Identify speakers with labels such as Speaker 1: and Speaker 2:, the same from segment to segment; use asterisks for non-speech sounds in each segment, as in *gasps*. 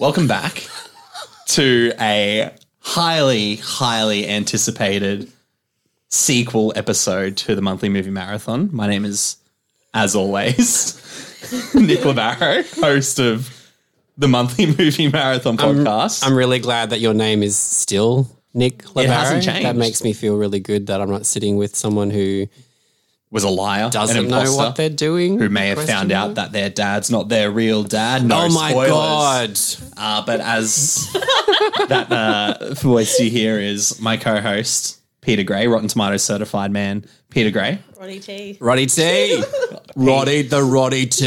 Speaker 1: Welcome back to a highly, highly anticipated sequel episode to the monthly movie marathon. My name is, as always, *laughs* Nick Lavaro, host of the monthly movie marathon podcast.
Speaker 2: I'm really glad that your name is still Nick Lavaro.
Speaker 1: hasn't changed.
Speaker 2: That makes me feel really good that I'm not sitting with someone who
Speaker 1: was a liar, an
Speaker 2: doesn't
Speaker 1: imposter,
Speaker 2: know what they're doing.
Speaker 1: who may have found out that their dad's not their real dad. No
Speaker 2: Oh my
Speaker 1: spoilers.
Speaker 2: god!
Speaker 1: Uh, but as that uh, voice you hear is my co-host Peter Gray, Rotten Tomatoes certified man Peter Gray,
Speaker 3: Ronnie T.
Speaker 2: Roddy
Speaker 1: *laughs*
Speaker 2: T, Roddy the Roddy T.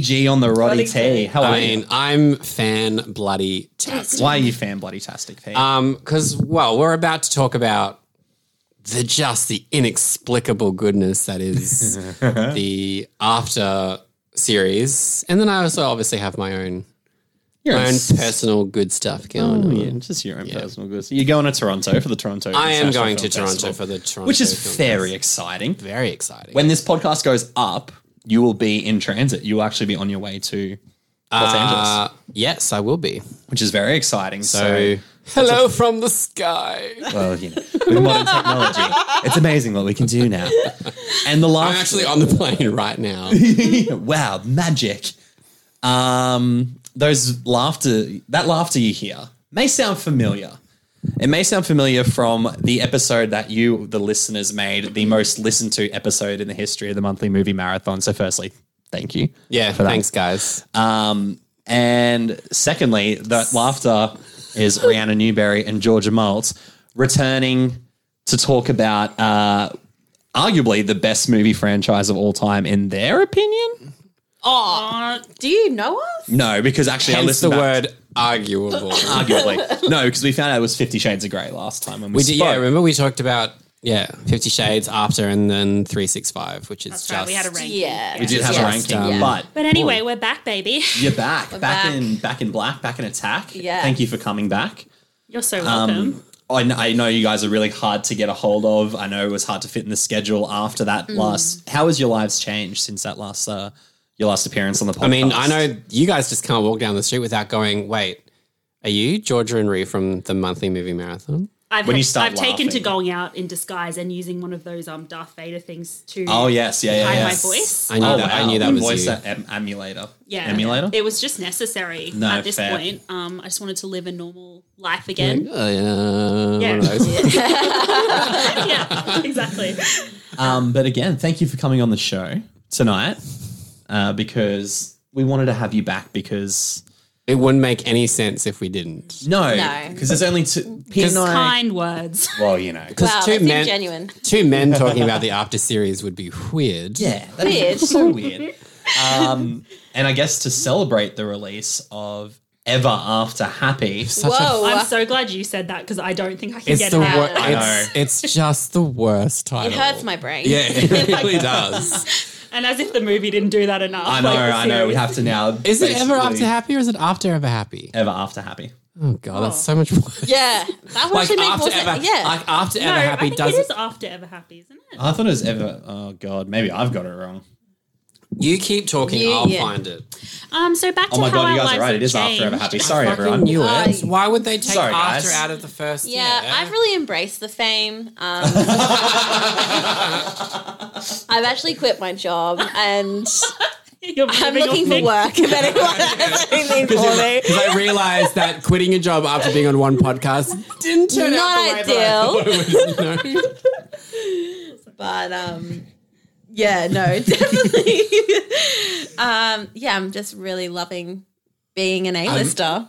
Speaker 1: PDG E on the Roddy
Speaker 3: Roddy
Speaker 1: T.
Speaker 3: T.
Speaker 1: How are
Speaker 2: I
Speaker 1: you?
Speaker 2: mean, I'm fan bloody tastic.
Speaker 1: Why are you fan bloody tastic, Pete?
Speaker 2: Um, because well, we're about to talk about the just the inexplicable goodness
Speaker 1: *laughs*
Speaker 2: that is the after series, and then I also obviously have my own
Speaker 1: You're
Speaker 2: my
Speaker 1: a
Speaker 2: own
Speaker 1: s-
Speaker 2: personal good stuff going on.
Speaker 1: Oh, yeah, just your own personal goods. You're going to Toronto for the Toronto.
Speaker 2: I am
Speaker 1: International
Speaker 2: going to
Speaker 1: Film
Speaker 2: Toronto
Speaker 1: Festival,
Speaker 2: for the Toronto,
Speaker 1: which
Speaker 2: Film
Speaker 1: is very
Speaker 2: Fest.
Speaker 1: exciting.
Speaker 2: very exciting.
Speaker 1: When this podcast goes up, you will be in transit. You will actually be on your way to Los Angeles,
Speaker 2: Uh, yes, I will be.
Speaker 1: which is very exciting. so
Speaker 2: So, hello from the sky.
Speaker 1: Well, you know, with modern technology, it's amazing what we can do now. And the
Speaker 2: I'm
Speaker 1: last,
Speaker 2: actually on the plane right now.
Speaker 1: *laughs* wow, magic. Um, those laughter, that laughter you hear may sound familiar. It may sound familiar from the episode that you, the listeners, made the most listened to episode in the history of the monthly movie marathon. So, firstly, thank you.
Speaker 2: Yeah,
Speaker 1: for that.
Speaker 2: thanks, guys.
Speaker 1: Um, and secondly, that laughter is Rihanna Newberry and Georgia Maltz returning to talk about uh, arguably the best movie franchise of all time, in their opinion.
Speaker 3: Oh, do you know us?
Speaker 1: No, because actually, I
Speaker 2: Hence the
Speaker 1: listened back-
Speaker 2: word
Speaker 1: *laughs*
Speaker 2: arguable. *laughs*
Speaker 1: Arguably, no, because we found out it was Fifty Shades of Grey last time when we,
Speaker 2: We did,
Speaker 1: spoke.
Speaker 2: yeah, remember we talked about yeah, Fifty Shades after and then three six five, which is just
Speaker 3: Right, we had a rank.
Speaker 1: we did have a
Speaker 2: Yes,
Speaker 1: ranking,
Speaker 2: um,
Speaker 1: but
Speaker 3: But anyway, we're back, baby.
Speaker 1: you're back, back,
Speaker 3: back.
Speaker 1: in back in black, back in attack.
Speaker 4: Yeah.
Speaker 1: thank you for coming back.
Speaker 3: You're
Speaker 1: Um,
Speaker 3: so welcome.
Speaker 1: I kn- I know you guys are really hard to get a hold of. I know it was hard to fit in the schedule after that last. How has your lives changed since that last uh, your last appearance on the podcast?
Speaker 2: I mean, I know you guys just can't walk down the street without going, wait, are you Georgia and Ree from the monthly movie marathon?
Speaker 3: I've,
Speaker 1: when
Speaker 3: had-
Speaker 1: you start
Speaker 3: I've taken to
Speaker 1: laughing.
Speaker 3: going out in disguise and using one of those um Darth Vader things to
Speaker 1: Oh yes, yeah, yeah,
Speaker 3: hide
Speaker 1: yeah.
Speaker 3: my voice.
Speaker 2: I knew
Speaker 1: Oh,
Speaker 2: that I
Speaker 1: wow.
Speaker 2: knew that
Speaker 1: Your
Speaker 2: was
Speaker 1: voice
Speaker 2: you.
Speaker 1: a- em- emulator.
Speaker 3: yeah,
Speaker 1: emulator.
Speaker 3: It was just necessary
Speaker 1: No,
Speaker 3: at this
Speaker 1: fair.
Speaker 3: point. Um, I just wanted to live a normal life again.
Speaker 2: Uh,
Speaker 3: Yeah.
Speaker 2: one of those.
Speaker 3: *laughs* yeah,
Speaker 1: *laughs*
Speaker 3: exactly.
Speaker 1: Um, but again, thank you for coming on the show tonight uh, because we wanted to have you back because
Speaker 2: It wouldn't make any sense if we didn't.
Speaker 1: no,
Speaker 4: No.
Speaker 1: because there's only two. Pete and I-
Speaker 3: Kind words.
Speaker 1: Well, you know,
Speaker 4: Wow,
Speaker 2: two
Speaker 4: that seemed
Speaker 2: men-
Speaker 4: genuine.
Speaker 2: Two men talking about the after series would be weird.
Speaker 1: Yeah, that is
Speaker 4: Weird.
Speaker 1: so weird. Um, and I guess to celebrate the release of Ever After Happy,
Speaker 2: Such a
Speaker 4: Whoa.
Speaker 3: I'm so glad you said that because I don't think I can
Speaker 2: it's
Speaker 3: get
Speaker 2: the
Speaker 3: it out.
Speaker 2: wor- it's, it's just the worst title.
Speaker 4: It hurts my brain.
Speaker 2: Yeah, it really does.
Speaker 3: and as if the movie didn't do that enough.
Speaker 1: I know,
Speaker 3: like, the
Speaker 1: I know. We
Speaker 3: series.
Speaker 1: have to now.
Speaker 2: Is it ever after
Speaker 1: basically-
Speaker 2: happy or is it after ever happy?
Speaker 1: Ever After Happy.
Speaker 2: Oh god, that's so much worse.
Speaker 4: Yeah, that would actually make more sense. yeah,
Speaker 2: like after
Speaker 3: No,
Speaker 2: ever
Speaker 3: I
Speaker 2: happy
Speaker 3: think it
Speaker 2: does
Speaker 3: is after Ever Happy, isn't it?
Speaker 1: I thought it was Ever. Oh God, maybe I've got it wrong.
Speaker 2: You keep talking,
Speaker 4: You-
Speaker 2: I'll
Speaker 4: yeah.
Speaker 2: find it.
Speaker 3: Um, so back to
Speaker 1: Oh my
Speaker 3: how
Speaker 1: God,
Speaker 3: our
Speaker 1: you guys
Speaker 3: lives
Speaker 1: are right. It
Speaker 3: have
Speaker 1: is
Speaker 3: changed.
Speaker 1: After Ever Happy. Sorry, everyone.
Speaker 2: knew it.
Speaker 4: I-
Speaker 2: Why would they take
Speaker 1: Sorry, guys.
Speaker 2: after out of the first?
Speaker 4: yeah. I've really embraced the fame.
Speaker 2: *laughs*
Speaker 4: Um, I've actually quit my job *laughs* and
Speaker 3: *laughs* You're
Speaker 4: I'm looking
Speaker 3: living off
Speaker 4: for
Speaker 3: Nick.
Speaker 4: work. If anyone
Speaker 2: *laughs*
Speaker 4: has anything for me,
Speaker 2: because I realized that quitting your job after being on one podcast didn't turn
Speaker 4: Not
Speaker 2: out the way that I thought it would, you know?
Speaker 1: *laughs*
Speaker 4: but um, yeah, no, *laughs* definitely. um, yeah, I'm just really loving being an A-lister.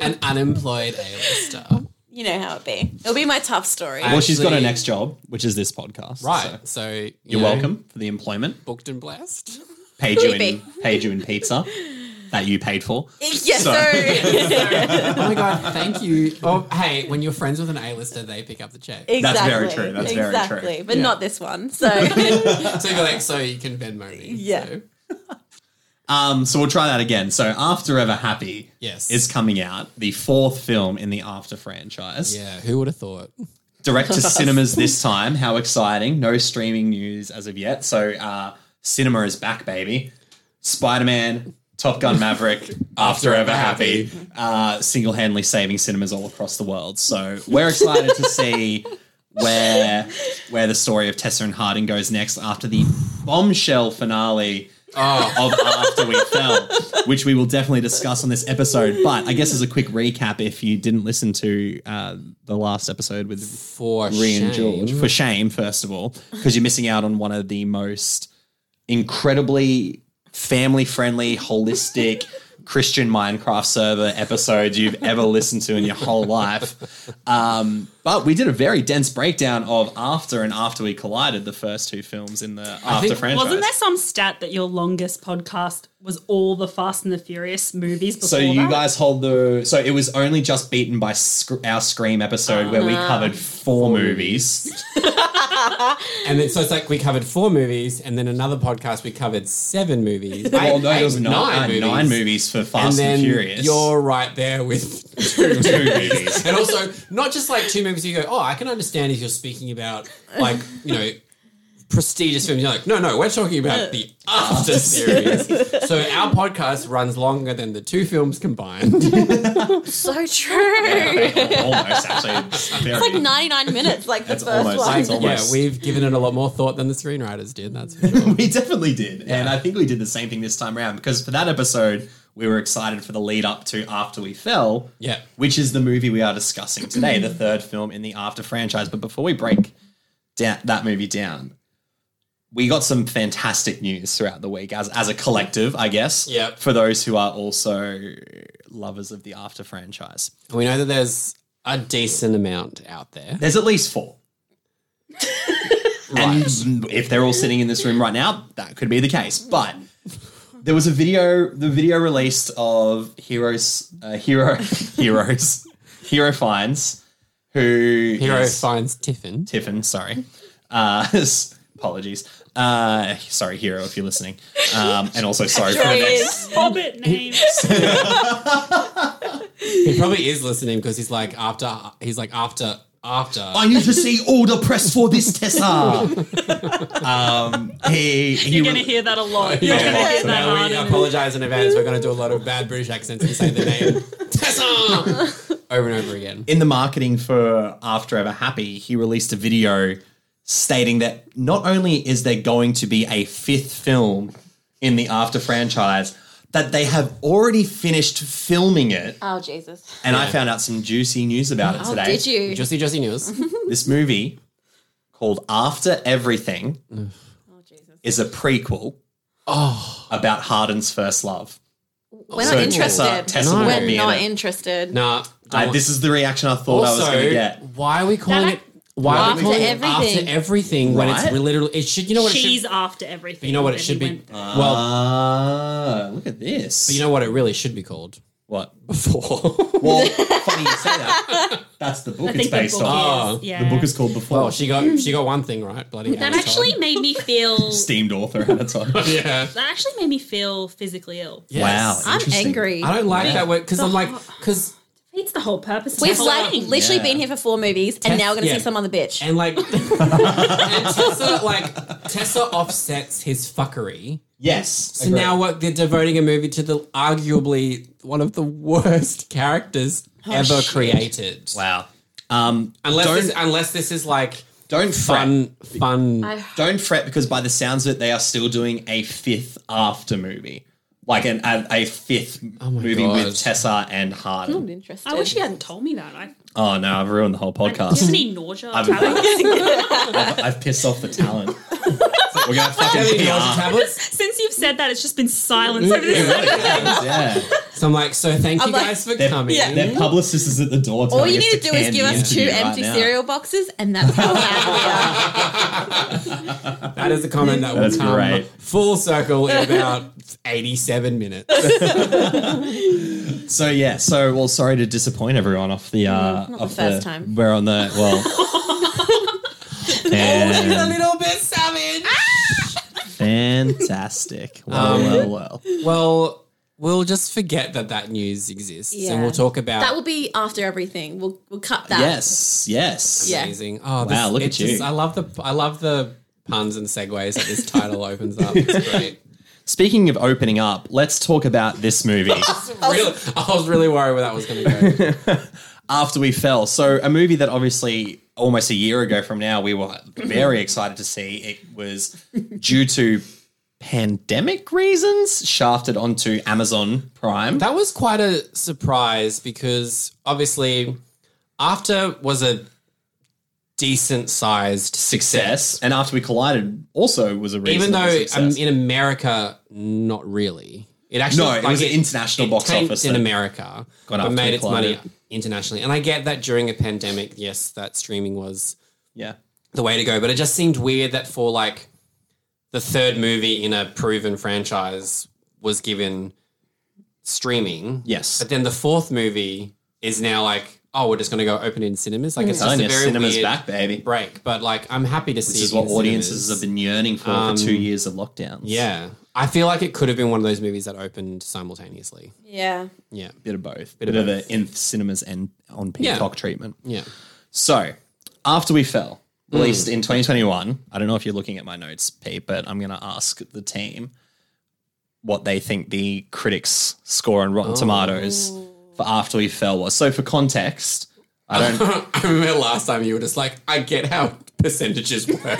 Speaker 2: An unemployed A-lister.
Speaker 4: you know how it be. It'll be my tough story.
Speaker 2: I-
Speaker 1: Well, she's got her
Speaker 2: Actually-
Speaker 1: next job, which is this podcast.
Speaker 2: Right.
Speaker 1: so
Speaker 2: So, you
Speaker 1: you're
Speaker 2: know,
Speaker 1: welcome for the employment.
Speaker 2: Booked and blessed.
Speaker 1: Paid you in,
Speaker 4: Creepy.
Speaker 1: paid you in pizza. that you paid for.
Speaker 4: *laughs* Yeah, so,
Speaker 2: Oh my god, thank you. Oh, hey, when you're friends with an A-lister, they pick up the check.
Speaker 4: exactly.
Speaker 1: very true. *laughs* That's very true.
Speaker 4: exactly. But
Speaker 1: Yeah.
Speaker 4: not this one.
Speaker 1: *laughs*
Speaker 4: So *laughs*
Speaker 2: So you're like, so you can Venmo me.
Speaker 4: Yeah.
Speaker 2: So,
Speaker 1: Um, so we'll try that again. So After Ever Happy
Speaker 2: yes.
Speaker 1: is coming out, the fourth film in the After franchise.
Speaker 2: yeah. Who would have thought?
Speaker 1: Direct to cinemas this time. How exciting. No streaming news as of yet. So uh, cinema is back, baby. Spider Man, Top Gun *laughs* Maverick, After Ever Happy, uh, single handedly saving cinemas all across the world. So we're excited to see where where the story of Tessa and Harding goes next after the bombshell finale
Speaker 2: Oh,
Speaker 1: of After We Fell, which we will definitely discuss on this episode. But I guess as a quick recap, if you didn't listen to uh, the last episode with
Speaker 2: for
Speaker 1: Ree
Speaker 2: shame.
Speaker 1: and George, for shame, first of all, because you're missing out on one of the most incredibly family friendly, holistic. Christian Minecraft server episodes you've ever listened to in your whole life. Um, but we did a very dense breakdown of After and After We Collided, the first two films in the After
Speaker 2: think-
Speaker 1: franchise.
Speaker 3: Wasn't there some stat that your longest podcast was all the Fast and the Furious movies before
Speaker 1: So you
Speaker 3: that?
Speaker 1: guys hold the. So it was only just beaten by sc- our Scream episode where we covered four movies.
Speaker 2: And then, so it's like we covered four movies, and then another podcast we covered
Speaker 1: *laughs*
Speaker 2: seven movies.
Speaker 1: Well,
Speaker 2: Eight-
Speaker 1: no, there was
Speaker 2: eight-
Speaker 1: nine, nine, movies. for
Speaker 2: And
Speaker 1: Fast and,
Speaker 2: then
Speaker 1: Furious.
Speaker 2: you're right there with two
Speaker 1: two movies.
Speaker 2: and also not just like two movies you go oh i can understand if you're speaking about like you know prestigious films you're like no no we're talking about the after *laughs* series so our podcast runs longer than the two films combined
Speaker 4: so true.
Speaker 1: *laughs* almost actually. It's very-
Speaker 4: It's like 99 minutes, like the
Speaker 1: That's
Speaker 4: first
Speaker 1: almost-
Speaker 4: one.
Speaker 1: that's
Speaker 2: Like, yeah
Speaker 1: almost-
Speaker 2: we've given it a lot more thought than the screenwriters did that's for
Speaker 1: *laughs*
Speaker 2: sure
Speaker 1: we definitely did, and I think we did the same thing this time around because for that episode we were excited for the lead up to After We Fell.
Speaker 2: yeah
Speaker 1: which is the movie we are discussing today, the third film in the After franchise. But before we break down that movie down, we got some fantastic news throughout the week as, as a collective, I guess.
Speaker 2: Yep.
Speaker 1: For those who are also lovers of the After franchise,
Speaker 2: and we know that there's a decent amount out there
Speaker 1: there's at least four. And if they're all sitting in this room right now, that could be the case. But there was a video, the video released of heroes, uh, hero, *laughs* heroes, hero finds, who
Speaker 2: hero
Speaker 1: is-
Speaker 2: finds tiffin
Speaker 1: Tiffin, sorry. Uh, *laughs* apologies. Uh, sorry, Hero, if you're listening. Um, and
Speaker 3: *laughs*
Speaker 1: also sorry for the
Speaker 4: Sure
Speaker 1: next.
Speaker 4: is.
Speaker 1: *laughs*
Speaker 3: Hobbit names.
Speaker 2: he probably is listening because he's like after he's like after after
Speaker 1: I need to see all the press for this Tessa. *laughs* um, he, he
Speaker 3: You're going to hear that a lot. You're
Speaker 1: Yeah.
Speaker 3: going to hear
Speaker 1: So
Speaker 3: that
Speaker 2: Now
Speaker 3: hard.
Speaker 2: we
Speaker 3: and-
Speaker 2: apologise in advance. We're going to do a lot of bad British accents and say the name Tessa over and over again.
Speaker 1: in the marketing for After Ever Happy, he released a video stating that not only is there going to be a fifth film in the After franchise, that they have already finished filming it.
Speaker 4: Oh, Jesus.
Speaker 1: And I found out some juicy news about it
Speaker 4: Oh,
Speaker 1: today.
Speaker 4: did you?
Speaker 2: Jussie
Speaker 1: *laughs*
Speaker 2: Jussie News.
Speaker 1: This movie called After Everything
Speaker 4: Oh, Jesus.
Speaker 1: is a prequel
Speaker 2: Oh,
Speaker 1: about Harden's first love.
Speaker 4: We're
Speaker 1: So uh, Tessa-
Speaker 4: not interested.
Speaker 1: Tessa
Speaker 2: won't
Speaker 4: We're
Speaker 1: be in
Speaker 4: not
Speaker 1: it.
Speaker 4: interested.
Speaker 2: nah.
Speaker 1: I,
Speaker 2: don't-
Speaker 1: this is the reaction I thought I was going to get.
Speaker 2: why are we calling
Speaker 3: That-
Speaker 2: it? Why are we
Speaker 4: After
Speaker 2: calling it
Speaker 4: everything.
Speaker 2: after everything when it's
Speaker 1: Right?
Speaker 2: literally? It should. You know what? It
Speaker 3: She's
Speaker 2: should,
Speaker 3: after everything.
Speaker 2: you know what it
Speaker 3: and
Speaker 2: should
Speaker 3: he
Speaker 2: be.
Speaker 3: went-
Speaker 1: Uh,
Speaker 2: Well,
Speaker 1: Ah, look at this.
Speaker 2: you know what it really should be called.
Speaker 1: what?
Speaker 2: Before.
Speaker 4: *laughs*
Speaker 1: Well, funny you say that. That's the book
Speaker 3: I
Speaker 1: it's
Speaker 3: think the
Speaker 1: based
Speaker 3: book
Speaker 1: on.
Speaker 2: on.
Speaker 3: is, yeah.
Speaker 1: The book is called Before.
Speaker 2: well, she got she got one thing right. Bloody.
Speaker 3: that
Speaker 2: Amazon.
Speaker 3: actually made me feel.
Speaker 1: Steamed author *laughs* at a time.
Speaker 2: Yeah.
Speaker 3: That actually made me feel physically ill.
Speaker 1: Wow.
Speaker 4: I'm
Speaker 1: interesting.
Speaker 4: angry.
Speaker 2: I don't like that word because I'm like because
Speaker 3: It's the whole purpose. of
Speaker 4: We've
Speaker 3: the
Speaker 4: like
Speaker 3: thing.
Speaker 4: literally
Speaker 1: Yeah.
Speaker 4: been here for four movies, and now we're gonna
Speaker 2: yeah.
Speaker 4: see some other bitch.
Speaker 1: *laughs*
Speaker 2: and like and Tessa like Tessa offsets his fuckery.
Speaker 1: Yes.
Speaker 2: So now what they're devoting a movie to the arguably one of the *laughs* worst characters ever
Speaker 4: Oh, shit.
Speaker 2: created.
Speaker 1: Wow. Um,
Speaker 2: Unless
Speaker 1: Don't-
Speaker 2: this, unless this is like
Speaker 1: don't fret.
Speaker 2: fun fun.
Speaker 1: Don't fret because by the sounds of it, they are still doing a fifth after movie. Like an, a, a fifth
Speaker 2: Oh my
Speaker 1: movie
Speaker 2: God.
Speaker 1: with Tessa and
Speaker 4: I'm
Speaker 1: Harden.
Speaker 4: not interested.
Speaker 3: I wish he hadn't told me that. I,
Speaker 1: Oh no, I've ruined the whole
Speaker 3: I do you have
Speaker 1: podcast.
Speaker 3: any nausea?
Speaker 1: I've- I've, I've pissed off the
Speaker 4: *laughs*
Speaker 1: talent. We're gonna fucking
Speaker 2: Daily
Speaker 1: PR.
Speaker 2: *laughs* Dose tablets.
Speaker 3: Since you've said that, it's just been silence over this.
Speaker 1: Yeah.
Speaker 2: So So I'm like, so thank
Speaker 4: I'm
Speaker 2: you
Speaker 4: like-
Speaker 2: guys for
Speaker 1: They're-
Speaker 2: coming.
Speaker 4: Yeah.
Speaker 1: Their publicist is at the door.
Speaker 4: Mm-hmm. All
Speaker 1: telling
Speaker 4: you
Speaker 1: us
Speaker 4: need to do is
Speaker 1: can
Speaker 4: give
Speaker 1: the
Speaker 4: us two
Speaker 1: interview right
Speaker 4: empty
Speaker 1: now.
Speaker 4: cereal boxes, and that's how bad we are.
Speaker 2: That is a comment that
Speaker 1: That's
Speaker 2: will come
Speaker 1: great.
Speaker 2: full circle
Speaker 4: *laughs*
Speaker 2: in about 87 minutes.
Speaker 1: So yeah, so well, sorry to disappoint everyone off the uh,
Speaker 4: Mm, not the
Speaker 1: off
Speaker 4: first time.
Speaker 1: We're on the
Speaker 4: *laughs*
Speaker 1: well. And
Speaker 2: little bit savage.
Speaker 1: fantastic. Well,
Speaker 2: Um,
Speaker 1: well, well.
Speaker 2: Well, we'll just forget that that news exists,
Speaker 4: Yeah.
Speaker 2: and we'll talk about
Speaker 4: *laughs* That will be after everything. We'll we'll cut that.
Speaker 1: Yes, yes.
Speaker 4: Yeah.
Speaker 2: amazing.
Speaker 1: Wow,
Speaker 2: Oh, this-
Speaker 1: look
Speaker 2: it's
Speaker 1: at you.
Speaker 2: Just, I love the I love the puns and segues that this title opens
Speaker 1: *laughs*
Speaker 2: up. It's great.
Speaker 1: Speaking of opening up, let's talk about this
Speaker 4: *laughs*
Speaker 1: movie.
Speaker 2: Really- I was really worried where that was going to
Speaker 1: *laughs*
Speaker 2: go.
Speaker 1: After we fell, so a movie that obviously almost a year ago from now we were very excited to see. It was due to pandemic reasons shafted onto Amazon Prime.
Speaker 2: That was quite a surprise because obviously, after was a decent sized
Speaker 1: success, and After We Collided also was a
Speaker 2: even
Speaker 1: reasonable
Speaker 2: though
Speaker 1: success.
Speaker 2: um, in America, not really. It actually
Speaker 1: no, it
Speaker 2: like,
Speaker 1: was an international box
Speaker 2: tanked
Speaker 1: office.
Speaker 2: in
Speaker 1: that-
Speaker 2: America,
Speaker 1: Got
Speaker 2: but
Speaker 1: up to
Speaker 2: made its money
Speaker 1: decline.
Speaker 2: internationally. And I get that during a pandemic, yes, that streaming was
Speaker 1: yeah,
Speaker 2: the way to go. But it just seemed weird that for like the third movie in a proven franchise was given streaming.
Speaker 1: Yes.
Speaker 2: but then the fourth movie is now like, oh, we're just going to go open in cinemas. Like it's just
Speaker 1: telling
Speaker 2: a
Speaker 1: you,
Speaker 2: very
Speaker 1: cinema's
Speaker 2: weird
Speaker 1: back, baby.
Speaker 2: break. But like, I'm happy to see
Speaker 1: This is
Speaker 2: it in
Speaker 1: what audiences
Speaker 2: cinemas.
Speaker 1: have been yearning for
Speaker 2: Um,
Speaker 1: for two years of lockdowns.
Speaker 2: Yeah. I feel like it could have been one of those movies that opened simultaneously.
Speaker 4: Yeah.
Speaker 2: Yeah.
Speaker 1: bit of both,
Speaker 2: Bit
Speaker 1: bit,
Speaker 2: of
Speaker 1: of, the in cinemas and on Peacock treatment. *laughs*
Speaker 2: Yeah.
Speaker 1: So, After We Fell,
Speaker 2: Hmm.
Speaker 1: released in 2021. I don't know if you're looking at my notes, Pete, but I'm going to ask the team what they think the critics score on Rotten Tomatoes for
Speaker 2: Oh.
Speaker 1: After We Fell was. So, for context, I don't *laughs*
Speaker 2: I remember last time you were just like, I get how percentages work.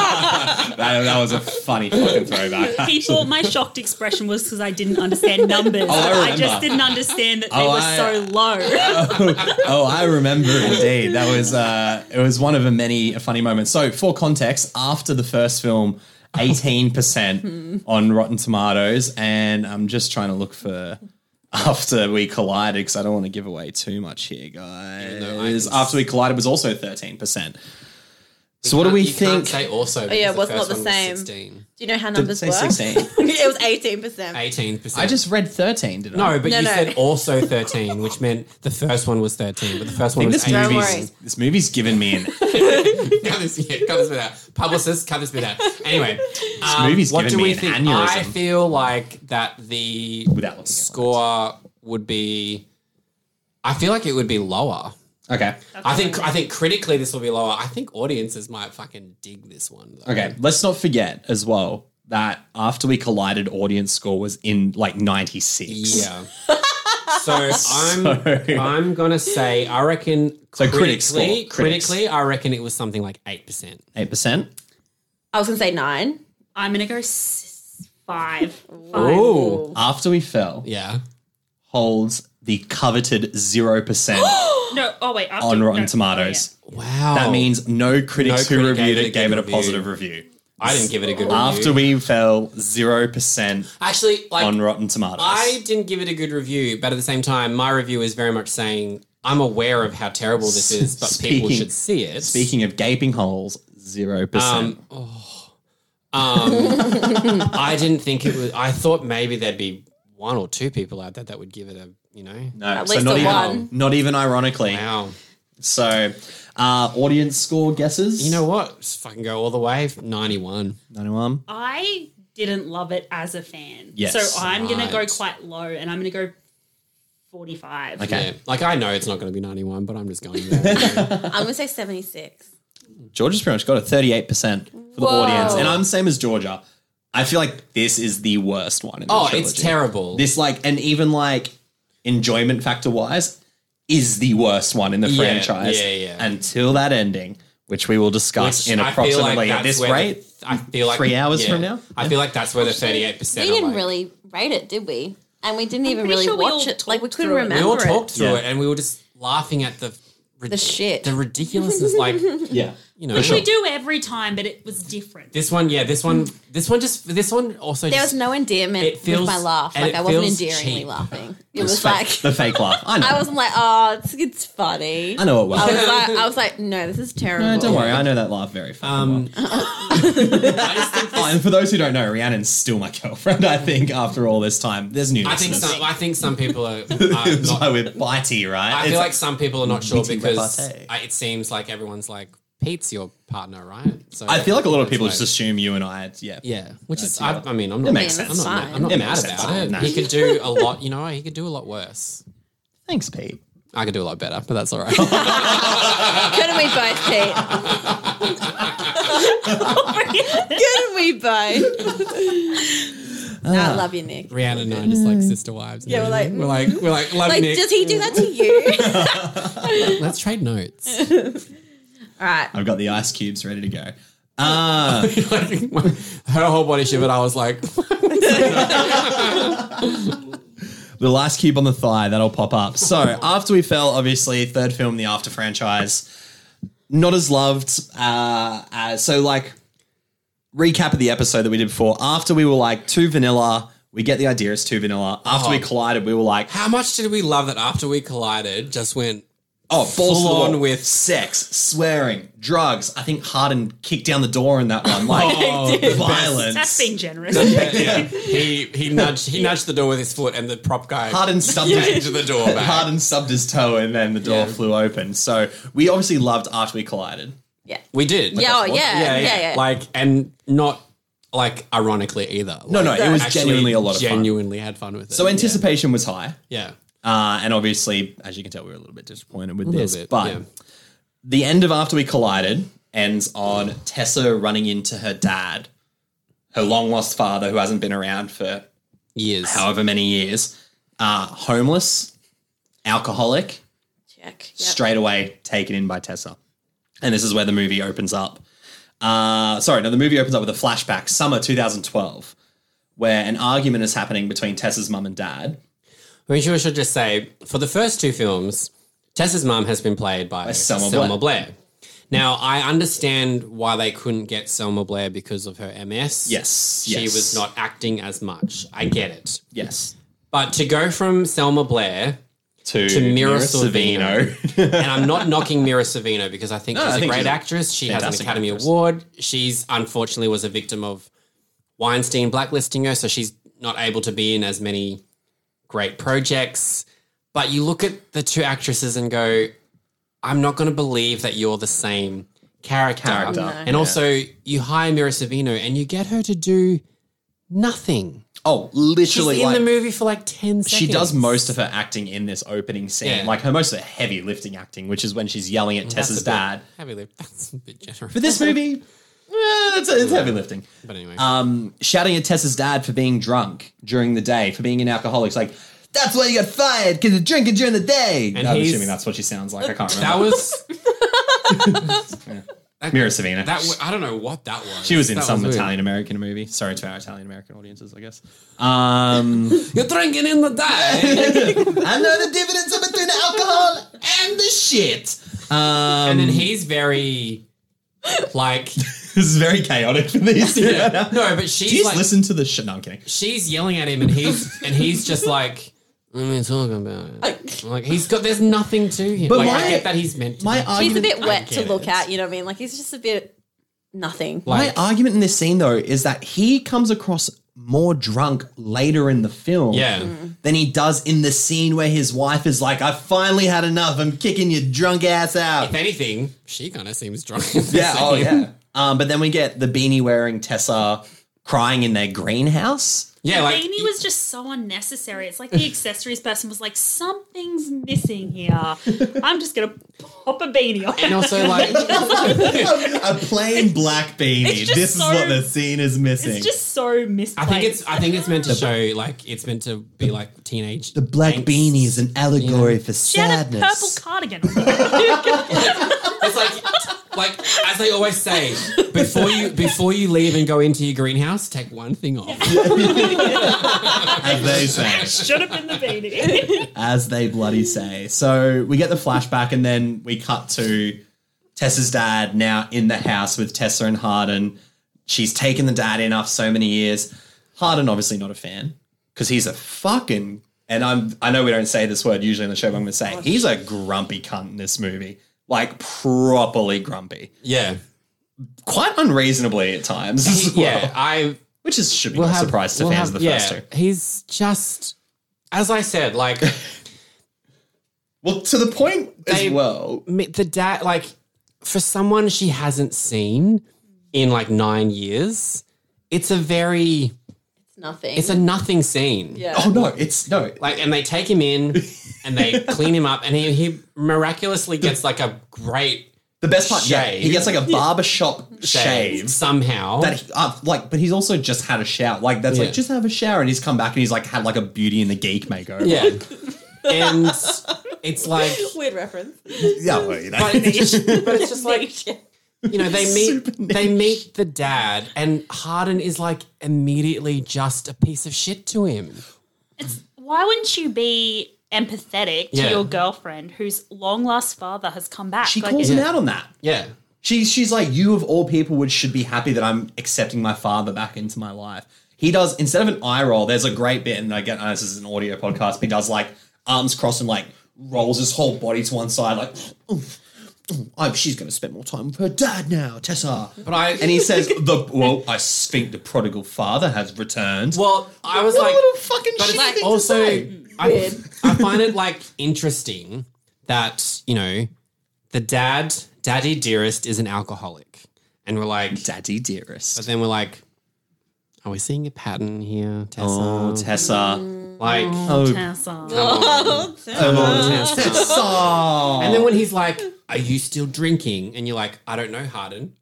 Speaker 1: That, that was a funny fucking throwback.
Speaker 3: People, my shocked expression was because I didn't understand numbers.
Speaker 1: Oh, I
Speaker 3: I,
Speaker 1: remember.
Speaker 3: just didn't understand that they
Speaker 1: Oh,
Speaker 3: were
Speaker 1: I-
Speaker 3: so low.
Speaker 1: oh, I remember indeed. That was uh, it was one of the many funny moments. So, for context, after the first film, eighteen percent on Rotten Tomatoes, and I'm just trying to look for after we collided because I don't want to give away too much here, guys.
Speaker 2: though I can
Speaker 1: after we collided was also thirteen percent. So, what do we
Speaker 2: you
Speaker 1: think?
Speaker 2: Can't say also.
Speaker 4: Oh, yeah,
Speaker 2: because
Speaker 4: it
Speaker 2: first
Speaker 4: was not the
Speaker 2: one was
Speaker 4: same.
Speaker 2: 16.
Speaker 4: Do you know how
Speaker 1: Did it
Speaker 4: numbers
Speaker 1: say
Speaker 4: work?
Speaker 1: 16?
Speaker 4: *laughs* it was eighteen percent.
Speaker 2: 18%.
Speaker 1: I just read thirteen. Did I?
Speaker 2: No, but
Speaker 4: No,
Speaker 2: you
Speaker 4: no.
Speaker 2: said also 13, which meant the first one was 13, but the first
Speaker 1: I think
Speaker 2: one was
Speaker 1: this
Speaker 2: 18.
Speaker 4: Don't
Speaker 1: movie's
Speaker 4: worry.
Speaker 1: this movie's given me an
Speaker 2: cut this, yeah, cut this bit out. Publicist, cut this bit out. Anyway, um,
Speaker 1: movie's
Speaker 2: what
Speaker 1: given me
Speaker 2: do we
Speaker 1: an
Speaker 2: think?
Speaker 1: aneurysm.
Speaker 2: I feel like that the
Speaker 1: without looking
Speaker 2: score would be. I feel like it would be lower.
Speaker 1: At okay,
Speaker 2: I think I think critically this will be lower. I think audiences might fucking dig this one. Though.
Speaker 1: Okay, let's not forget as well that after we collided, audience score was in like ninety six.
Speaker 2: *laughs* Yeah. so I'm
Speaker 1: So-
Speaker 2: I'm gonna say I reckon
Speaker 1: So
Speaker 2: critically
Speaker 1: critics score, critics.
Speaker 2: critically I reckon it was something like eight percent.
Speaker 1: eight percent.
Speaker 4: I was gonna say nine.
Speaker 3: I'm gonna go s- five. Five.
Speaker 2: Oh.
Speaker 1: After we fell,
Speaker 2: Yeah.
Speaker 1: holds the coveted zero
Speaker 2: *gasps*
Speaker 1: percent
Speaker 3: No. Oh wait. After,
Speaker 1: on Rotten
Speaker 3: no,
Speaker 1: Tomatoes.
Speaker 2: Wow.
Speaker 1: That means no critics
Speaker 2: No
Speaker 1: who
Speaker 2: critic
Speaker 1: reviewed
Speaker 2: gave
Speaker 1: it gave it a
Speaker 2: review.
Speaker 1: positive review.
Speaker 2: I didn't give it a good review.
Speaker 1: After we fell, zero percent
Speaker 2: actually like
Speaker 1: on Rotten Tomatoes.
Speaker 2: I didn't give it a good review, but at the same time, my review is very much saying I'm aware of how terrible this is, but people
Speaker 1: Speaking-
Speaker 2: should see it.
Speaker 1: Speaking of gaping holes, zero percent.
Speaker 2: Um, oh. Um,
Speaker 1: *laughs*
Speaker 2: I didn't think it was. I thought maybe there'd be one or two people out there that would give it a, you know,
Speaker 1: No,
Speaker 4: at
Speaker 1: so
Speaker 4: least
Speaker 1: not
Speaker 4: a
Speaker 1: even,
Speaker 4: one.
Speaker 1: not even ironically.
Speaker 2: wow.
Speaker 1: So, uh, audience score guesses.
Speaker 2: You know what? Just fucking go all the way. Ninety-one.
Speaker 1: ninety-one.
Speaker 3: I didn't love it as a fan.
Speaker 1: Yes.
Speaker 3: So I'm gonna go
Speaker 2: Right.
Speaker 3: quite low, and I'm gonna go forty-five.
Speaker 1: Okay.
Speaker 2: Yeah. Like I know it's not going to be ninety-one, but I'm just
Speaker 1: *laughs*
Speaker 2: going. There.
Speaker 4: I'm gonna say seventy six.
Speaker 1: Georgia's pretty much got a 38% for the
Speaker 4: Whoa.
Speaker 1: audience. And I'm same as Georgia. I feel like this is the worst one. In the
Speaker 2: oh,
Speaker 1: trilogy.
Speaker 2: it's terrible.
Speaker 1: This, like, and even like enjoyment factor wise, is the worst one in the
Speaker 2: Yeah,
Speaker 1: franchise
Speaker 2: yeah, yeah.
Speaker 1: until that ending, which we will discuss
Speaker 2: Which
Speaker 1: in
Speaker 2: I feel like
Speaker 1: approximately at
Speaker 2: that's
Speaker 1: this
Speaker 2: where the-
Speaker 1: rate.
Speaker 2: I feel like
Speaker 1: three hours from now?
Speaker 2: I feel like that's where the thirty-eight percent.
Speaker 4: We didn't really rate it, did we? And we didn't even
Speaker 3: pretty
Speaker 4: really
Speaker 3: sure we
Speaker 4: watch
Speaker 3: all
Speaker 4: it. Like we
Speaker 3: talked
Speaker 4: couldn't
Speaker 3: through it.
Speaker 4: remember.
Speaker 2: we all
Speaker 4: it.
Speaker 2: talked through
Speaker 1: Yeah.
Speaker 2: it and we were just laughing at the rid-
Speaker 4: The shit.
Speaker 2: the ridiculousness like
Speaker 1: yeah.
Speaker 2: you know,
Speaker 3: Which we do every time, but it was different.
Speaker 2: this one, yeah, this one, this one just, this one also
Speaker 4: There
Speaker 2: just,
Speaker 4: was no endearment
Speaker 2: It feels-
Speaker 4: with my laugh.
Speaker 2: and
Speaker 4: Like
Speaker 2: it
Speaker 4: I wasn't
Speaker 2: feels
Speaker 4: endearingly
Speaker 2: cheap.
Speaker 4: laughing. It was like
Speaker 1: the fake laugh. I know.
Speaker 4: I wasn't like, oh, it's, it's funny.
Speaker 1: I know it well.
Speaker 4: I was
Speaker 2: *laughs*
Speaker 4: like, I was like, no, this is terrible.
Speaker 1: No, don't worry. I know that laugh very fucking
Speaker 2: Um,
Speaker 1: well. Oh, and for those who don't know, Rhiannon's still my *laughs* girlfriend. I think after all this time, there's new.
Speaker 2: I think some, I think some people
Speaker 1: *laughs*
Speaker 2: are, are
Speaker 1: That's
Speaker 2: not,
Speaker 1: why we're bitey, right?
Speaker 2: I
Speaker 1: It's-
Speaker 2: feel like some people are not sure
Speaker 1: Witty
Speaker 2: because
Speaker 1: repartee.
Speaker 2: I, it seems like everyone's like Pete's your partner, right? So
Speaker 1: I feel like a lot of
Speaker 2: it's
Speaker 1: people
Speaker 2: like-
Speaker 1: just assume you and I. Yeah,
Speaker 2: yeah, which is
Speaker 1: That's
Speaker 2: I,
Speaker 1: your-
Speaker 2: I mean I'm
Speaker 1: It
Speaker 2: not
Speaker 1: makes
Speaker 2: I'm
Speaker 1: sense.
Speaker 2: not, mad- I'm
Speaker 4: Fine.
Speaker 2: not
Speaker 1: It
Speaker 2: mad
Speaker 1: makes
Speaker 2: about
Speaker 1: sense.
Speaker 2: it.
Speaker 1: No.
Speaker 2: He could do a lot, you know. He could do a lot worse.
Speaker 1: Thanks, Pete.
Speaker 2: I could do a lot better, but that's
Speaker 1: *laughs*
Speaker 2: all right.
Speaker 4: Couldn't we both,
Speaker 2: *laughs*
Speaker 4: Pete? Couldn't we both? no,
Speaker 2: Ah.
Speaker 4: I love you, Nick.
Speaker 2: Rihanna and I are just like sister wives. and
Speaker 4: Yeah, we're like,
Speaker 2: everything. we're like, we're like, love
Speaker 4: Like,
Speaker 2: Nick.
Speaker 4: does he do that to
Speaker 2: *laughs*
Speaker 4: you?
Speaker 2: Let's trade notes. *laughs*
Speaker 4: All right.
Speaker 1: I've got the ice cubes ready to go. Ah,
Speaker 2: Like, my- her whole body shivered. I was like,
Speaker 1: the last cube on the thigh that'll pop up. So *laughs* after we fell, obviously third film, the After franchise, not as loved. Uh, as, so like recap of the episode that we did before. After we were like too vanilla, we get the idea it's too vanilla. After we
Speaker 2: Oh.
Speaker 1: collided, we were like,
Speaker 2: how much did we love that after we collided? Just went.
Speaker 1: oh, balls
Speaker 2: Full on
Speaker 1: on
Speaker 2: with-
Speaker 1: with sex, swearing, drugs. I think Harden kicked down the door in that one,
Speaker 2: *laughs*
Speaker 1: like
Speaker 2: Oh,
Speaker 1: *laughs* violence.
Speaker 3: That's being generous.
Speaker 1: *laughs*
Speaker 2: yeah. He he nudged he nudged the door with his foot, and the prop guy
Speaker 1: Harden
Speaker 2: *laughs*
Speaker 1: stubbed his
Speaker 2: into the door.
Speaker 1: *laughs*
Speaker 2: back.
Speaker 1: Harden stubbed his toe and then the door
Speaker 2: Yeah.
Speaker 1: flew open. So we obviously loved after we collided.
Speaker 4: Yeah.
Speaker 2: We did.
Speaker 4: Yeah, oh, yeah, yeah, yeah.
Speaker 2: Like, and not like ironically either.
Speaker 1: No, no, it was
Speaker 2: actually
Speaker 1: genuinely a lot of fun.
Speaker 2: Genuinely had fun with it.
Speaker 1: So anticipation was high.
Speaker 2: Yeah.
Speaker 1: Uh, and obviously, as you can tell, we were a little bit disappointed with
Speaker 2: little
Speaker 1: this.
Speaker 2: bit,
Speaker 1: but
Speaker 2: yeah.
Speaker 1: the end of After We Collided ends on Tessa running into her dad, her long lost father who hasn't been around for
Speaker 2: yeah. Years.
Speaker 1: however many years, uh, homeless, alcoholic,
Speaker 4: Check. Yep.
Speaker 1: straight away taken in by Tessa. And this is where the movie opens up. Uh, sorry, no, the movie opens up with a flashback, summer 2012, where an argument is happening between Tessa's mum and dad.
Speaker 2: I mean, we should just say for the first two films, Tessa's mum has been played by,
Speaker 1: Selma
Speaker 2: Selma, Blair. Now, I understand why they couldn't get Selma Blair because of her MS.
Speaker 1: Yes,
Speaker 2: She
Speaker 1: yes.
Speaker 2: was not acting as much. I get it.
Speaker 1: Yes.
Speaker 2: But to go from Selma Blair
Speaker 1: To,
Speaker 2: to Mira,
Speaker 1: Mira
Speaker 2: Sorvino. *laughs* and I'm not knocking Mira Sorvino because I think
Speaker 1: I
Speaker 2: she's
Speaker 1: think
Speaker 2: a great
Speaker 1: she's a
Speaker 2: actress. She has an
Speaker 1: fantastic
Speaker 2: Academy
Speaker 1: actress.
Speaker 2: Award. She's unfortunately was a victim of Weinstein blacklisting her, so she's not able to be in as many great projects. But you look at the two actresses and go, I'm not going to believe that you're the same character.
Speaker 1: Character, No.
Speaker 2: And also, you hire Mira Sorvino and you get her to do nothing.
Speaker 1: *laughs* Oh,
Speaker 2: She's
Speaker 1: literally,
Speaker 2: in
Speaker 1: like,
Speaker 2: the movie for like 10 seconds.
Speaker 1: she does most of her acting in this opening scene.
Speaker 2: Yeah.
Speaker 1: Like her most of her heavy lifting acting, which is when she's yelling at
Speaker 2: That's
Speaker 1: Tessa's
Speaker 2: a bit-
Speaker 1: dad.
Speaker 2: heavy lift. *laughs* That's a bit generous.
Speaker 1: But this movie, eh, it's, it's heavy lifting.
Speaker 2: But anyway,
Speaker 1: um, shouting at Tessa's dad for being drunk during the day, for being an alcoholic. It's like, that's why you got fired, because you're drinking during the day.
Speaker 2: And
Speaker 1: I'm
Speaker 2: he's-
Speaker 1: assuming that's what she sounds like. I can't
Speaker 2: that
Speaker 1: remember.
Speaker 2: was
Speaker 1: Mira Savina.
Speaker 2: that. W- I don't know what that was.
Speaker 1: she was in
Speaker 2: That
Speaker 1: some
Speaker 2: weird.
Speaker 1: Italian American movie. Sorry to our Italian American audiences, I guess. Um,
Speaker 2: *laughs* You're drinking in the day,
Speaker 1: I know the dividends are between the alcohol and the shit. Um,
Speaker 2: and then he's very like
Speaker 1: this is very chaotic for these.
Speaker 2: *laughs* yeah. no, but
Speaker 1: Do
Speaker 2: she's
Speaker 1: you
Speaker 2: like
Speaker 1: listen to the shit? No, I'm kidding.
Speaker 2: she's yelling at him, and he's and he's just like. What are you talking about? Like he's got, there's nothing to him.
Speaker 1: But
Speaker 2: like,
Speaker 1: my-
Speaker 2: I get that he's meant. To
Speaker 1: My
Speaker 4: He's a
Speaker 1: argument,
Speaker 4: bit wet
Speaker 2: get
Speaker 4: to look
Speaker 2: it.
Speaker 4: at. You know what I mean? Like he's just a bit nothing.
Speaker 1: my argument in this scene though is that he comes across more drunk later in the film.
Speaker 2: yeah,
Speaker 1: than he does in the scene where his wife is like, I finally had enough. I'm kicking your drunk ass
Speaker 2: if
Speaker 3: *laughs*
Speaker 1: out.
Speaker 2: anything, she kind of seems drunk.
Speaker 1: *laughs* Yeah. Oh, yeah. Um, but then we get the beanie wearing Tessa crying in their
Speaker 3: *laughs*
Speaker 1: greenhouse.
Speaker 2: yeah. Like
Speaker 3: Beanie was just so unnecessary. It's like the accessories person was like, something's missing
Speaker 1: *laughs*
Speaker 3: here. I'm just gonna pop a beanie on.
Speaker 2: and also like
Speaker 1: a plain black beanie.
Speaker 3: It's just
Speaker 1: This is
Speaker 3: so-
Speaker 1: what the scene is missing.
Speaker 3: It's just so misplaced.
Speaker 2: I think it's I think it's meant to show like it's meant to be like teenage.
Speaker 1: the black beanie is an allegory for
Speaker 3: she had a purple
Speaker 1: sadness.
Speaker 3: cardigan. On.
Speaker 2: It's like like as they always say before you before you leave and go into your greenhouse, take one thing off.
Speaker 1: As they
Speaker 3: *laughs*
Speaker 1: say.
Speaker 3: Should have been the beanie.
Speaker 2: *laughs*
Speaker 1: As they bloody say. So we get the flashback and then we cut to Tessa's dad now in the house with Tessa and Harden. She's taken the dad in after so many years. Harden obviously not a fan because he's a fucking and I'm I know we don't say this word usually on the show, but I'm going to say it. he's a grumpy cunt in this movie, like properly grumpy,
Speaker 2: Yeah.
Speaker 1: quite unreasonably at times
Speaker 2: *laughs*
Speaker 1: as well,
Speaker 2: Yeah. I
Speaker 1: which is should be
Speaker 2: will
Speaker 1: no
Speaker 2: have-
Speaker 1: surprise to
Speaker 2: we'll
Speaker 1: fans
Speaker 2: have-
Speaker 1: of the first
Speaker 2: yeah,
Speaker 1: two.
Speaker 2: He's just, as I said, *laughs* like
Speaker 1: Well, to the point
Speaker 2: They-
Speaker 1: as well.
Speaker 2: me- the dad, like for someone she hasn't seen in like nine years, it's a very,
Speaker 4: It's nothing.
Speaker 2: it's a nothing scene.
Speaker 4: yeah.
Speaker 1: Oh no, it's no.
Speaker 2: Like, and they take him in and they clean him up, and he, he miraculously gets like a great
Speaker 1: The best part, yeah, he
Speaker 2: Shave.
Speaker 1: gets like a barbershop
Speaker 2: *laughs* shave,
Speaker 1: shave.
Speaker 2: somehow.
Speaker 1: That he, uh, like, but he's also just had a shower. Like that's
Speaker 2: Yeah.
Speaker 1: like just have a shower, and he's come back and he's like had like a Beauty and the Geek makeover. *laughs*
Speaker 2: yeah. and it's like,
Speaker 4: *laughs* Weird reference.
Speaker 1: yeah. Well, you know.
Speaker 2: but it's, but it's just like, you know, they meet
Speaker 1: Super niche.
Speaker 2: they meet the dad, and Harden is like immediately just a piece of shit to him.
Speaker 3: Why wouldn't you be empathetic to
Speaker 2: Yeah.
Speaker 3: your girlfriend whose long lost father has come
Speaker 1: *laughs*
Speaker 3: back?
Speaker 1: she
Speaker 3: Like,
Speaker 1: calls
Speaker 3: it-
Speaker 1: him out on that.
Speaker 2: Yeah,
Speaker 1: She's she's like, you of all people would should be happy that I'm accepting my father back into my life. He does instead of an eye roll. There's a great bit, and again, I know this is an audio podcast. But he does like arms crossed and like rolls his whole body to one side, like. "Oof, oof, I'm, she's going to spend more time with her dad now, Tessa. But I and he
Speaker 2: *laughs*
Speaker 1: says the well, I think the prodigal father has returned.
Speaker 2: Well, I was
Speaker 1: What a
Speaker 2: like,
Speaker 1: little fucking
Speaker 2: but
Speaker 1: shitty thing
Speaker 2: it's
Speaker 1: to
Speaker 2: also
Speaker 1: say.
Speaker 2: I,
Speaker 4: Weird.
Speaker 2: I find it like interesting that you know the dad, daddy dearest, is an alcoholic, and we're like,
Speaker 1: Daddy dearest.
Speaker 2: but then we're like, are we seeing a pattern here, Tessa?
Speaker 1: Oh, Tessa.
Speaker 2: like,
Speaker 1: Oh,
Speaker 3: Tessa.
Speaker 2: come on.
Speaker 1: oh,
Speaker 2: *laughs*
Speaker 1: Tessa.
Speaker 2: and then when he's like, are you still drinking? And you're like, I don't know, Harden.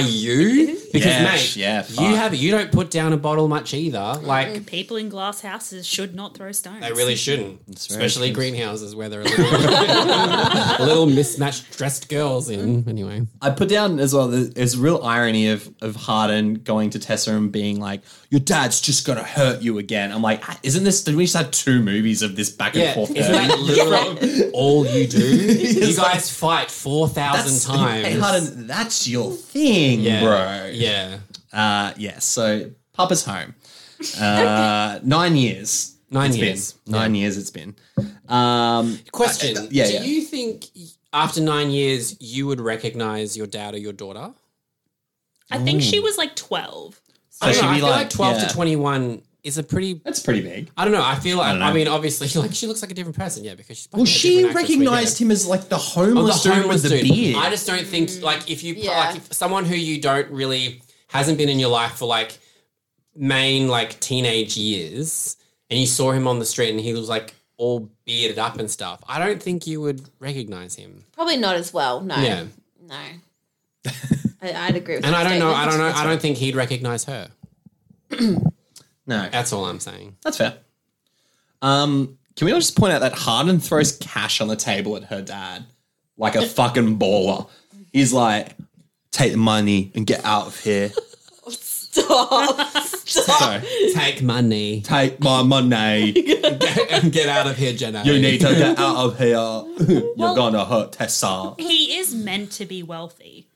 Speaker 1: *laughs*
Speaker 2: you? Because
Speaker 1: Yeah,
Speaker 2: mate,
Speaker 1: yeah,
Speaker 2: you
Speaker 1: fuck.
Speaker 2: have you don't put down a bottle much either. Like
Speaker 3: People in glass houses should not throw stones.
Speaker 2: They really shouldn't,
Speaker 1: very
Speaker 2: especially greenhouses where there are *laughs* little, little mismatched dressed girls
Speaker 1: Mm.
Speaker 2: in. Anyway,
Speaker 1: I put down as well. that There's real irony of of Harden going to Tessa and being like, "Your dad's just gonna hurt you again." I'm like, "Ah, "Isn't this? Did we just have two movies of this back and
Speaker 2: yeah, *laughs*
Speaker 1: forth?" *laughs*
Speaker 2: isn't that literally all you do? You guys fight four thousand times.
Speaker 1: Hey, Harden, that's your thing,
Speaker 2: yeah,
Speaker 1: bro.
Speaker 2: Yeah,
Speaker 1: Uh, yeah. So Papa's home. Uh, *laughs* nine years.
Speaker 2: Nine
Speaker 1: It's been.
Speaker 2: years.
Speaker 1: Nine years. It's been. Um,
Speaker 2: Question:
Speaker 1: Uh, yeah,
Speaker 2: Do
Speaker 1: yeah.
Speaker 2: you think after nine years you would recognize your dad or your daughter?
Speaker 3: I think she was like 12.
Speaker 1: Mm. so
Speaker 2: I, don't
Speaker 1: she'd
Speaker 2: know, I
Speaker 1: be
Speaker 2: feel like, twelve
Speaker 1: yeah.
Speaker 2: to twenty-one is a pretty.
Speaker 1: That's pretty big.
Speaker 2: I don't know. I feel like.
Speaker 1: don't
Speaker 2: I,
Speaker 1: know.
Speaker 2: mean, obviously, *laughs* like she looks like a different person. Yeah, because she's.
Speaker 1: Well, she recognized him as like the homeless,
Speaker 2: Oh, homeless
Speaker 1: dude with the Mm.
Speaker 2: dude.
Speaker 1: beard.
Speaker 2: I just don't think like if you
Speaker 4: Yeah.
Speaker 2: like if someone who you don't really hasn't been in your life for like main like teenage years, and you saw him on the street and he was like all bearded up and stuff. I don't think you would recognize him.
Speaker 4: *laughs* Probably not as well. No.
Speaker 2: Yeah,
Speaker 4: No. I, I'd agree with
Speaker 2: and
Speaker 4: that
Speaker 2: I don't know.
Speaker 4: statement.
Speaker 2: I don't know. I don't think he'd recognize her.
Speaker 1: no,
Speaker 2: That's all I'm saying.
Speaker 1: That's fair. Um, can we all just point out that Harden throws cash on the table at her dad like a fucking baller? He's like, take the money and get out of here.
Speaker 4: Stop.
Speaker 1: So
Speaker 2: Take money
Speaker 1: take my money.
Speaker 2: and *laughs* get out of here, Jenna.
Speaker 1: You need to get out of here. You're gonna hurt Tessa.
Speaker 3: He is meant to be wealthy.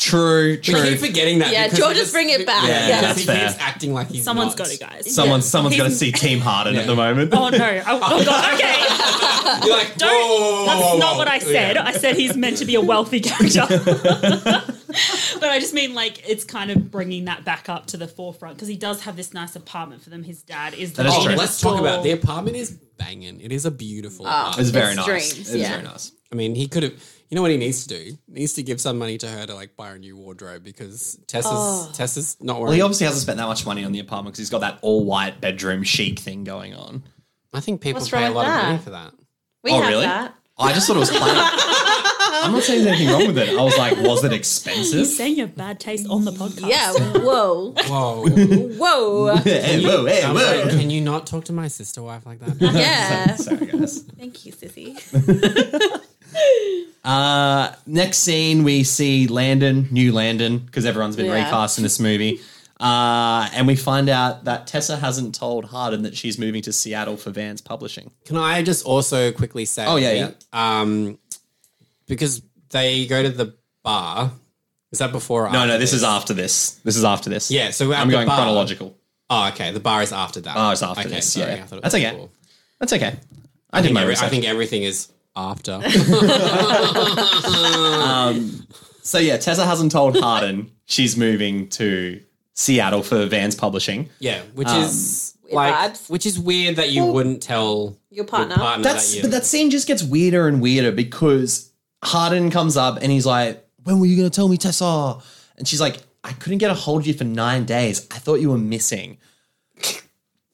Speaker 1: True,
Speaker 2: We
Speaker 1: true.
Speaker 2: keep forgetting that.
Speaker 4: Yeah,
Speaker 2: because
Speaker 4: George,
Speaker 2: we
Speaker 4: just bring it back.
Speaker 1: Yeah,
Speaker 4: Yeah.
Speaker 2: because
Speaker 1: that's
Speaker 2: he
Speaker 1: fair.
Speaker 2: keeps acting like he's
Speaker 3: Someone's
Speaker 2: not.
Speaker 3: got it, guys.
Speaker 1: Someone, someone's got to
Speaker 3: He's-
Speaker 1: see Team Harden at the moment. *laughs*
Speaker 3: Oh no! Oh, oh God. Okay,
Speaker 2: You're like,
Speaker 3: don't.
Speaker 2: whoa, whoa, whoa,
Speaker 3: that's
Speaker 2: whoa,
Speaker 3: not
Speaker 2: whoa.
Speaker 3: what I said. I said he's meant to be a wealthy *laughs* character. but I just mean like it's kind of bringing that back up to the forefront because he does have this nice apartment for them. His dad is.
Speaker 1: That is
Speaker 2: Oh,
Speaker 1: true.
Speaker 2: let's talk about the apartment is banging. It is a beautiful
Speaker 1: It was
Speaker 2: apartment.
Speaker 1: very
Speaker 4: It's
Speaker 1: nice.
Speaker 4: dreams,
Speaker 1: it was
Speaker 4: yeah.
Speaker 1: very nice.
Speaker 2: I mean, he could have. You know what he needs to do? He needs to give some money to her to like buy her a new wardrobe because Tessa's Tessa's not
Speaker 1: Well,
Speaker 2: wearing.
Speaker 1: he obviously hasn't spent that much money on the apartment because he's got that all white bedroom chic thing going on.
Speaker 2: I think people
Speaker 4: What's
Speaker 2: pay a
Speaker 4: wrong
Speaker 2: lot
Speaker 4: with
Speaker 2: of
Speaker 4: that?
Speaker 2: money for that.
Speaker 4: *laughs* We
Speaker 1: oh,
Speaker 4: have
Speaker 1: really?
Speaker 4: that.
Speaker 1: I just thought it was plain. I'm not saying there's anything wrong with it. I was like, was it expensive?
Speaker 3: He's saying you have bad taste on the podcast.
Speaker 4: Yeah. Whoa.
Speaker 2: Whoa!
Speaker 4: Whoa.
Speaker 1: *laughs* hey, whoa, hey,
Speaker 2: *laughs* I'm like,
Speaker 1: whoa.
Speaker 2: can you not talk to my sister wife like that?
Speaker 4: Yeah.
Speaker 1: Sorry, guys.
Speaker 4: Thank you, sissy.
Speaker 1: Uh, next scene, we see Landon, new Landon, because everyone's been
Speaker 4: Yeah.
Speaker 1: recast in this movie. Uh, and we find out that Tessa hasn't told Harden that she's moving to Seattle for Vans Publishing.
Speaker 2: Can I just also quickly say?
Speaker 1: Oh, yeah, yeah.
Speaker 2: Um, because they go to the bar. Is that before? Or
Speaker 1: No,
Speaker 2: after
Speaker 1: no, this is after this. This is after this.
Speaker 2: Yeah, so we're at
Speaker 1: I'm
Speaker 2: the
Speaker 1: going
Speaker 2: bar.
Speaker 1: chronological.
Speaker 2: Oh, okay. The bar is after that.
Speaker 1: Bar is after
Speaker 2: okay,
Speaker 1: this,
Speaker 2: Sorry,
Speaker 1: yeah.
Speaker 2: I thought it
Speaker 1: That's
Speaker 2: was
Speaker 1: okay.
Speaker 2: before.
Speaker 1: That's okay. I did
Speaker 2: think
Speaker 1: my
Speaker 2: every-
Speaker 1: research.
Speaker 2: I think everything is
Speaker 1: *laughs*
Speaker 2: after.
Speaker 1: Um, so yeah, Tessa hasn't
Speaker 2: *laughs*
Speaker 1: told Harden she's moving to Seattle for Vans Publishing.
Speaker 2: yeah, which
Speaker 1: Um,
Speaker 2: is
Speaker 4: Weird
Speaker 2: like,
Speaker 4: vibes.
Speaker 2: which is weird that you wouldn't tell
Speaker 4: Your partner.
Speaker 1: That's
Speaker 2: that you-
Speaker 1: but that scene just gets weirder and weirder because Harden comes up and he's like, "When were you going to tell me, Tessa?" And she's like, "I couldn't get a hold of you for nine days. I thought you were missing."
Speaker 2: and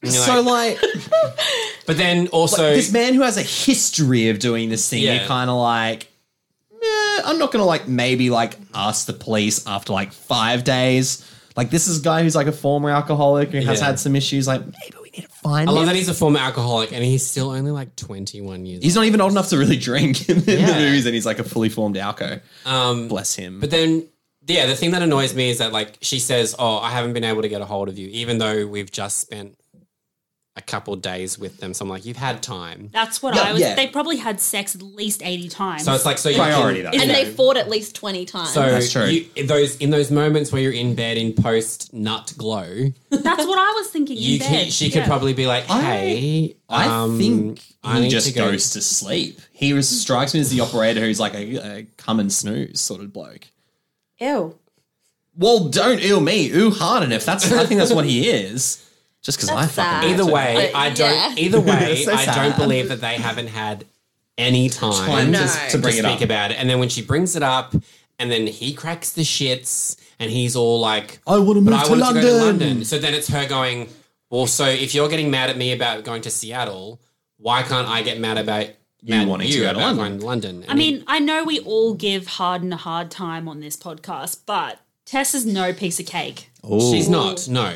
Speaker 2: you're
Speaker 1: So
Speaker 2: like- *laughs*
Speaker 1: like,
Speaker 2: but then also,
Speaker 1: this man who has a history of doing this thing,
Speaker 2: Yeah.
Speaker 1: you're kind of like, eh, I'm not gonna like maybe like ask the police after like five days. Like this is a guy who's like a former alcoholic who has
Speaker 2: Yeah.
Speaker 1: had some issues. Like maybe we need to find
Speaker 2: I love
Speaker 1: him.
Speaker 2: that he's a former alcoholic and he's still only like 21 years
Speaker 1: he's not even old enough to really drink in, the- in the
Speaker 2: Yeah.
Speaker 1: movies, and he's like a fully formed alco.
Speaker 2: old. Um,
Speaker 1: Bless him.
Speaker 2: But then, yeah, the thing that annoys me is that like she says, "Oh, I haven't been able to get a hold of you," even though we've just spent a couple days with them. So I'm like, "You've had time."
Speaker 3: That's what
Speaker 1: Yeah,
Speaker 3: I was.
Speaker 1: yeah.
Speaker 3: They probably had sex at least eighty times.
Speaker 2: So it's like, so you
Speaker 1: Priority
Speaker 2: can,
Speaker 1: though.
Speaker 2: you
Speaker 4: and
Speaker 2: know,
Speaker 4: they fought at least 20 times.
Speaker 2: So
Speaker 1: That's true.
Speaker 2: You, in those in those moments where you're in bed in post nut glow, you
Speaker 3: That's what I was thinking. In
Speaker 2: can,
Speaker 3: bed.
Speaker 2: she could
Speaker 3: Yeah.
Speaker 2: probably be like, "Hey,
Speaker 1: I
Speaker 2: um,
Speaker 1: think
Speaker 2: I
Speaker 1: he
Speaker 2: need
Speaker 1: just
Speaker 2: to go-
Speaker 1: goes to sleep. He was, strikes me as the operator who's like a, a come and snooze sort of bloke.
Speaker 4: Ew.
Speaker 1: Well, don't ill me, ooh Harden. If that's, I think that's what
Speaker 2: *laughs*
Speaker 1: he is. Just because I
Speaker 4: That's
Speaker 1: fucking
Speaker 4: sad.
Speaker 2: Either way,
Speaker 4: But,
Speaker 2: I don't.
Speaker 4: yeah.
Speaker 1: *laughs*
Speaker 2: Either way,
Speaker 1: So
Speaker 2: I
Speaker 1: sad.
Speaker 2: don't believe that they haven't had any time,
Speaker 1: time
Speaker 4: No.
Speaker 1: to, to
Speaker 2: to
Speaker 1: bring it
Speaker 2: speak
Speaker 1: up.
Speaker 2: about it. And then when she brings it up, and then he cracks the shits, and he's all like,
Speaker 1: I want to
Speaker 2: "But
Speaker 1: move
Speaker 2: I
Speaker 1: to
Speaker 2: wanted
Speaker 1: London.
Speaker 2: to go to London." So then it's her going, "Well, so if you're getting mad at me about going to Seattle, why can't I get mad about
Speaker 1: You
Speaker 2: mad at
Speaker 1: wanting to go to
Speaker 2: about
Speaker 1: London?"
Speaker 2: going to London?"
Speaker 3: I mean, I know we all give Harden a hard time on this podcast, but Tess is no piece of cake.
Speaker 2: she's not. No,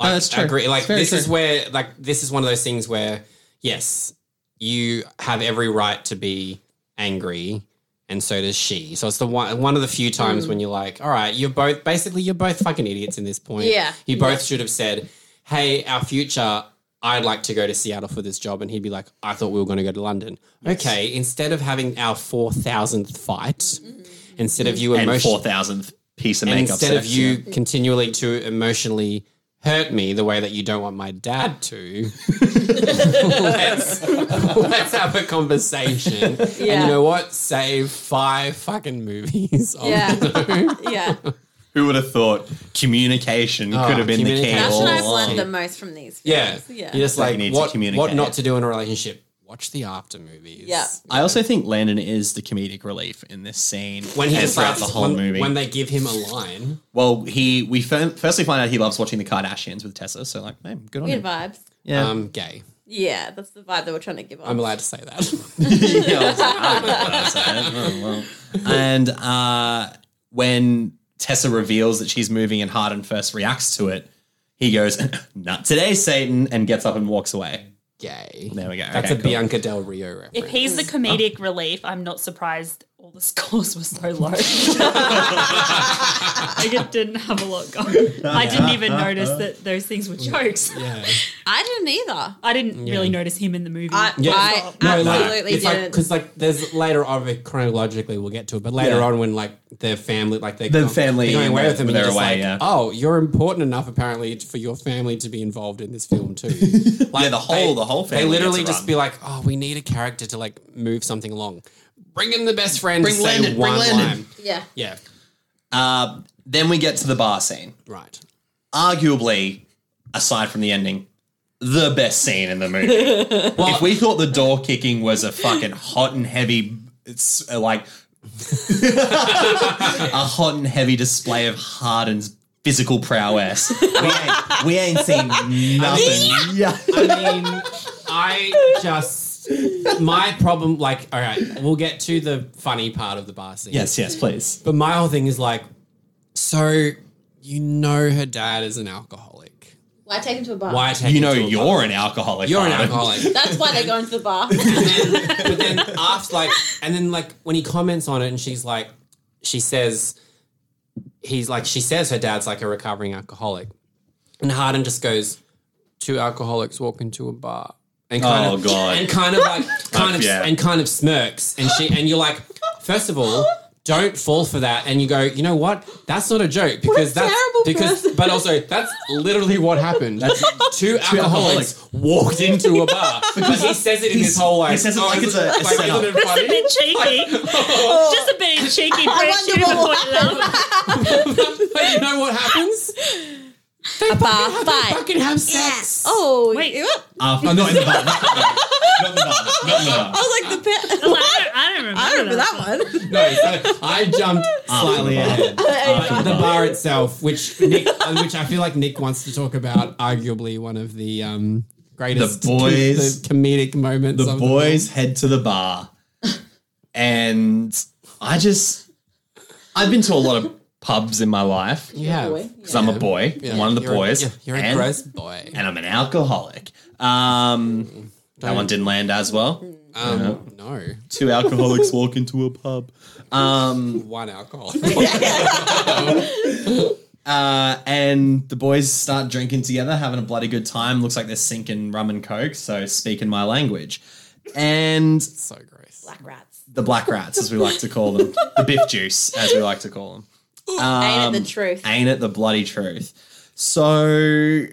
Speaker 2: I
Speaker 1: that's true.
Speaker 2: agree. Like
Speaker 1: It's very
Speaker 2: this is
Speaker 1: true.
Speaker 2: where, like this is one of those things where, yes, you have every right to be angry, and so does she. So it's the one one of the few
Speaker 1: Mm.
Speaker 2: times when you're like, all right, you're both basically you're both fucking idiots in this point.
Speaker 4: Yeah.
Speaker 2: you both should have said, hey, our future. I'd like to go to Seattle for this job, and he'd be like, "I thought we were going to go to London." Okay, instead of having our four thousandth fight,
Speaker 1: Mm-hmm.
Speaker 2: instead of you
Speaker 1: and
Speaker 2: emotionally
Speaker 1: four thousandth piece of
Speaker 2: and
Speaker 1: makeup.
Speaker 2: instead of
Speaker 1: sex,
Speaker 2: you
Speaker 1: yeah.
Speaker 2: continually to emotionally hurt me the way that you don't want my dad to, *laughs* let's, let's have a conversation. And
Speaker 4: Yeah.
Speaker 2: you know what? Save five fucking movies. on- *laughs*
Speaker 4: Yeah. yeah.
Speaker 1: who would have thought communication
Speaker 2: Oh,
Speaker 1: could have been the key
Speaker 2: communication.
Speaker 4: That's
Speaker 1: all
Speaker 4: what I've
Speaker 1: along?
Speaker 4: learned the most from these.
Speaker 2: yeah.
Speaker 4: films. Yeah.
Speaker 2: You're just
Speaker 1: Like,
Speaker 2: like,
Speaker 1: you need to
Speaker 2: what,
Speaker 1: communicate.
Speaker 2: what not to do in a relationship. Watch the after movies.
Speaker 4: Yeah.
Speaker 1: I also think Landon is the comedic relief in this scene
Speaker 2: When he
Speaker 1: and
Speaker 2: just
Speaker 1: throughout
Speaker 2: starts
Speaker 1: the whole
Speaker 2: when,
Speaker 1: movie.
Speaker 2: when they give him a line.
Speaker 1: well, he we fin- firstly find out he loves watching the Kardashians with Tessa, so like, man, good on
Speaker 4: Weird
Speaker 1: him.
Speaker 4: vibes.
Speaker 1: Yeah,
Speaker 2: I'm um, gay.
Speaker 4: Yeah, that's the vibe that we're trying to give off.
Speaker 2: I'm allowed to say that.
Speaker 1: Yeah,
Speaker 2: *laughs*
Speaker 1: I was like, I don't know what I said. Oh, well. And uh, when Tessa reveals that she's moving and Harden first reacts to it, he goes, Not today, Satan, and gets up and walks away.
Speaker 2: gay.
Speaker 1: There we go.
Speaker 2: That's
Speaker 1: Okay,
Speaker 2: a
Speaker 1: cool.
Speaker 2: Bianca Del Rio reference.
Speaker 3: If he's the
Speaker 4: uh,
Speaker 3: comedic relief, I'm not surprised all the *laughs* scores were so low.
Speaker 4: *laughs*
Speaker 3: I just didn't have a lot going. I didn't even notice that those things were jokes.
Speaker 2: yeah.
Speaker 4: I didn't either.
Speaker 3: I didn't really notice him in the movie.
Speaker 4: I,
Speaker 2: Yeah.
Speaker 4: I
Speaker 2: No, like,
Speaker 4: absolutely
Speaker 2: it's like
Speaker 4: didn't.
Speaker 2: because like there's later on like, chronologically we'll get to it, but later
Speaker 1: Yeah.
Speaker 2: on when like their family like they
Speaker 1: The
Speaker 2: go-
Speaker 1: family
Speaker 2: they're going away
Speaker 1: and
Speaker 2: with them and
Speaker 1: they're
Speaker 2: you're just
Speaker 1: away,
Speaker 2: like,
Speaker 1: yeah.
Speaker 2: oh you're important enough apparently for your family to be involved in this
Speaker 1: *laughs*
Speaker 2: film too. Like
Speaker 1: Yeah, the whole-
Speaker 2: they-
Speaker 1: the whole
Speaker 2: They
Speaker 1: family
Speaker 2: literally
Speaker 1: gets a
Speaker 2: just
Speaker 1: run.
Speaker 2: be like, oh we need a character to like move something along. Bring in the best friend.
Speaker 1: Bring
Speaker 2: to say
Speaker 1: Landon, bring
Speaker 2: one
Speaker 1: Landon.
Speaker 2: line.
Speaker 4: yeah.
Speaker 2: Yeah.
Speaker 1: Uh, then we get to the bar scene.
Speaker 2: Right.
Speaker 1: Arguably, aside from the ending, the best scene in the *laughs* movie. if we thought the door kicking was a fucking hot and heavy, it's uh, like *laughs* a hot and heavy display of Harden's physical prowess. We ain't, we ain't seen nothing. Yeah.
Speaker 2: I mean, I just my problem. Like, all right, we'll get to the funny part of the bar scene.
Speaker 1: Yes, yes, please.
Speaker 2: But my whole thing is like, so you know her dad is an alcoholic.
Speaker 4: Why take him to a bar?
Speaker 2: Why take
Speaker 1: You
Speaker 2: him
Speaker 1: know
Speaker 2: to a
Speaker 1: you're an alcoholic.
Speaker 2: you're an
Speaker 1: Harden. *laughs*
Speaker 2: alcoholic.
Speaker 4: That's why they're going to
Speaker 2: *laughs*
Speaker 4: the bar.
Speaker 2: but then after like, and then like when he comments on it, and she's like, she says, he's like, she says her dad's like a recovering alcoholic, and Harden just goes, two alcoholics walk into a bar. And kind
Speaker 1: Oh,
Speaker 2: of,
Speaker 1: God.
Speaker 2: And kind of like, kind of,
Speaker 1: yeah.
Speaker 2: and kind of smirks, and she, and you're like, first of all, don't fall for that and you go, you know what? That's not a joke because that's
Speaker 4: terrible
Speaker 2: because
Speaker 4: person.
Speaker 2: but also that's literally what happened. two alcoholics
Speaker 1: alcoholics.
Speaker 2: walked into a bar. Because he says it in his whole like
Speaker 1: he says it like it's a- a
Speaker 2: isn't
Speaker 1: setup."
Speaker 2: it
Speaker 3: That's a
Speaker 2: funny?
Speaker 4: *laughs*
Speaker 3: bit
Speaker 2: *laughs*
Speaker 3: cheeky. Just a bit cheeky. I
Speaker 4: wonder what will
Speaker 2: but you know what happens?
Speaker 4: a bar fight.
Speaker 2: Fucking have sex.
Speaker 4: Oh, *laughs*
Speaker 3: Wait.
Speaker 4: ew.
Speaker 1: After, Uh, not in the bar. Not in the bar. Not in the bar.
Speaker 4: I was like the *laughs* pit.
Speaker 3: I don't, I don't remember.
Speaker 4: I remember
Speaker 3: that.
Speaker 4: that one.
Speaker 2: No, so I
Speaker 4: *laughs*
Speaker 2: jumped
Speaker 4: Ah.
Speaker 2: slightly
Speaker 1: Slightly
Speaker 2: ahead.
Speaker 1: ahead.
Speaker 2: Uh, the bar itself, which Nick, uh, which I feel like Nick wants to talk about, arguably one of the um, greatest
Speaker 1: The boys-
Speaker 2: the comedic moments.
Speaker 1: the
Speaker 2: of
Speaker 1: boys head to the bar and i just i've been to a lot of pubs in my life
Speaker 2: the, yeah,
Speaker 4: boy.
Speaker 1: because i'm a boy I'm one of the
Speaker 2: You're a-
Speaker 1: boys
Speaker 2: you're- you're a
Speaker 1: and,
Speaker 2: gross boy.
Speaker 1: and i'm an alcoholic um that one Uh-huh. didn't land as well
Speaker 2: Um, no,
Speaker 1: two
Speaker 2: *laughs*
Speaker 1: alcoholics walk into a pub um
Speaker 2: one
Speaker 4: *laughs*
Speaker 2: alcohol.
Speaker 1: uh, and the boys start drinking together having a bloody good time looks like they're sinking rum and coke so speaking my language and
Speaker 2: so gross.
Speaker 4: Black rats.
Speaker 1: the black rats, as we like to call
Speaker 4: *laughs*
Speaker 1: them, the biff juice, as we like to call them.
Speaker 4: Ain't it
Speaker 1: Um,
Speaker 4: the truth?
Speaker 1: Ain't it the bloody truth? So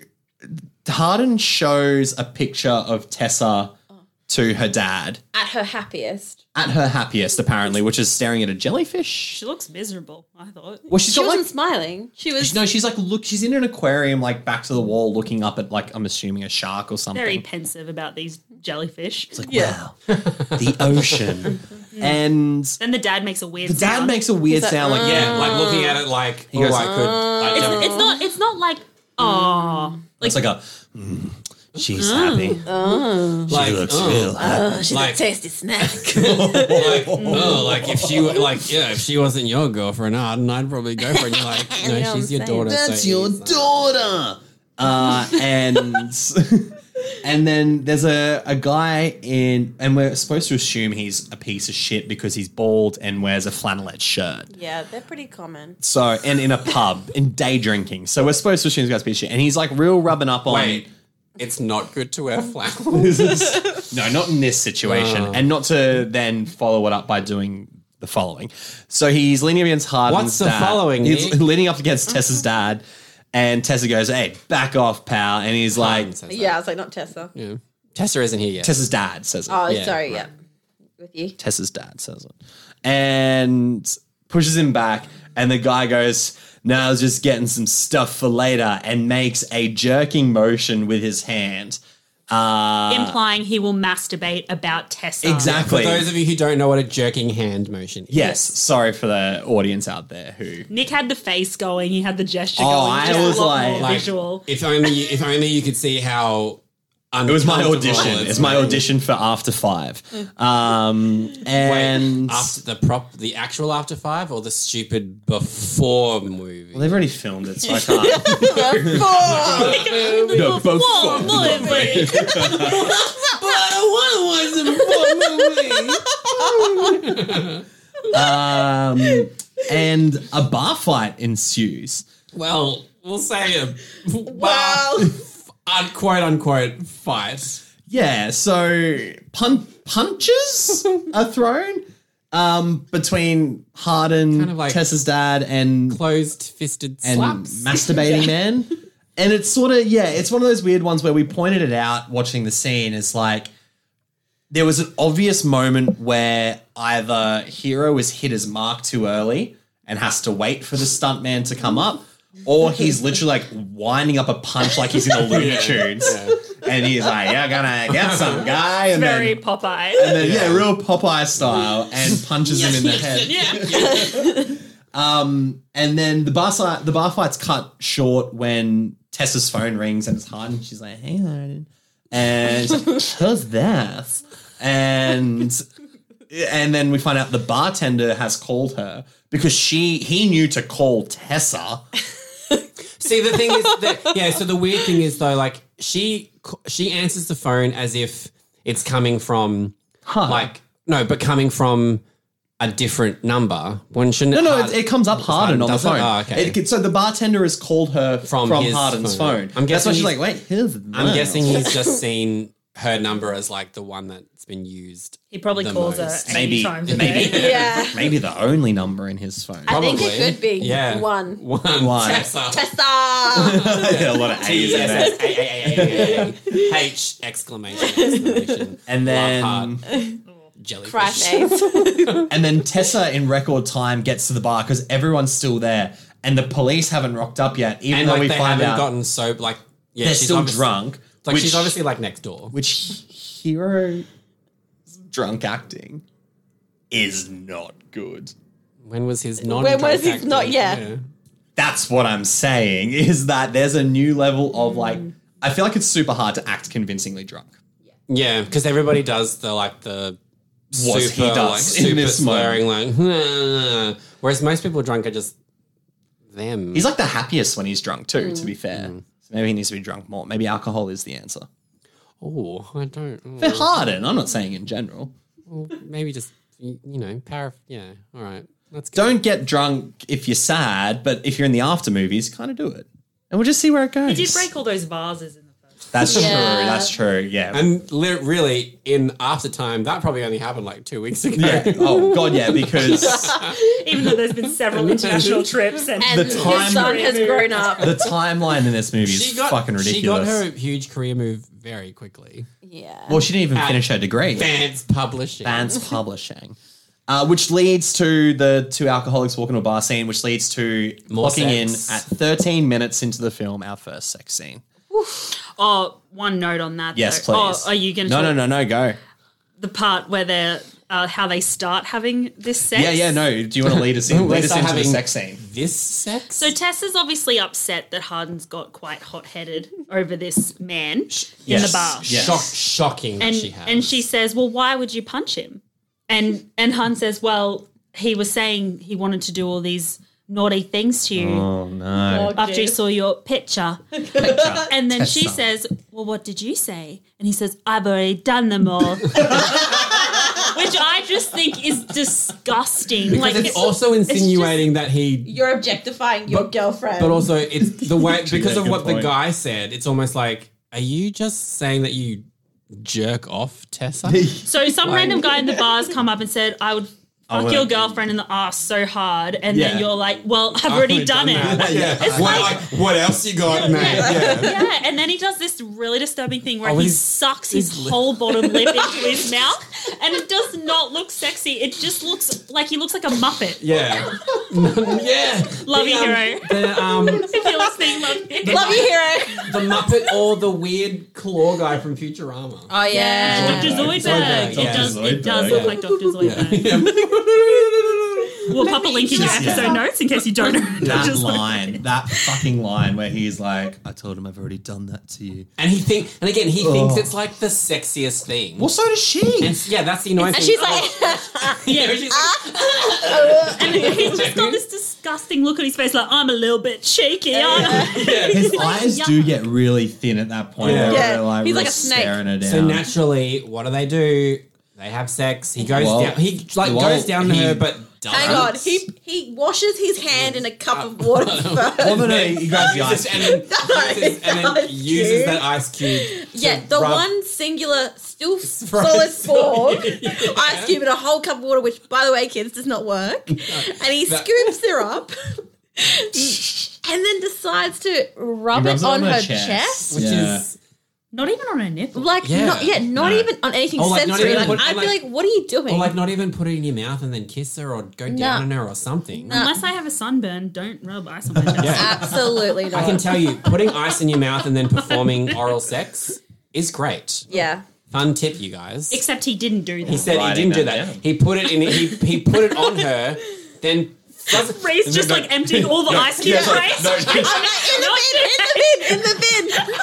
Speaker 1: Harden shows a picture of Tessa
Speaker 4: Oh.
Speaker 1: to her dad
Speaker 4: At her happiest.
Speaker 1: at her happiest, apparently, which is staring at a jellyfish.
Speaker 3: She looks miserable. I thought.
Speaker 1: Well, she's
Speaker 4: She
Speaker 1: got
Speaker 4: wasn't
Speaker 1: like.
Speaker 4: smiling. She was
Speaker 1: No, she's like look. She's in an aquarium, like back to the wall, looking up at like I'm assuming a shark or something.
Speaker 3: Very pensive about these jellyfish.
Speaker 4: Yeah.
Speaker 1: Wow, the
Speaker 4: *laughs*
Speaker 1: ocean, and
Speaker 3: then the dad makes a weird.
Speaker 1: the dad
Speaker 3: sound.
Speaker 1: makes a weird
Speaker 4: like,
Speaker 1: sound, like yeah,
Speaker 2: Yeah, like looking at it like oh,
Speaker 1: goes,
Speaker 2: I could. I
Speaker 3: It's,
Speaker 2: don't-
Speaker 3: it's not. It's not
Speaker 1: Mm.
Speaker 3: like. Oh,
Speaker 1: It's like a. "Mm, she's happy.
Speaker 2: Uh. like,
Speaker 1: She looks
Speaker 2: oh,
Speaker 1: real happy.
Speaker 4: oh, she's
Speaker 2: like-
Speaker 4: a tasty snack.
Speaker 1: *laughs*
Speaker 2: *laughs* like, oh, like if she like yeah, if she wasn't your girlfriend, I'd, I'd probably go for it. And
Speaker 1: *laughs*
Speaker 2: you're like, no,
Speaker 4: You know what
Speaker 2: she's
Speaker 4: I'm
Speaker 2: your
Speaker 4: saying?
Speaker 2: daughter.
Speaker 1: That's
Speaker 2: so
Speaker 1: your
Speaker 2: he's like-
Speaker 1: daughter. Uh, and *laughs* and then there's a, a guy in, and we're supposed to assume he's a piece of shit because he's bald and wears a flannelette shirt.
Speaker 4: yeah, they're pretty common.
Speaker 1: So and in a pub and day drinking. So we're supposed to assume this guy's a piece of shit, and he's like real rubbing up on.
Speaker 2: Wait, it's not good to
Speaker 1: *laughs*
Speaker 2: wear flannel. *laughs*
Speaker 1: no, not in this situation, and not to then follow it up by doing the following. So he's leaning up against Harden's
Speaker 2: What's the
Speaker 1: dad.
Speaker 2: following,
Speaker 1: He's
Speaker 2: Nick?
Speaker 1: leaning up against Tessa's dad, and Tessa goes, "Hey, back off, pal!" And he's like,
Speaker 4: Yeah, I was like, not Tessa.
Speaker 2: Yeah. Tessa isn't here yet.
Speaker 1: "Tessa's dad says it."
Speaker 4: Oh,
Speaker 2: Yeah,
Speaker 4: sorry,
Speaker 2: right.
Speaker 4: yeah. With you.
Speaker 1: Tessa's dad says it, and pushes him back, and the guy goes. Now I was just getting some stuff for later, and makes a jerking motion with his hand. Uh,
Speaker 3: implying he will masturbate about Tessa.
Speaker 1: exactly.
Speaker 2: For those of you who don't know what a jerking hand motion is,
Speaker 1: yes, sorry for the audience out there who
Speaker 3: Nick had the face going. He had the gesture
Speaker 1: Oh,
Speaker 3: going.
Speaker 1: I
Speaker 3: just a
Speaker 1: was
Speaker 3: lot
Speaker 1: like-
Speaker 3: more
Speaker 2: like,
Speaker 3: visual.
Speaker 2: if only you, if only you could see how
Speaker 1: It was my audition.
Speaker 2: It's
Speaker 1: It's my audition for After Five. Um, and
Speaker 2: after the prop, the actual after five, or the stupid before movie.
Speaker 1: they've already filmed it, so I *laughs* can't. no, both-
Speaker 3: Whoa, movie.
Speaker 1: um, and a bar fight ensues.
Speaker 2: *laughs* well, we'll say a
Speaker 4: Wow.
Speaker 2: un- quote unquote fight.
Speaker 1: Yeah, so pun- punches are thrown um, between Harden,
Speaker 2: Kind of like-
Speaker 1: Tessa's dad, and
Speaker 2: Closed fisted
Speaker 1: and
Speaker 2: *laughs* slaps.
Speaker 1: masturbating man. And it's sort of yeah, it's one of those weird ones where we pointed it out watching the scene. It's like there was an obvious moment where either hero has hit his mark too early and has to wait for the stuntman to come up, or he's literally like winding up a punch like he's in a Looney Tunes, and he's like, "You're gonna get some guy," and then,
Speaker 3: Very Popeye.
Speaker 1: and then yeah, real Popeye style,
Speaker 2: *laughs*
Speaker 1: and punches him in the head. Um,
Speaker 3: yeah.
Speaker 1: *laughs* And then the bar si- the bar fight's cut short when Tessa's phone rings and it's hard and she's like, "Hey, Harden," and she's
Speaker 2: *laughs*
Speaker 1: like, "Who's that?" And and then we find out the bartender has called her because she he knew to call Tessa.
Speaker 2: See, the thing is that yeah. So the weird thing is though, like she she answers the phone as if it's coming from like no, but coming from a different number. When uh, she
Speaker 1: No, no, it, it comes up Harden on the
Speaker 2: does it?
Speaker 1: phone.
Speaker 2: Oh, okay.
Speaker 1: It- so the bartender has called her
Speaker 2: From
Speaker 1: from,
Speaker 2: his
Speaker 1: Harden's phone.
Speaker 2: phone. I'm
Speaker 1: That's
Speaker 2: guessing
Speaker 1: why she's
Speaker 2: he's-
Speaker 1: like, "Wait, who's
Speaker 2: I'm
Speaker 1: that?" *laughs*
Speaker 2: guessing he's just seen her number as like the one that's been used.
Speaker 3: He probably
Speaker 2: The
Speaker 3: calls
Speaker 2: most. *laughs*
Speaker 3: her eighty
Speaker 1: Maybe-
Speaker 3: times a
Speaker 1: maybe.
Speaker 3: day.
Speaker 4: Yeah.
Speaker 1: Maybe the only number in his phone.
Speaker 4: I think it
Speaker 2: Probably.
Speaker 4: could be
Speaker 2: Yeah.
Speaker 4: one.
Speaker 2: One.
Speaker 1: One.
Speaker 2: Tessa.
Speaker 4: *laughs* Tessa!
Speaker 1: a lot of A's in there.
Speaker 2: H exclamation
Speaker 3: *laughs*
Speaker 2: exclamation.
Speaker 1: And
Speaker 2: Love
Speaker 1: then,
Speaker 2: Jellyfish.
Speaker 4: Christ, Ace.
Speaker 1: and then Tessa in record time gets to the bar because everyone's still there, and the police haven't rocked up yet. Even
Speaker 2: And
Speaker 1: though
Speaker 2: like
Speaker 1: we
Speaker 2: they
Speaker 1: find
Speaker 2: haven't
Speaker 1: out
Speaker 2: gotten so like yeah,
Speaker 1: they're
Speaker 2: she's
Speaker 1: still
Speaker 2: obviously-
Speaker 1: drunk.
Speaker 2: Like
Speaker 1: which,
Speaker 2: she's obviously like next door.
Speaker 1: which hero drunk acting is not good.
Speaker 2: When was his non?
Speaker 4: When was his not- yeah.
Speaker 1: That's what I'm saying. Is that there's a new level of like
Speaker 3: Mm.
Speaker 1: I feel like it's super hard to act convincingly drunk.
Speaker 2: Yeah, because everybody does the like the
Speaker 1: Was he
Speaker 2: super
Speaker 1: does
Speaker 2: like
Speaker 1: in
Speaker 2: super
Speaker 1: this
Speaker 2: slurring like, *laughs* whereas most people drunk are just them.
Speaker 1: He's like the happiest when he's drunk too.
Speaker 3: Mm.
Speaker 1: To be fair,
Speaker 2: Mm.
Speaker 1: so maybe he needs to be drunk more. Maybe alcohol is the answer.
Speaker 2: oh, I don't. oh,
Speaker 1: They're hard, and I'm not saying in general.
Speaker 2: well, maybe just you, you know, paraph. Yeah, all right. That's good.
Speaker 1: Don't get drunk if you're sad, but if you're in the after movies, kind of do it, and we'll just see where it goes.
Speaker 3: He did break all those vases in the first.
Speaker 1: That's true.
Speaker 4: Yeah.
Speaker 1: That's true. Yeah.
Speaker 2: And li- really, in after time, that probably only happened like two weeks ago.
Speaker 1: yeah. Oh god, yeah. Because
Speaker 2: *laughs*
Speaker 3: Even though there's been
Speaker 1: *laughs*
Speaker 3: several international trips and,
Speaker 4: And
Speaker 1: The
Speaker 4: your
Speaker 1: time-
Speaker 4: son has grown up.
Speaker 1: the timeline in this movie is fucking
Speaker 2: She got
Speaker 1: ridiculous.
Speaker 2: her huge career move very quickly.
Speaker 4: Yeah.
Speaker 1: well, she didn't even finish her degree.
Speaker 2: Fans publishing.
Speaker 1: *laughs* Vance Publishing. Uh, which leads to the two alcoholics walking to a bar scene, which leads to
Speaker 2: More
Speaker 1: locking
Speaker 2: sex.
Speaker 1: in at 13 minutes into the film, our first sex scene.
Speaker 3: oh, one note on that.
Speaker 1: Yes,
Speaker 3: though.
Speaker 1: please.
Speaker 3: Oh, are you going to
Speaker 1: No, no, no, no, go.
Speaker 3: the part where they're uh, how they start having this sex?
Speaker 1: Yeah, yeah, no. Do you want to *laughs* lead us in?
Speaker 2: We're
Speaker 1: lead us
Speaker 2: still
Speaker 1: into the
Speaker 2: having
Speaker 1: sex scene.
Speaker 2: This sex?
Speaker 3: So Tess is obviously upset that Harden's got quite hot-headed over this man in
Speaker 1: Yes.
Speaker 3: the bar.
Speaker 1: Yes.
Speaker 2: Shock, shocking that
Speaker 3: and
Speaker 2: she has.
Speaker 3: and she says, "Well, why would you punch him?" And and Han says, "Well, he was saying he wanted to do all these naughty things to you
Speaker 1: Oh, no.
Speaker 3: after he saw your picture." *laughs* and then she says, "Well, what did you say?" And he says, "I've already done them all." *laughs* Which I just think is disgusting.
Speaker 2: Because it's also insinuating that he.
Speaker 4: You're objectifying your girlfriend.
Speaker 2: But also, it's the *laughs* way because of
Speaker 1: good
Speaker 2: what the
Speaker 1: point.
Speaker 2: guy said. It's almost like, are you just saying that you jerk off, *laughs* Tessa?
Speaker 3: So some random guy in the bars come up and said, "I would fuck
Speaker 1: would-
Speaker 3: your girlfriend in the ass so hard," and
Speaker 1: Yeah.
Speaker 3: then you're like, "Well, I've already done, it."
Speaker 2: yeah. What, like, what else you got, mate? Yeah.
Speaker 3: yeah, and then he does this really disturbing thing where
Speaker 2: Oh,
Speaker 3: he
Speaker 2: he's-
Speaker 3: sucks his
Speaker 2: he's li-
Speaker 3: whole bottom
Speaker 2: *laughs*
Speaker 3: lip into his mouth, and it does not look sexy. It just looks like he looks like a muppet. *laughs*
Speaker 2: Yeah. yeah.
Speaker 3: Love
Speaker 2: The,
Speaker 3: you,
Speaker 2: um,
Speaker 3: hero.
Speaker 2: The, um,
Speaker 3: If you're listening, love you.
Speaker 4: Love you, hero.
Speaker 2: the Muppet or the weird claw guy from Futurama.
Speaker 4: Oh, yeah.
Speaker 3: Dr.
Speaker 2: Zoidberg.
Speaker 3: Zoidberg.
Speaker 2: Zoidberg,
Speaker 3: It
Speaker 2: yeah.
Speaker 3: does. It
Speaker 1: Zoidberg,
Speaker 3: does look
Speaker 1: yeah.
Speaker 3: like Dr. Zoidberg.
Speaker 2: *laughs*
Speaker 3: *laughs* We'll pop a link in your
Speaker 1: Just, yeah.
Speaker 3: episode notes in case you don't know.
Speaker 1: *laughs* That
Speaker 3: Just like-
Speaker 1: line, that fucking line where he's like, I told him I've already done that to you.
Speaker 2: and he think, and again, he thinks
Speaker 1: Oh.
Speaker 2: it's like the sexiest thing.
Speaker 1: Well, so does she.
Speaker 2: And yeah, that's the annoying
Speaker 4: And
Speaker 2: thing.
Speaker 4: she's
Speaker 2: Oh,
Speaker 4: like,
Speaker 2: *laughs*
Speaker 4: "Ah."
Speaker 2: yeah, she's like, *laughs*
Speaker 3: And *laughs* he's just got this disgusting look on his face, like I'm a little bit shaky, aren't I?
Speaker 1: His eyes do get really thin at that point.
Speaker 2: Yeah.
Speaker 1: where
Speaker 4: Yeah.
Speaker 1: they're, Like,
Speaker 4: He's
Speaker 1: really
Speaker 4: like a snake.
Speaker 1: Staring her down.
Speaker 2: So naturally, what do they do? They have sex. He goes
Speaker 1: Well,
Speaker 2: down. He like
Speaker 1: well,
Speaker 2: goes down to
Speaker 1: he-
Speaker 2: her, but doesn't.
Speaker 4: Hang
Speaker 2: *laughs*
Speaker 4: on, he he washes his hand in a cup of water
Speaker 1: Well,
Speaker 4: first.
Speaker 1: no, no, he grabs the ice.
Speaker 2: Uses- and then, uses, and then
Speaker 4: That's
Speaker 2: uses
Speaker 4: cute.
Speaker 2: that ice cube. to
Speaker 4: Yeah, the
Speaker 2: rub-
Speaker 4: one singular,
Speaker 2: *laughs*
Speaker 4: still *laughs* solid
Speaker 2: Right.
Speaker 4: fork, ice
Speaker 2: *laughs* Yeah.
Speaker 4: cube in a whole cup of water, which, by the way, kids, does not work. And he
Speaker 2: That-
Speaker 4: scoops
Speaker 2: *laughs*
Speaker 4: her up *laughs* and then decides to rub
Speaker 1: He
Speaker 4: it
Speaker 1: rubs
Speaker 4: on, her
Speaker 1: chest.
Speaker 4: chest.
Speaker 2: which
Speaker 1: Yeah.
Speaker 2: is
Speaker 3: *laughs* Not even on a nipple.
Speaker 4: Like,
Speaker 2: Yeah.
Speaker 4: not, yeah, not
Speaker 1: No.
Speaker 4: even on anything
Speaker 2: Or, like, not
Speaker 4: sensory.
Speaker 2: even
Speaker 4: Like,
Speaker 2: put-
Speaker 4: I'd
Speaker 2: like-
Speaker 4: be like, what are you doing?
Speaker 2: or like not even put it in your mouth and then kiss her or go down on her or something.
Speaker 3: Unless I have a sunburn, don't rub ice on my
Speaker 2: *laughs*
Speaker 3: chest.
Speaker 2: Yeah.
Speaker 4: Absolutely not.
Speaker 2: I can tell you, putting ice in your mouth and then performing oral sex is great.
Speaker 4: Yeah.
Speaker 2: Fun tip, you guys.
Speaker 3: Except he didn't do that.
Speaker 2: He said he
Speaker 1: Writing
Speaker 2: didn't do
Speaker 1: that
Speaker 2: that.
Speaker 1: down.
Speaker 2: He put it in. He he put it on her. Then
Speaker 3: *laughs*
Speaker 2: doesn't-
Speaker 3: Ray's just like emptying all
Speaker 2: *laughs*
Speaker 3: the ice cube trays.
Speaker 1: *laughs*
Speaker 4: I'm like, in the bin, in the bin, in the bin.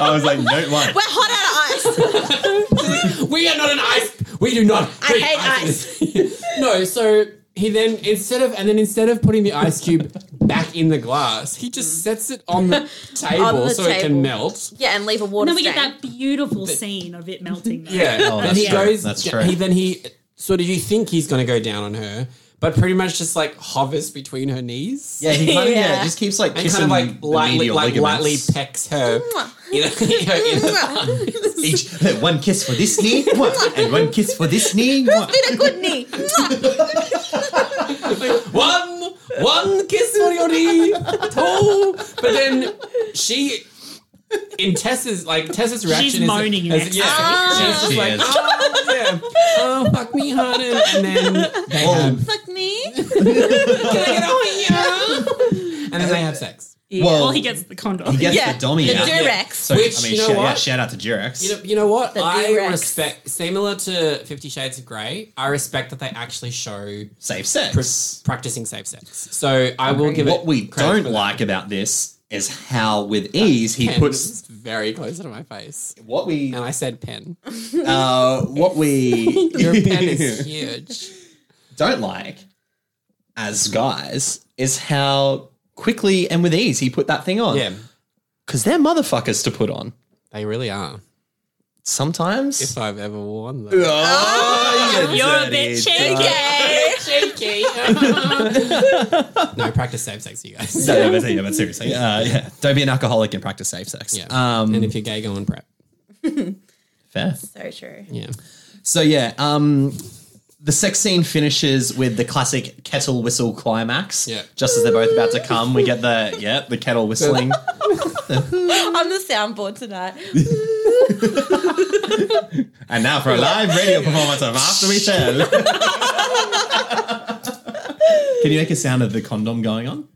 Speaker 1: I was like, note one.
Speaker 4: We're hot
Speaker 2: *laughs*
Speaker 4: out of ice.
Speaker 2: we are not an ice. We do not.
Speaker 4: I
Speaker 2: drink
Speaker 4: hate
Speaker 2: ice. *laughs* no, so he then instead of and then instead of putting the ice cube back in the glass, he just sets it on the table
Speaker 4: On the
Speaker 2: so it
Speaker 4: table.
Speaker 2: can melt.
Speaker 4: Yeah, and leave a
Speaker 3: And
Speaker 4: water
Speaker 3: then we get
Speaker 4: stain.
Speaker 3: that beautiful scene of it melting. though.
Speaker 2: Yeah,
Speaker 1: Oh,
Speaker 2: then
Speaker 1: that's
Speaker 2: he
Speaker 1: true.
Speaker 2: goes.
Speaker 1: That's
Speaker 2: yeah,
Speaker 1: true.
Speaker 2: He then he sort of you think he's going to go down on her, but pretty much just like hovers between her knees.
Speaker 1: Yeah, he kind of yeah.
Speaker 4: Yeah.
Speaker 1: just keeps like
Speaker 2: And
Speaker 1: kissing
Speaker 2: kind of like
Speaker 1: the
Speaker 2: lightly,
Speaker 1: medial
Speaker 2: like
Speaker 1: ligaments.
Speaker 2: lightly pecks her, You know, *laughs* you know, you know,
Speaker 1: Each, *laughs* one kiss for this *laughs* knee, mwah, and one kiss for this knee. mwah.
Speaker 4: Been a good
Speaker 2: *laughs*
Speaker 4: knee.
Speaker 2: one, one kiss for your knee. Two. But then she, in Tessa's like Tessa's reaction, is
Speaker 3: moaning in
Speaker 2: is-
Speaker 3: ecstasy.
Speaker 2: yeah, she's just
Speaker 1: She
Speaker 2: like,
Speaker 1: is.
Speaker 2: oh, yeah, oh, fuck me, honey, and then they
Speaker 1: Whoa.
Speaker 2: have,
Speaker 4: Fuck me.
Speaker 2: can I get on you? And then they have sex.
Speaker 1: Well,
Speaker 3: Well, he gets the condom.
Speaker 1: he
Speaker 3: *laughs*
Speaker 1: gets
Speaker 4: Yeah,
Speaker 1: the dummy
Speaker 4: the
Speaker 1: out.
Speaker 4: Durex.
Speaker 1: So,
Speaker 2: Which,
Speaker 1: I mean,
Speaker 2: you know
Speaker 1: shout,
Speaker 2: what?
Speaker 1: yeah, shout out to Durex.
Speaker 2: You know, you know what?
Speaker 4: The
Speaker 2: I
Speaker 4: Durex.
Speaker 2: respect similar to Fifty Shades of Grey. I respect that they actually show
Speaker 1: Safe
Speaker 2: pr-
Speaker 1: sex.
Speaker 2: practicing safe sex. So I will give
Speaker 1: What
Speaker 2: it.
Speaker 1: we
Speaker 2: credit
Speaker 1: don't
Speaker 2: for that.
Speaker 1: like about this is how, with ease, he
Speaker 2: Pen Um,
Speaker 1: puts
Speaker 2: was very close to my face,
Speaker 1: what we
Speaker 2: and I
Speaker 1: *laughs*
Speaker 2: said pen.
Speaker 1: uh, what we
Speaker 2: *laughs* Your
Speaker 1: *laughs*
Speaker 2: pen is huge.
Speaker 1: don't like as guys is how quickly and with ease he put that thing on.
Speaker 2: Yeah,
Speaker 1: because they're motherfuckers to put on
Speaker 2: they really are.
Speaker 1: sometimes.
Speaker 2: If I've ever
Speaker 1: *laughs*
Speaker 2: worn them.
Speaker 1: Oh, you
Speaker 3: You're a
Speaker 1: dirty
Speaker 3: bit
Speaker 1: dog.
Speaker 3: cheeky.
Speaker 2: Cheeky. no, practice safe sex,
Speaker 1: *laughs*
Speaker 2: you guys.
Speaker 1: No, no, but, yeah, but seriously, uh, yeah. Don't be an alcoholic and practice safe sex.
Speaker 2: Yeah.
Speaker 1: Um,
Speaker 2: and if you're gay, go on prep.
Speaker 1: fair.
Speaker 4: So true.
Speaker 2: Yeah.
Speaker 1: So yeah, um, the sex scene finishes with the classic kettle whistle climax.
Speaker 2: Yeah.
Speaker 1: Just as they're both about to come, we get the yeah the kettle whistling.
Speaker 4: *laughs* On the soundboard tonight. *laughs*
Speaker 1: and now for a live radio performance of After We Tell. Can you make a sound of the condom going on?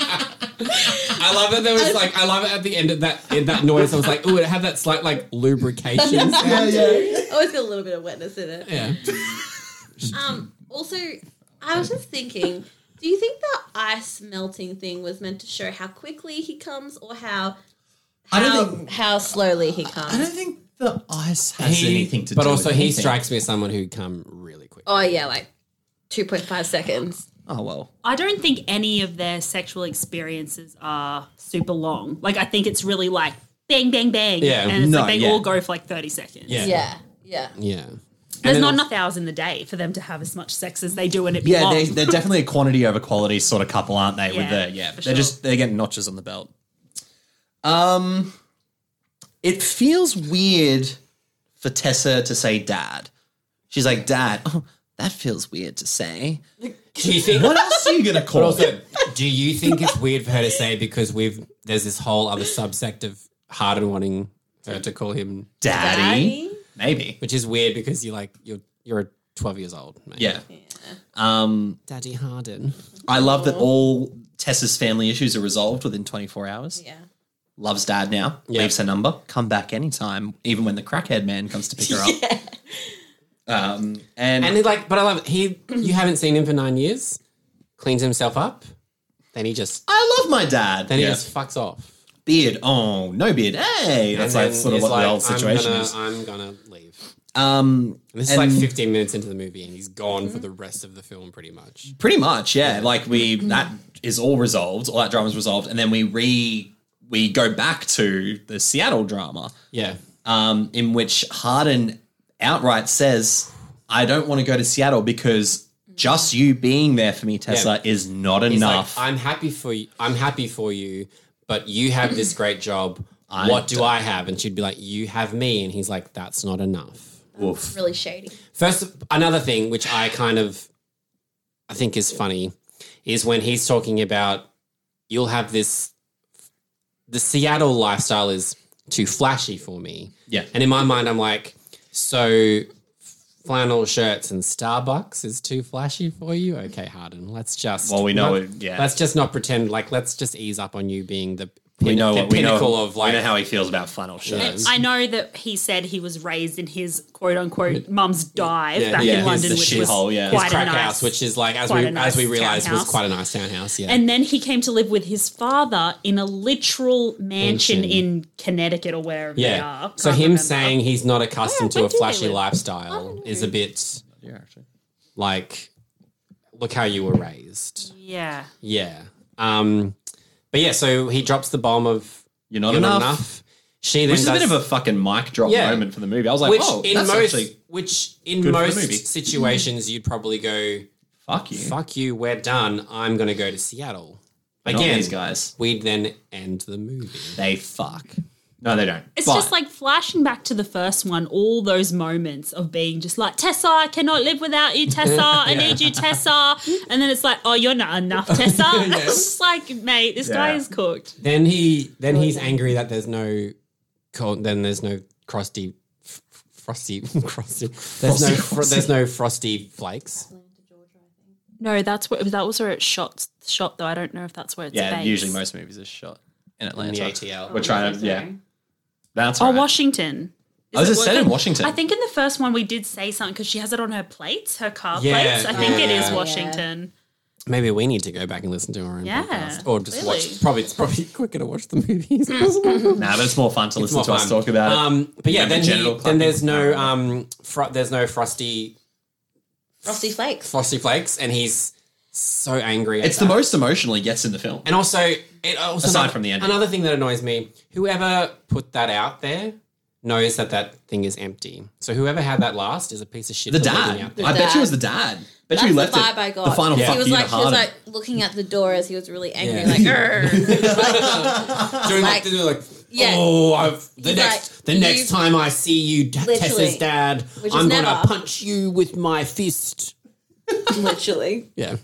Speaker 2: I love that there was like I love it at the end of that in that noise. I was like, oh, it had that slight like *laughs* lubrication sound.
Speaker 1: yeah.
Speaker 4: Always got a little bit of wetness in it.
Speaker 2: Yeah.
Speaker 4: Um, also, I was just thinking, do you think the ice melting thing was meant to show how quickly he comes or how
Speaker 1: I don't
Speaker 4: how,
Speaker 1: think-
Speaker 4: how slowly he comes?
Speaker 1: I don't think the ice has
Speaker 2: He-
Speaker 1: anything to
Speaker 2: but
Speaker 1: do.
Speaker 2: also
Speaker 1: with
Speaker 2: he
Speaker 1: anything.
Speaker 2: strikes me as someone who'd come really quick.
Speaker 4: oh yeah, like two point five seconds.
Speaker 1: Oh well.
Speaker 3: *laughs* I don't think any of their sexual experiences are super long. Like I think it's really like bang, bang, bang.
Speaker 2: Yeah.
Speaker 3: And it's
Speaker 1: No,
Speaker 3: like they
Speaker 1: yeah.
Speaker 3: all go for like 30 seconds.
Speaker 2: Yeah.
Speaker 4: Yeah. Yeah.
Speaker 2: Yeah.
Speaker 3: There's
Speaker 2: then
Speaker 3: not
Speaker 2: also-
Speaker 3: enough hours in the day for them to have as much sex as they do and it be
Speaker 1: Yeah,
Speaker 3: long.
Speaker 1: they, they're definitely a quantity over quality sort of couple, aren't they? With
Speaker 3: Yeah,
Speaker 1: the yeah, they're
Speaker 3: for sure.
Speaker 1: just they're getting notches on the belt. Um, it feels weird for Tessa to say "dad." She's like, "Dad." Oh, that feels weird to say.
Speaker 2: Do you think
Speaker 1: What else are you gonna
Speaker 2: but
Speaker 1: call it?
Speaker 2: also do you think it's weird for her to say because we've there's this whole other subsect of Harden wanting her to call him
Speaker 1: Daddy? Maybe.
Speaker 2: which is weird because you're like you're you're twelve years old, mate.
Speaker 1: Yeah. Um,
Speaker 2: Daddy Harden.
Speaker 1: I love that all Tessa's family issues are resolved within 24 hours.
Speaker 4: Yeah.
Speaker 1: Loves dad now.
Speaker 2: Yeah.
Speaker 1: Leaves her number. Come back anytime, even when the crackhead man comes to pick her up.
Speaker 2: *laughs*
Speaker 1: Um, and
Speaker 2: And it, like but I love it. He you haven't seen him for nine years, cleans himself up, then he just
Speaker 1: I love my dad.
Speaker 2: then he
Speaker 1: Yeah.
Speaker 2: just fucks off.
Speaker 1: beard. Oh, no beard. Hey, that's
Speaker 2: And
Speaker 1: like
Speaker 2: then
Speaker 1: sort of
Speaker 2: is
Speaker 1: what
Speaker 2: like,
Speaker 1: the old situation
Speaker 2: I'm gonna,
Speaker 1: is.
Speaker 2: I'm gonna leave.
Speaker 1: Um,
Speaker 2: And this
Speaker 1: And-
Speaker 2: is like 15 minutes into the movie, and he's gone for the rest of the film, pretty much.
Speaker 1: pretty much, yeah. Like we that is all resolved. All that drama's resolved, and then we re we go back to the Seattle drama,
Speaker 2: Yeah,
Speaker 1: um, in which Harden outright says, "I don't want to go to Seattle because." Just you being there for me, Tessa, is not
Speaker 2: He's like,
Speaker 1: enough.
Speaker 2: I'm happy for you. I'm happy for you, but you have this great job.
Speaker 1: *clears throat* I
Speaker 2: what do I have? And she'd be like, "You have me," and he's like, "That's not enough."
Speaker 1: Woof.
Speaker 4: Really shady.
Speaker 2: First, another thing which I kind of I think is funny is when he's talking about you'll have this the Seattle lifestyle is too flashy for me.
Speaker 1: Yeah.
Speaker 2: And in my mind I'm like, so flannel shirts and Starbucks is too flashy for you? Okay, Harden, let's just
Speaker 1: Well, we know
Speaker 2: not-
Speaker 1: it- yeah.
Speaker 2: Let's just not pretend like let's just ease up on you being the
Speaker 1: we
Speaker 2: pin-
Speaker 1: know
Speaker 2: the
Speaker 1: what we know.
Speaker 2: pinnacle of like
Speaker 1: we know how he feels about flannel shirts.
Speaker 3: I know that he said he was raised in his quote unquote mum's dive
Speaker 2: Yeah,
Speaker 3: back
Speaker 2: yeah,
Speaker 3: in
Speaker 2: his-
Speaker 3: London,
Speaker 1: the
Speaker 3: which was
Speaker 1: shithole, yeah. His
Speaker 3: quite a
Speaker 2: crack
Speaker 3: nice
Speaker 2: house, which is like as
Speaker 3: quite
Speaker 2: we
Speaker 3: a nice
Speaker 2: as we realized was
Speaker 3: townhouse.
Speaker 2: quite a nice townhouse, yeah.
Speaker 3: And then he came to live with his father in a literal mansion
Speaker 2: Mansion.
Speaker 3: in Connecticut or wherever they
Speaker 2: Yeah.
Speaker 3: are.
Speaker 2: So
Speaker 3: Can't
Speaker 2: him
Speaker 3: remember. Oh,
Speaker 2: saying he's not accustomed to
Speaker 3: Yeah, where
Speaker 2: a
Speaker 3: do they
Speaker 2: flashy
Speaker 3: live? Oh,
Speaker 2: lifestyle is a bit
Speaker 1: Yeah, actually.
Speaker 2: like, look how you were raised.
Speaker 3: Yeah.
Speaker 2: Yeah. Um. But yeah, so he drops the bomb of
Speaker 1: You're not
Speaker 2: you're
Speaker 1: enough.
Speaker 2: not enough. She then
Speaker 1: Which is a
Speaker 2: does-
Speaker 1: bit of a fucking mic drop
Speaker 2: Yeah.
Speaker 1: moment for the movie. I was like,
Speaker 2: which
Speaker 1: oh,
Speaker 2: in
Speaker 1: that's
Speaker 2: most
Speaker 1: actually
Speaker 2: which in
Speaker 1: good for the
Speaker 2: most
Speaker 1: movie.
Speaker 2: situations you'd probably go
Speaker 1: fuck you.
Speaker 2: fuck you we're done I'm gonna go to Seattle
Speaker 1: Not
Speaker 2: Again.
Speaker 1: these guys.
Speaker 2: We'd then end the movie.
Speaker 1: They fuck. No, they don't.
Speaker 3: It's
Speaker 1: But-
Speaker 3: just like flashing back to the first one, all those moments of being just like, Tessa, I cannot live without you, Tessa. I need you, Tessa. And then it's like, oh, you're not enough, Tessa. *laughs* It's just like, mate, this guy
Speaker 1: Yeah.
Speaker 3: is cooked.
Speaker 2: Then he then he's angry that there's no co- then there's no crusty f- f- frosty *laughs* frosty there's no
Speaker 1: Frosty,
Speaker 2: fr-
Speaker 1: frosty.
Speaker 2: there's no frosty flakes.
Speaker 3: No, that's what that was where it shot shot though. I don't know if that's where it's
Speaker 1: yeah,
Speaker 3: based.
Speaker 1: usually most movies are shot in Atlanta.
Speaker 2: the ATL.
Speaker 1: We're trying to, yeah. That's
Speaker 3: Oh,
Speaker 1: right.
Speaker 3: Washington.
Speaker 1: Oh, is it
Speaker 3: was
Speaker 1: set in
Speaker 3: it-
Speaker 1: Washington?
Speaker 3: I think in the first one we did say something because she has it on her plates, her car
Speaker 2: Yeah,
Speaker 3: plates. I think it is
Speaker 2: yeah.
Speaker 3: Washington.
Speaker 2: Maybe we need to go back and listen to our own
Speaker 3: Yeah,
Speaker 2: podcast or just
Speaker 3: really. Hmm.
Speaker 2: watch. Probably it's probably *laughs* quicker to watch the movies.
Speaker 1: Nah, but it's more fun to listen
Speaker 2: more
Speaker 1: to us
Speaker 2: fun.
Speaker 1: talk about it.
Speaker 2: um, but yeah,
Speaker 1: Yeah, the
Speaker 2: then, he-
Speaker 1: genital
Speaker 2: then
Speaker 1: clucking.
Speaker 2: there's no um fro- there's no frosty
Speaker 4: Frosty Flakes.
Speaker 2: frosty flakes, and he's so angry. At
Speaker 1: it's the
Speaker 2: that.
Speaker 1: most emotional it gets in the film.
Speaker 2: and also it also
Speaker 1: Aside
Speaker 2: another-
Speaker 1: from the ending.
Speaker 2: Another thing that annoys me: whoever put that out there knows that that thing is empty. So whoever had that last is a piece of shit.
Speaker 1: The
Speaker 2: for leaving
Speaker 1: dad.
Speaker 2: out
Speaker 4: *laughs*
Speaker 2: there.
Speaker 1: I bet
Speaker 4: dad.
Speaker 1: you it was the dad. Bet you
Speaker 4: That's
Speaker 1: he
Speaker 4: the
Speaker 1: left
Speaker 4: vibe
Speaker 1: it.
Speaker 4: I got.
Speaker 1: The final
Speaker 2: Yeah.
Speaker 1: fuck
Speaker 4: He was
Speaker 1: you
Speaker 4: like,
Speaker 1: to
Speaker 4: she was
Speaker 1: Harden.
Speaker 4: like looking at the door as he was really angry,
Speaker 2: Yeah.
Speaker 1: *laughs*
Speaker 4: like, "Grr."
Speaker 2: doing like,
Speaker 4: Like-
Speaker 2: doing like
Speaker 4: Yeah.
Speaker 2: oh I've, the
Speaker 4: He's
Speaker 2: next
Speaker 4: like,
Speaker 2: the next
Speaker 4: you-
Speaker 2: time I see you d-
Speaker 4: Literally.
Speaker 2: Tessa's dad
Speaker 4: Which is
Speaker 2: I'm gonna
Speaker 4: never.
Speaker 2: punch you with my fist
Speaker 4: literally.
Speaker 2: yeah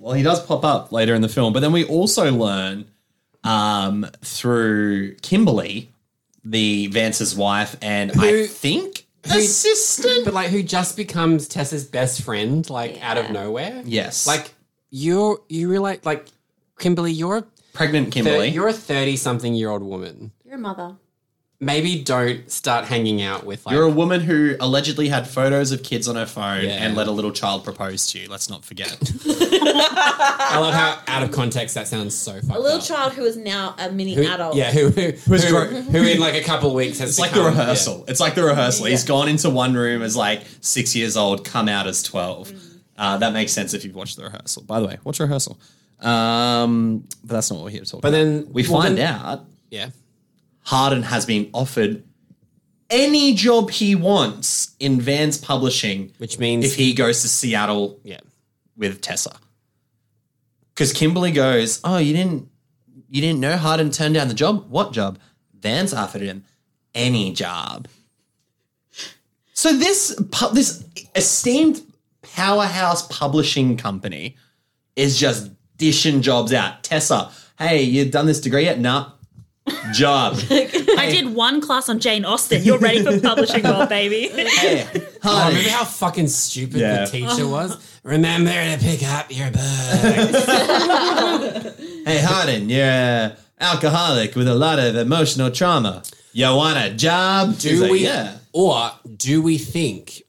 Speaker 1: Well, he does pop up later in the film, but then we also learn um, through Kimberly, the Vance's wife, and I
Speaker 2: Who-
Speaker 1: think
Speaker 2: who-
Speaker 1: assistant.
Speaker 2: but like who just becomes Tessa's best friend like out of
Speaker 4: Yeah.
Speaker 2: nowhere
Speaker 1: Yes,
Speaker 2: like you're you realize like Kimberly you're a
Speaker 1: pregnant
Speaker 2: thir-
Speaker 1: Kimberly.
Speaker 2: you're a thirty something year old woman
Speaker 4: You're a mother.
Speaker 2: maybe don't start hanging out with like
Speaker 1: You're a woman who allegedly had photos of kids on her phone
Speaker 2: Yeah.
Speaker 1: and let a little child propose to you. Let's not forget. *laughs*
Speaker 2: I love how out of context that sounds so fucked
Speaker 4: A little
Speaker 2: up.
Speaker 4: child who is now a mini
Speaker 2: Who-
Speaker 4: adult.
Speaker 2: yeah who who,
Speaker 1: Who's
Speaker 2: who,
Speaker 1: dro-
Speaker 2: who in like a couple of weeks has
Speaker 1: It's like the
Speaker 2: become- yeah.
Speaker 1: rehearsal. It's like the rehearsal. He's gone into one room as like six years old, come out as 12. Uh, that makes sense if you've watched the rehearsal. By the way, watch rehearsal. Um, but that's not what we're here to talk
Speaker 2: But
Speaker 1: about.
Speaker 2: then-
Speaker 1: we
Speaker 2: well,
Speaker 1: find
Speaker 2: then-
Speaker 1: out
Speaker 2: yeah.
Speaker 1: Harden has been offered any job he wants in Vans Publishing
Speaker 2: Which means
Speaker 1: if he goes to Seattle
Speaker 2: yeah.
Speaker 1: with Tessa. Because Kimberly goes, "Oh, you didn't, you didn't know Harden turned down the job. What job? Vance offered him any job." So this pu- this esteemed powerhouse publishing company is just dishing jobs out. Tessa, hey, you done this degree yet? Nah, job.
Speaker 3: I did one class on Jane Austen. You're ready for publishing
Speaker 4: *laughs*
Speaker 3: world, baby.
Speaker 1: hey,
Speaker 2: Oh,
Speaker 1: Harden.
Speaker 2: remember how fucking stupid
Speaker 1: Yeah.
Speaker 2: the
Speaker 4: Oh.
Speaker 2: teacher was? Remember to pick up your books.
Speaker 1: Hey, Harden, you're an alcoholic with a lot of emotional trauma. You want a job? He's
Speaker 2: Do
Speaker 1: like,
Speaker 2: we
Speaker 1: yeah.
Speaker 2: or do we think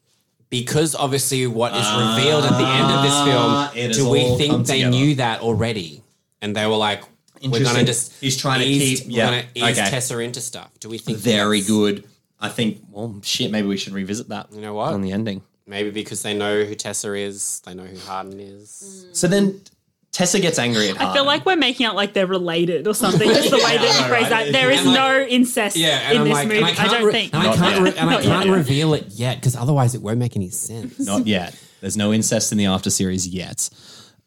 Speaker 2: because obviously what is revealed at the end of
Speaker 1: Ah, it
Speaker 2: this
Speaker 1: has
Speaker 2: film, do we
Speaker 1: all come
Speaker 2: think they
Speaker 1: together.
Speaker 2: knew that already? And they were like, we're gonna
Speaker 1: Interesting.
Speaker 2: just
Speaker 1: He's trying to
Speaker 2: ease,
Speaker 1: keep-
Speaker 2: we're
Speaker 1: yeah,
Speaker 2: gonna ease
Speaker 1: okay.
Speaker 2: Tessa into stuff. Do we think
Speaker 1: Very
Speaker 2: that's-
Speaker 1: good. I think, well, shit, maybe we should revisit that.
Speaker 2: You know what?
Speaker 1: On the ending.
Speaker 2: Maybe because they know who Tessa is, they know who Harden is.
Speaker 1: So then Tessa gets angry at Harden.
Speaker 3: I feel like we're making out like they're related or something. Just the way that
Speaker 1: Yeah,
Speaker 3: you phrase
Speaker 1: right.
Speaker 3: that. There is
Speaker 2: And like-
Speaker 3: no incest
Speaker 2: Yeah, and
Speaker 3: in
Speaker 2: I'm
Speaker 3: this
Speaker 2: like,
Speaker 3: movie.
Speaker 2: and I
Speaker 3: I,
Speaker 2: can't
Speaker 3: don't
Speaker 2: re-
Speaker 3: think.
Speaker 2: And I
Speaker 1: Not
Speaker 2: can't,
Speaker 1: yet.
Speaker 2: re- and I
Speaker 3: Not yet.
Speaker 2: can't reveal it yet because otherwise it won't make any sense.
Speaker 1: Not yet. There's no incest in the after series yet.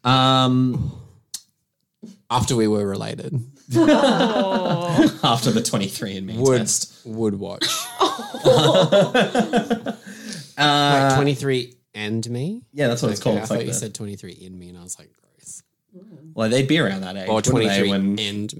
Speaker 1: Um, *laughs*
Speaker 2: After we were related,
Speaker 1: after the 23 and me
Speaker 2: would
Speaker 1: test.
Speaker 2: would
Speaker 1: *laughs*
Speaker 2: watch. twenty three and me.
Speaker 1: Uh, Yeah, that's what it's called.
Speaker 2: I
Speaker 1: It's
Speaker 2: thought
Speaker 1: like,
Speaker 2: you
Speaker 1: the-
Speaker 2: said twenty three in me, and I was like, gross.
Speaker 1: well, they'd be around that age.
Speaker 2: Or
Speaker 1: wouldn't
Speaker 2: twenty
Speaker 1: they,
Speaker 2: three
Speaker 1: when-
Speaker 2: and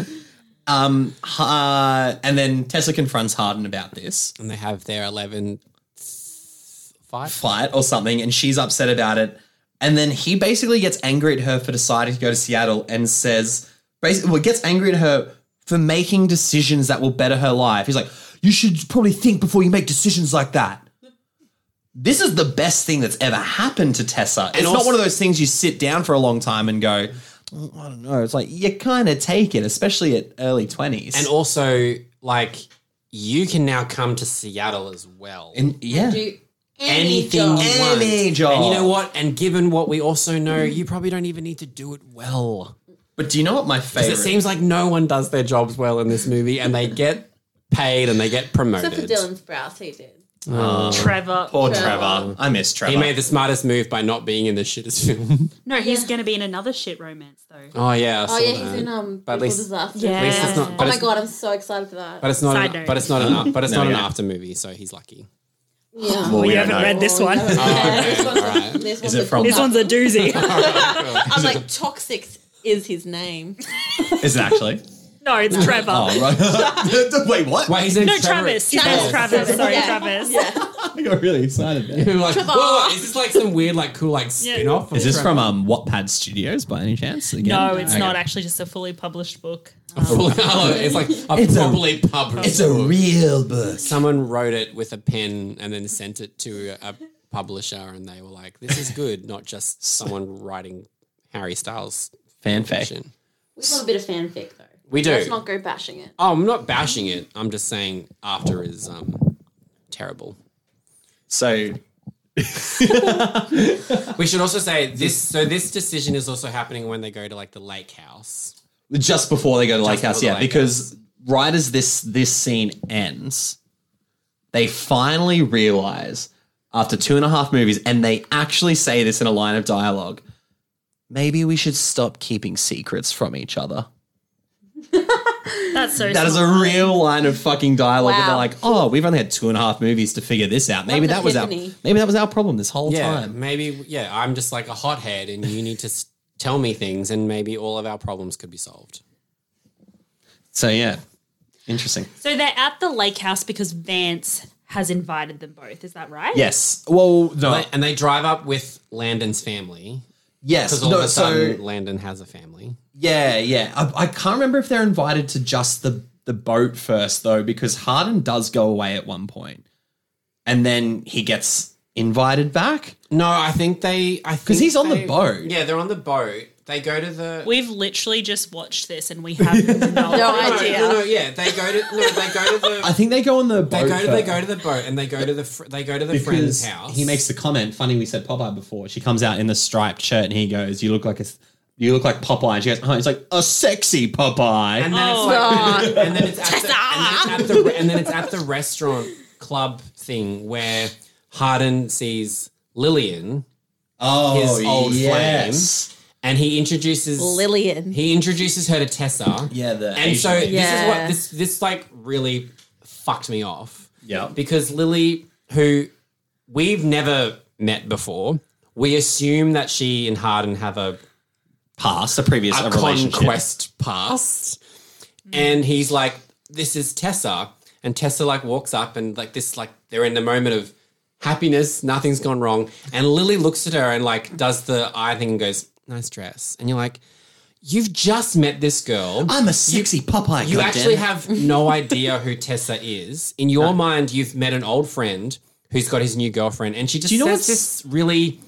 Speaker 2: me. *laughs*
Speaker 1: Um, uh, and then Tessa confronts Harden about this.
Speaker 2: and they have their eleven fight.
Speaker 1: fight or something and she's upset about it. And then he basically gets angry at her for deciding to go to Seattle and says, basically, well, gets angry at her for making decisions that will better her life. He's like, you should probably think before you make decisions like that. This is the best thing that's ever happened to Tessa. It's not
Speaker 2: also-
Speaker 1: one of those things you sit down for a long time and go, "Oh, I don't know. It's like you kind of take it, especially at early 20s.
Speaker 2: And also, like, you can now come to Seattle as well.
Speaker 1: And- yeah.
Speaker 4: Do
Speaker 2: anything
Speaker 4: job.
Speaker 2: you want.
Speaker 1: Any job.
Speaker 2: And you know what? And given what we also know, you probably don't even need to do it well.
Speaker 1: But do you know what my
Speaker 2: 'Cause
Speaker 1: favorite
Speaker 2: It seems like no one does their jobs well in this movie, and they get paid and they get promoted.
Speaker 4: Except for Dylan Sprouse, he did.
Speaker 3: Trevor.
Speaker 2: Oh.
Speaker 1: Poor Trevor. I miss Trevor.
Speaker 2: He made the smartest move by not being in the
Speaker 1: *laughs*
Speaker 2: shittest film.
Speaker 3: No, he's going to be in another shit romance though.
Speaker 2: oh yeah. I saw
Speaker 4: Oh yeah,
Speaker 2: that.
Speaker 4: he's in um
Speaker 2: But at
Speaker 4: People
Speaker 2: least-
Speaker 4: Disaster.
Speaker 3: Yeah.
Speaker 2: At least it's not.
Speaker 4: Oh
Speaker 2: But
Speaker 4: my
Speaker 2: it's,
Speaker 4: god, I'm so excited for that.
Speaker 2: But it's not.
Speaker 3: Side
Speaker 2: An,
Speaker 3: note.
Speaker 2: but it's not an. But it's
Speaker 1: *laughs* No,
Speaker 2: not an
Speaker 1: yeah.
Speaker 2: after movie, so he's
Speaker 4: *laughs*
Speaker 2: lucky.
Speaker 4: yeah.
Speaker 2: Oh,
Speaker 1: well, we
Speaker 5: you
Speaker 1: don't
Speaker 5: haven't
Speaker 1: know.
Speaker 5: read this one.
Speaker 4: Oh,
Speaker 3: *laughs*
Speaker 4: Yeah, this one's a-
Speaker 2: Alright.
Speaker 4: this
Speaker 1: Is
Speaker 4: one's
Speaker 1: it
Speaker 4: a
Speaker 1: from-
Speaker 5: This
Speaker 4: full
Speaker 5: one's a
Speaker 2: *laughs*
Speaker 5: doozy.
Speaker 3: *laughs*
Speaker 4: cut. I'm like toxic is
Speaker 2: *laughs*
Speaker 4: his name.
Speaker 1: Is it actually?
Speaker 5: no, it's Trevor.
Speaker 1: Oh, right. *laughs* Wait, what?
Speaker 2: Wait, his name's
Speaker 5: No,
Speaker 2: Trevor.
Speaker 5: Travis. His name's Travis. Sorry,
Speaker 4: Yeah.
Speaker 5: Travis.
Speaker 1: I got really excited there.
Speaker 2: We were like, whoa, whoa, is this like some weird, like cool, like spin-off?
Speaker 1: Is this
Speaker 2: Trevor?
Speaker 1: from um, Wattpad Studios by any chance? Again?
Speaker 3: No, it's
Speaker 1: Okay.
Speaker 3: not actually just a fully published book.
Speaker 2: *laughs* Oh, it's like a
Speaker 1: It's a-
Speaker 2: probably published. book.
Speaker 1: real book.
Speaker 2: Someone wrote it with a pen and then sent it to a publisher, and they were like, "This is good, not just someone writing Harry Styles
Speaker 1: Fanfic.
Speaker 2: fiction."
Speaker 4: We want a bit of fanfic though.
Speaker 2: We do.
Speaker 4: Let's not go bashing it.
Speaker 2: oh, I'm not bashing it. I'm just saying after is um, terrible.
Speaker 1: So
Speaker 2: We should also say this. So this decision is also happening when they go to like the lake house.
Speaker 1: just before they go to Lake
Speaker 2: before
Speaker 1: House,
Speaker 2: the
Speaker 1: yeah,
Speaker 2: lake
Speaker 1: because right as this this scene ends, they finally realize after two and a half movies, and they actually say this in a line of dialogue. Maybe we should stop keeping secrets from each other.
Speaker 3: That's so.
Speaker 1: That is a
Speaker 3: smart.
Speaker 1: real line of fucking dialogue. where they're
Speaker 4: Wow.
Speaker 1: like, "Oh, we've only had two and a half movies to figure this out. Maybe
Speaker 4: What an
Speaker 1: that was our
Speaker 4: epiphany.
Speaker 1: maybe that was our problem this whole
Speaker 2: Yeah,
Speaker 1: time."
Speaker 2: maybe. Yeah, I'm just like a hothead, and you need to s- tell me things, and maybe all of our problems could be solved.
Speaker 1: So yeah, interesting.
Speaker 3: So they're at the lake house because Vance has invited them both. Is that right?
Speaker 1: Yes. Well, no.
Speaker 2: They- and they drive up with Landon's family
Speaker 1: yes.
Speaker 2: because all
Speaker 1: no,
Speaker 2: of a
Speaker 1: so-
Speaker 2: sudden Landon has a family.
Speaker 1: Yeah, yeah. I, I can't remember if they're invited to just the the boat first though, because Harden does go away at one point, and then he gets invited back.
Speaker 2: No, I think they. I because
Speaker 1: he's on the boat.
Speaker 2: Yeah, they're on the boat. They go to the.
Speaker 3: We've literally just watched this and
Speaker 4: *laughs*
Speaker 3: we have no.
Speaker 4: No
Speaker 2: no, no,
Speaker 4: idea.
Speaker 2: no, no, yeah, they go to no, they go
Speaker 1: *laughs*
Speaker 2: to
Speaker 1: I
Speaker 2: the.
Speaker 1: think they go on the
Speaker 2: They
Speaker 1: boat.
Speaker 2: go to they
Speaker 1: first
Speaker 2: go to the boat and they go to the fr- they go to the
Speaker 1: because
Speaker 2: friend's house.
Speaker 1: He makes the comment. Funny, we said Popeye before. She comes out in the striped shirt, and he goes, "You look like a." You look like Popeye, and she goes, "Oh, it's like a sexy Popeye."
Speaker 2: and then
Speaker 3: Oh.
Speaker 2: it's like, and then it's at the, and, then it's at the and then it's
Speaker 4: *laughs*
Speaker 2: at the restaurant club thing where Harden sees Lillian
Speaker 1: oh,
Speaker 2: his old
Speaker 1: yes.
Speaker 2: and he introduces
Speaker 4: Lillian.
Speaker 2: He introduces her to Tessa.
Speaker 1: Yeah, the
Speaker 2: and so
Speaker 1: Asian-
Speaker 2: this is what
Speaker 4: Yeah.
Speaker 2: this this like really fucked me off.
Speaker 1: Yeah.
Speaker 2: because Lily, who we've never met before, we assume that she and Harden have a,
Speaker 1: Past the previous
Speaker 2: a
Speaker 1: relationship.
Speaker 2: conquest past, and he's like, "This is Tessa," and Tessa like walks up and like this like they're in the moment of happiness, nothing's gone wrong, and Lily looks at her and like does the eye thing and goes, "Nice dress," and you're like. You've just met this girl.
Speaker 1: I'm a sexy Popeye.
Speaker 2: You
Speaker 1: goddammit.
Speaker 2: actually
Speaker 1: *laughs*
Speaker 2: have no idea who Tessa is. In your mind, you've met an old friend who's got his new girlfriend, and she just
Speaker 1: you know
Speaker 2: says
Speaker 1: what's- Mm.
Speaker 2: this really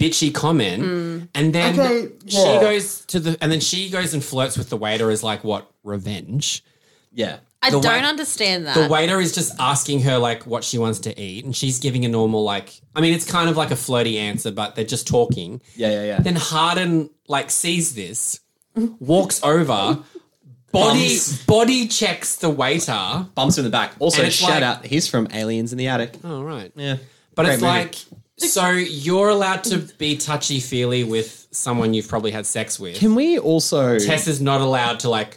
Speaker 2: bitchy comment, and then
Speaker 1: Okay,
Speaker 2: she
Speaker 1: yeah.
Speaker 2: goes to the, and then she goes and flirts with the waiter as like what revenge.
Speaker 1: yeah.
Speaker 4: I
Speaker 2: The
Speaker 4: don't
Speaker 2: wa-
Speaker 4: understand that.
Speaker 1: Uh,
Speaker 2: The waiter is just asking her like what she wants to eat, and she's giving a normal like. I mean, it's kind of like a flirty answer, but they're just talking.
Speaker 1: Yeah, yeah, yeah.
Speaker 2: Then Harden like sees this, walks
Speaker 1: *laughs*
Speaker 2: over, body
Speaker 1: Bumps.
Speaker 2: body checks the waiter.
Speaker 1: bumps in the back. Also,
Speaker 2: And it's
Speaker 1: shout
Speaker 2: like-
Speaker 1: out, he's from Aliens in the Attic.
Speaker 2: Oh right.
Speaker 1: Yeah.
Speaker 2: But
Speaker 1: Great
Speaker 2: it's
Speaker 1: movie.
Speaker 2: like so you're allowed to be touchy feely with someone you've probably had sex with.
Speaker 1: Can we also
Speaker 2: Tess is not allowed to like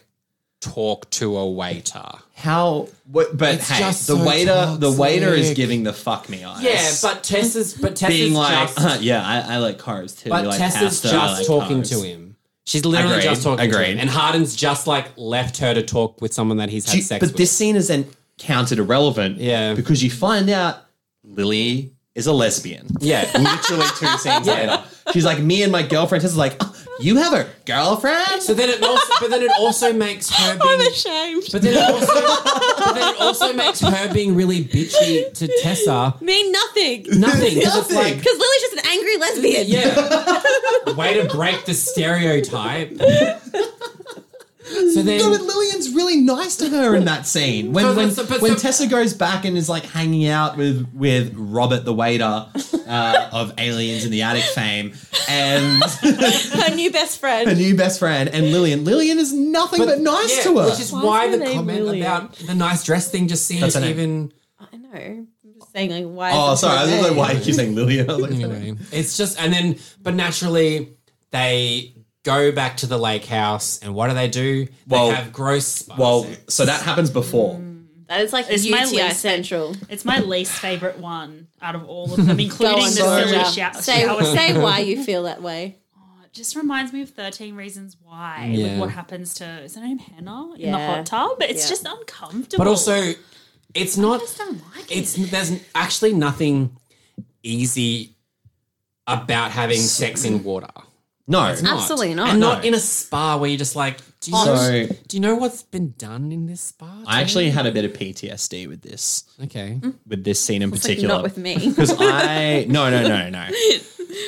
Speaker 2: talk to a waiter.
Speaker 1: how? What, but
Speaker 2: It's
Speaker 1: hey,
Speaker 2: just
Speaker 1: the
Speaker 2: so
Speaker 1: waiter, the
Speaker 2: toxic.
Speaker 1: waiter is giving the fuck me eyes.
Speaker 2: Yeah, but Tess is but Tess
Speaker 1: being
Speaker 2: is
Speaker 1: like, *laughs*
Speaker 2: just
Speaker 1: "Uh, yeah, I, I like cars too.
Speaker 2: but
Speaker 1: I like
Speaker 2: Tess is
Speaker 1: pasta, I
Speaker 2: just
Speaker 1: like
Speaker 2: talking
Speaker 1: cars."
Speaker 2: to him. She's literally
Speaker 1: Agreed,
Speaker 2: just talking to
Speaker 1: agreed.
Speaker 2: him. And Harden's just like left her to talk with someone that he's had
Speaker 1: Do you-
Speaker 2: sex
Speaker 1: but
Speaker 2: with.
Speaker 1: this scene is then counted irrelevant.
Speaker 2: Yeah.
Speaker 1: because you find out Lily is a lesbian.
Speaker 2: yeah.
Speaker 1: *laughs* Literally two scenes later, she's like, me and my girlfriend. Tess is like, "Oh, you have a girlfriend.
Speaker 2: So then it also, but then it also
Speaker 1: *laughs*
Speaker 2: makes her being
Speaker 4: ashamed.
Speaker 2: But then, it also, but then it also makes her being really bitchy to Tessa
Speaker 4: Mean nothing.
Speaker 2: *laughs* nothing.
Speaker 1: *laughs*
Speaker 2: 'cause it's like,
Speaker 4: Because Lily's just an angry lesbian.
Speaker 2: yeah, *laughs* way to break the stereotype. So
Speaker 1: No, but
Speaker 2: then,
Speaker 1: Lillian's really nice to her in that scene. When
Speaker 2: But-
Speaker 1: when,
Speaker 2: but- but-
Speaker 1: when Tessa goes back and is like hanging out with with Robert the waiter uh, of Aliens in the Attic fame and
Speaker 2: *laughs*
Speaker 4: Her new best
Speaker 1: her
Speaker 4: friend.
Speaker 1: new best friend and Lillian. Lillian is nothing but, nice
Speaker 2: yeah,
Speaker 1: to her.
Speaker 2: which is why,
Speaker 3: her
Speaker 2: the
Speaker 3: name
Speaker 2: comment
Speaker 3: Lillian?
Speaker 2: about the nice dress thing just seems
Speaker 1: That's her name.
Speaker 2: even.
Speaker 4: I know. saying like why.
Speaker 1: Oh,
Speaker 4: is it
Speaker 1: sorry. I was
Speaker 4: okay?
Speaker 1: like, why do you keep saying Lillian? I was like,
Speaker 2: Anyway, it's just, and then, but naturally, they go back to the lake house, and what do they do? They
Speaker 1: Well-
Speaker 2: have gross. Spice
Speaker 1: well,
Speaker 2: sex.
Speaker 1: so that happens before.
Speaker 4: That is like
Speaker 3: It's my
Speaker 4: UTI
Speaker 3: least-
Speaker 4: Central.
Speaker 3: It's my least favorite one out of all of
Speaker 4: *laughs*
Speaker 3: them,
Speaker 4: Go
Speaker 3: including
Speaker 4: on,
Speaker 3: the
Speaker 4: Georgia.
Speaker 3: silly shout.
Speaker 4: Say, *laughs*
Speaker 3: shower scene.
Speaker 4: say why you feel that way.
Speaker 3: It just reminds me of 13 Reasons Why,
Speaker 2: Yeah.
Speaker 3: with what happens to, is her name Hannah in the
Speaker 4: Yeah.
Speaker 3: hot tub? It's
Speaker 4: Yeah.
Speaker 3: just uncomfortable.
Speaker 2: but also, it's
Speaker 3: I
Speaker 2: not.
Speaker 3: just don't like
Speaker 2: It's
Speaker 3: *laughs* it.
Speaker 2: there's actually nothing easy about having sex in water.
Speaker 1: No.
Speaker 2: *laughs* Not.
Speaker 4: Absolutely not.
Speaker 2: and not
Speaker 1: No.
Speaker 2: in a spa where you're just like, do you,
Speaker 1: So-
Speaker 2: know, do you know what's been done in this spa?
Speaker 1: I actually Mm. had a bit of PTSD with this,
Speaker 2: okay.
Speaker 1: with this scene in
Speaker 4: Like,
Speaker 1: particular.
Speaker 4: not with me.
Speaker 1: Because I no no no no,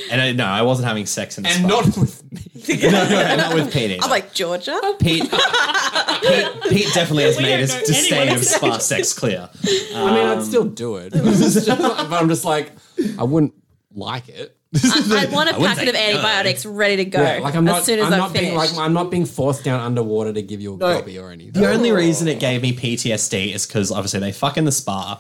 Speaker 1: and I, no, I wasn't having sex in the
Speaker 2: And
Speaker 1: spa.
Speaker 2: not with me.
Speaker 1: *laughs* no, no, and *laughs* not with Pete.
Speaker 4: I'm
Speaker 1: either.
Speaker 4: like Georgia.
Speaker 1: Pete, Pete, Pete definitely has
Speaker 3: We
Speaker 1: made
Speaker 3: don't
Speaker 1: his
Speaker 3: know
Speaker 1: disdain
Speaker 3: anyone
Speaker 1: of spa sex clear.
Speaker 2: I mean, I'd still do it. *laughs* It's just like- but I'm just like, I wouldn't like it.
Speaker 4: I, I want a
Speaker 1: wouldn't
Speaker 4: packet of
Speaker 1: say no.
Speaker 4: antibiotics ready to go.
Speaker 2: Yeah, like I'm not,
Speaker 4: as soon as
Speaker 2: I'm
Speaker 4: I'm,
Speaker 2: not being
Speaker 4: finished.
Speaker 2: like, I'm not being forced down underwater to give you a gobby or anything.
Speaker 1: The only reason it gave me PTSD is because obviously they fuck in the spa.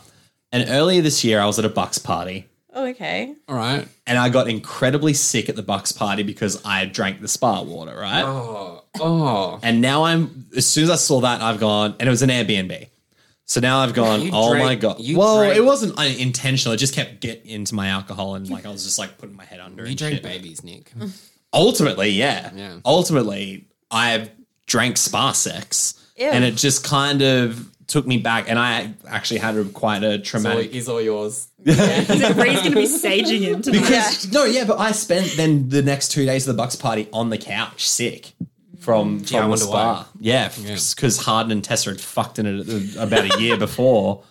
Speaker 1: And earlier this year, I was at a Bucks party
Speaker 4: oh, okay.
Speaker 2: All right.
Speaker 1: and I got incredibly sick at the Bucks party because I drank the spa water, right?
Speaker 2: Oh, oh.
Speaker 1: And now I'm, as soon as I saw that, I've gone, and it was an Airbnb. So now I've gone,
Speaker 2: You
Speaker 1: oh
Speaker 2: drank-
Speaker 1: my God.
Speaker 2: you
Speaker 1: Well,
Speaker 2: drank-
Speaker 1: it wasn't uh, intentional. It just kept getting into my alcohol and like I was just like putting my head under
Speaker 2: You
Speaker 1: and
Speaker 2: drink
Speaker 1: shit. *laughs*
Speaker 2: babies, Nick.
Speaker 1: ultimately, yeah.
Speaker 2: Yeah.
Speaker 1: Ultimately, I drank spa sex
Speaker 4: Ew.
Speaker 1: and it just kind of took me back. And I actually had a, quite a
Speaker 2: So
Speaker 1: traumatic.
Speaker 2: is all yours.
Speaker 3: Bree's
Speaker 4: *laughs*
Speaker 3: going to be saging him tonight.
Speaker 1: Because, No, yeah, but I spent then the next two days of the Bucks party on the couch, sick. From, from
Speaker 2: I
Speaker 1: the
Speaker 2: wonder
Speaker 1: spa.
Speaker 2: why.
Speaker 1: Yeah, because Harden and Tessa had fucked in it uh, about a year *laughs* before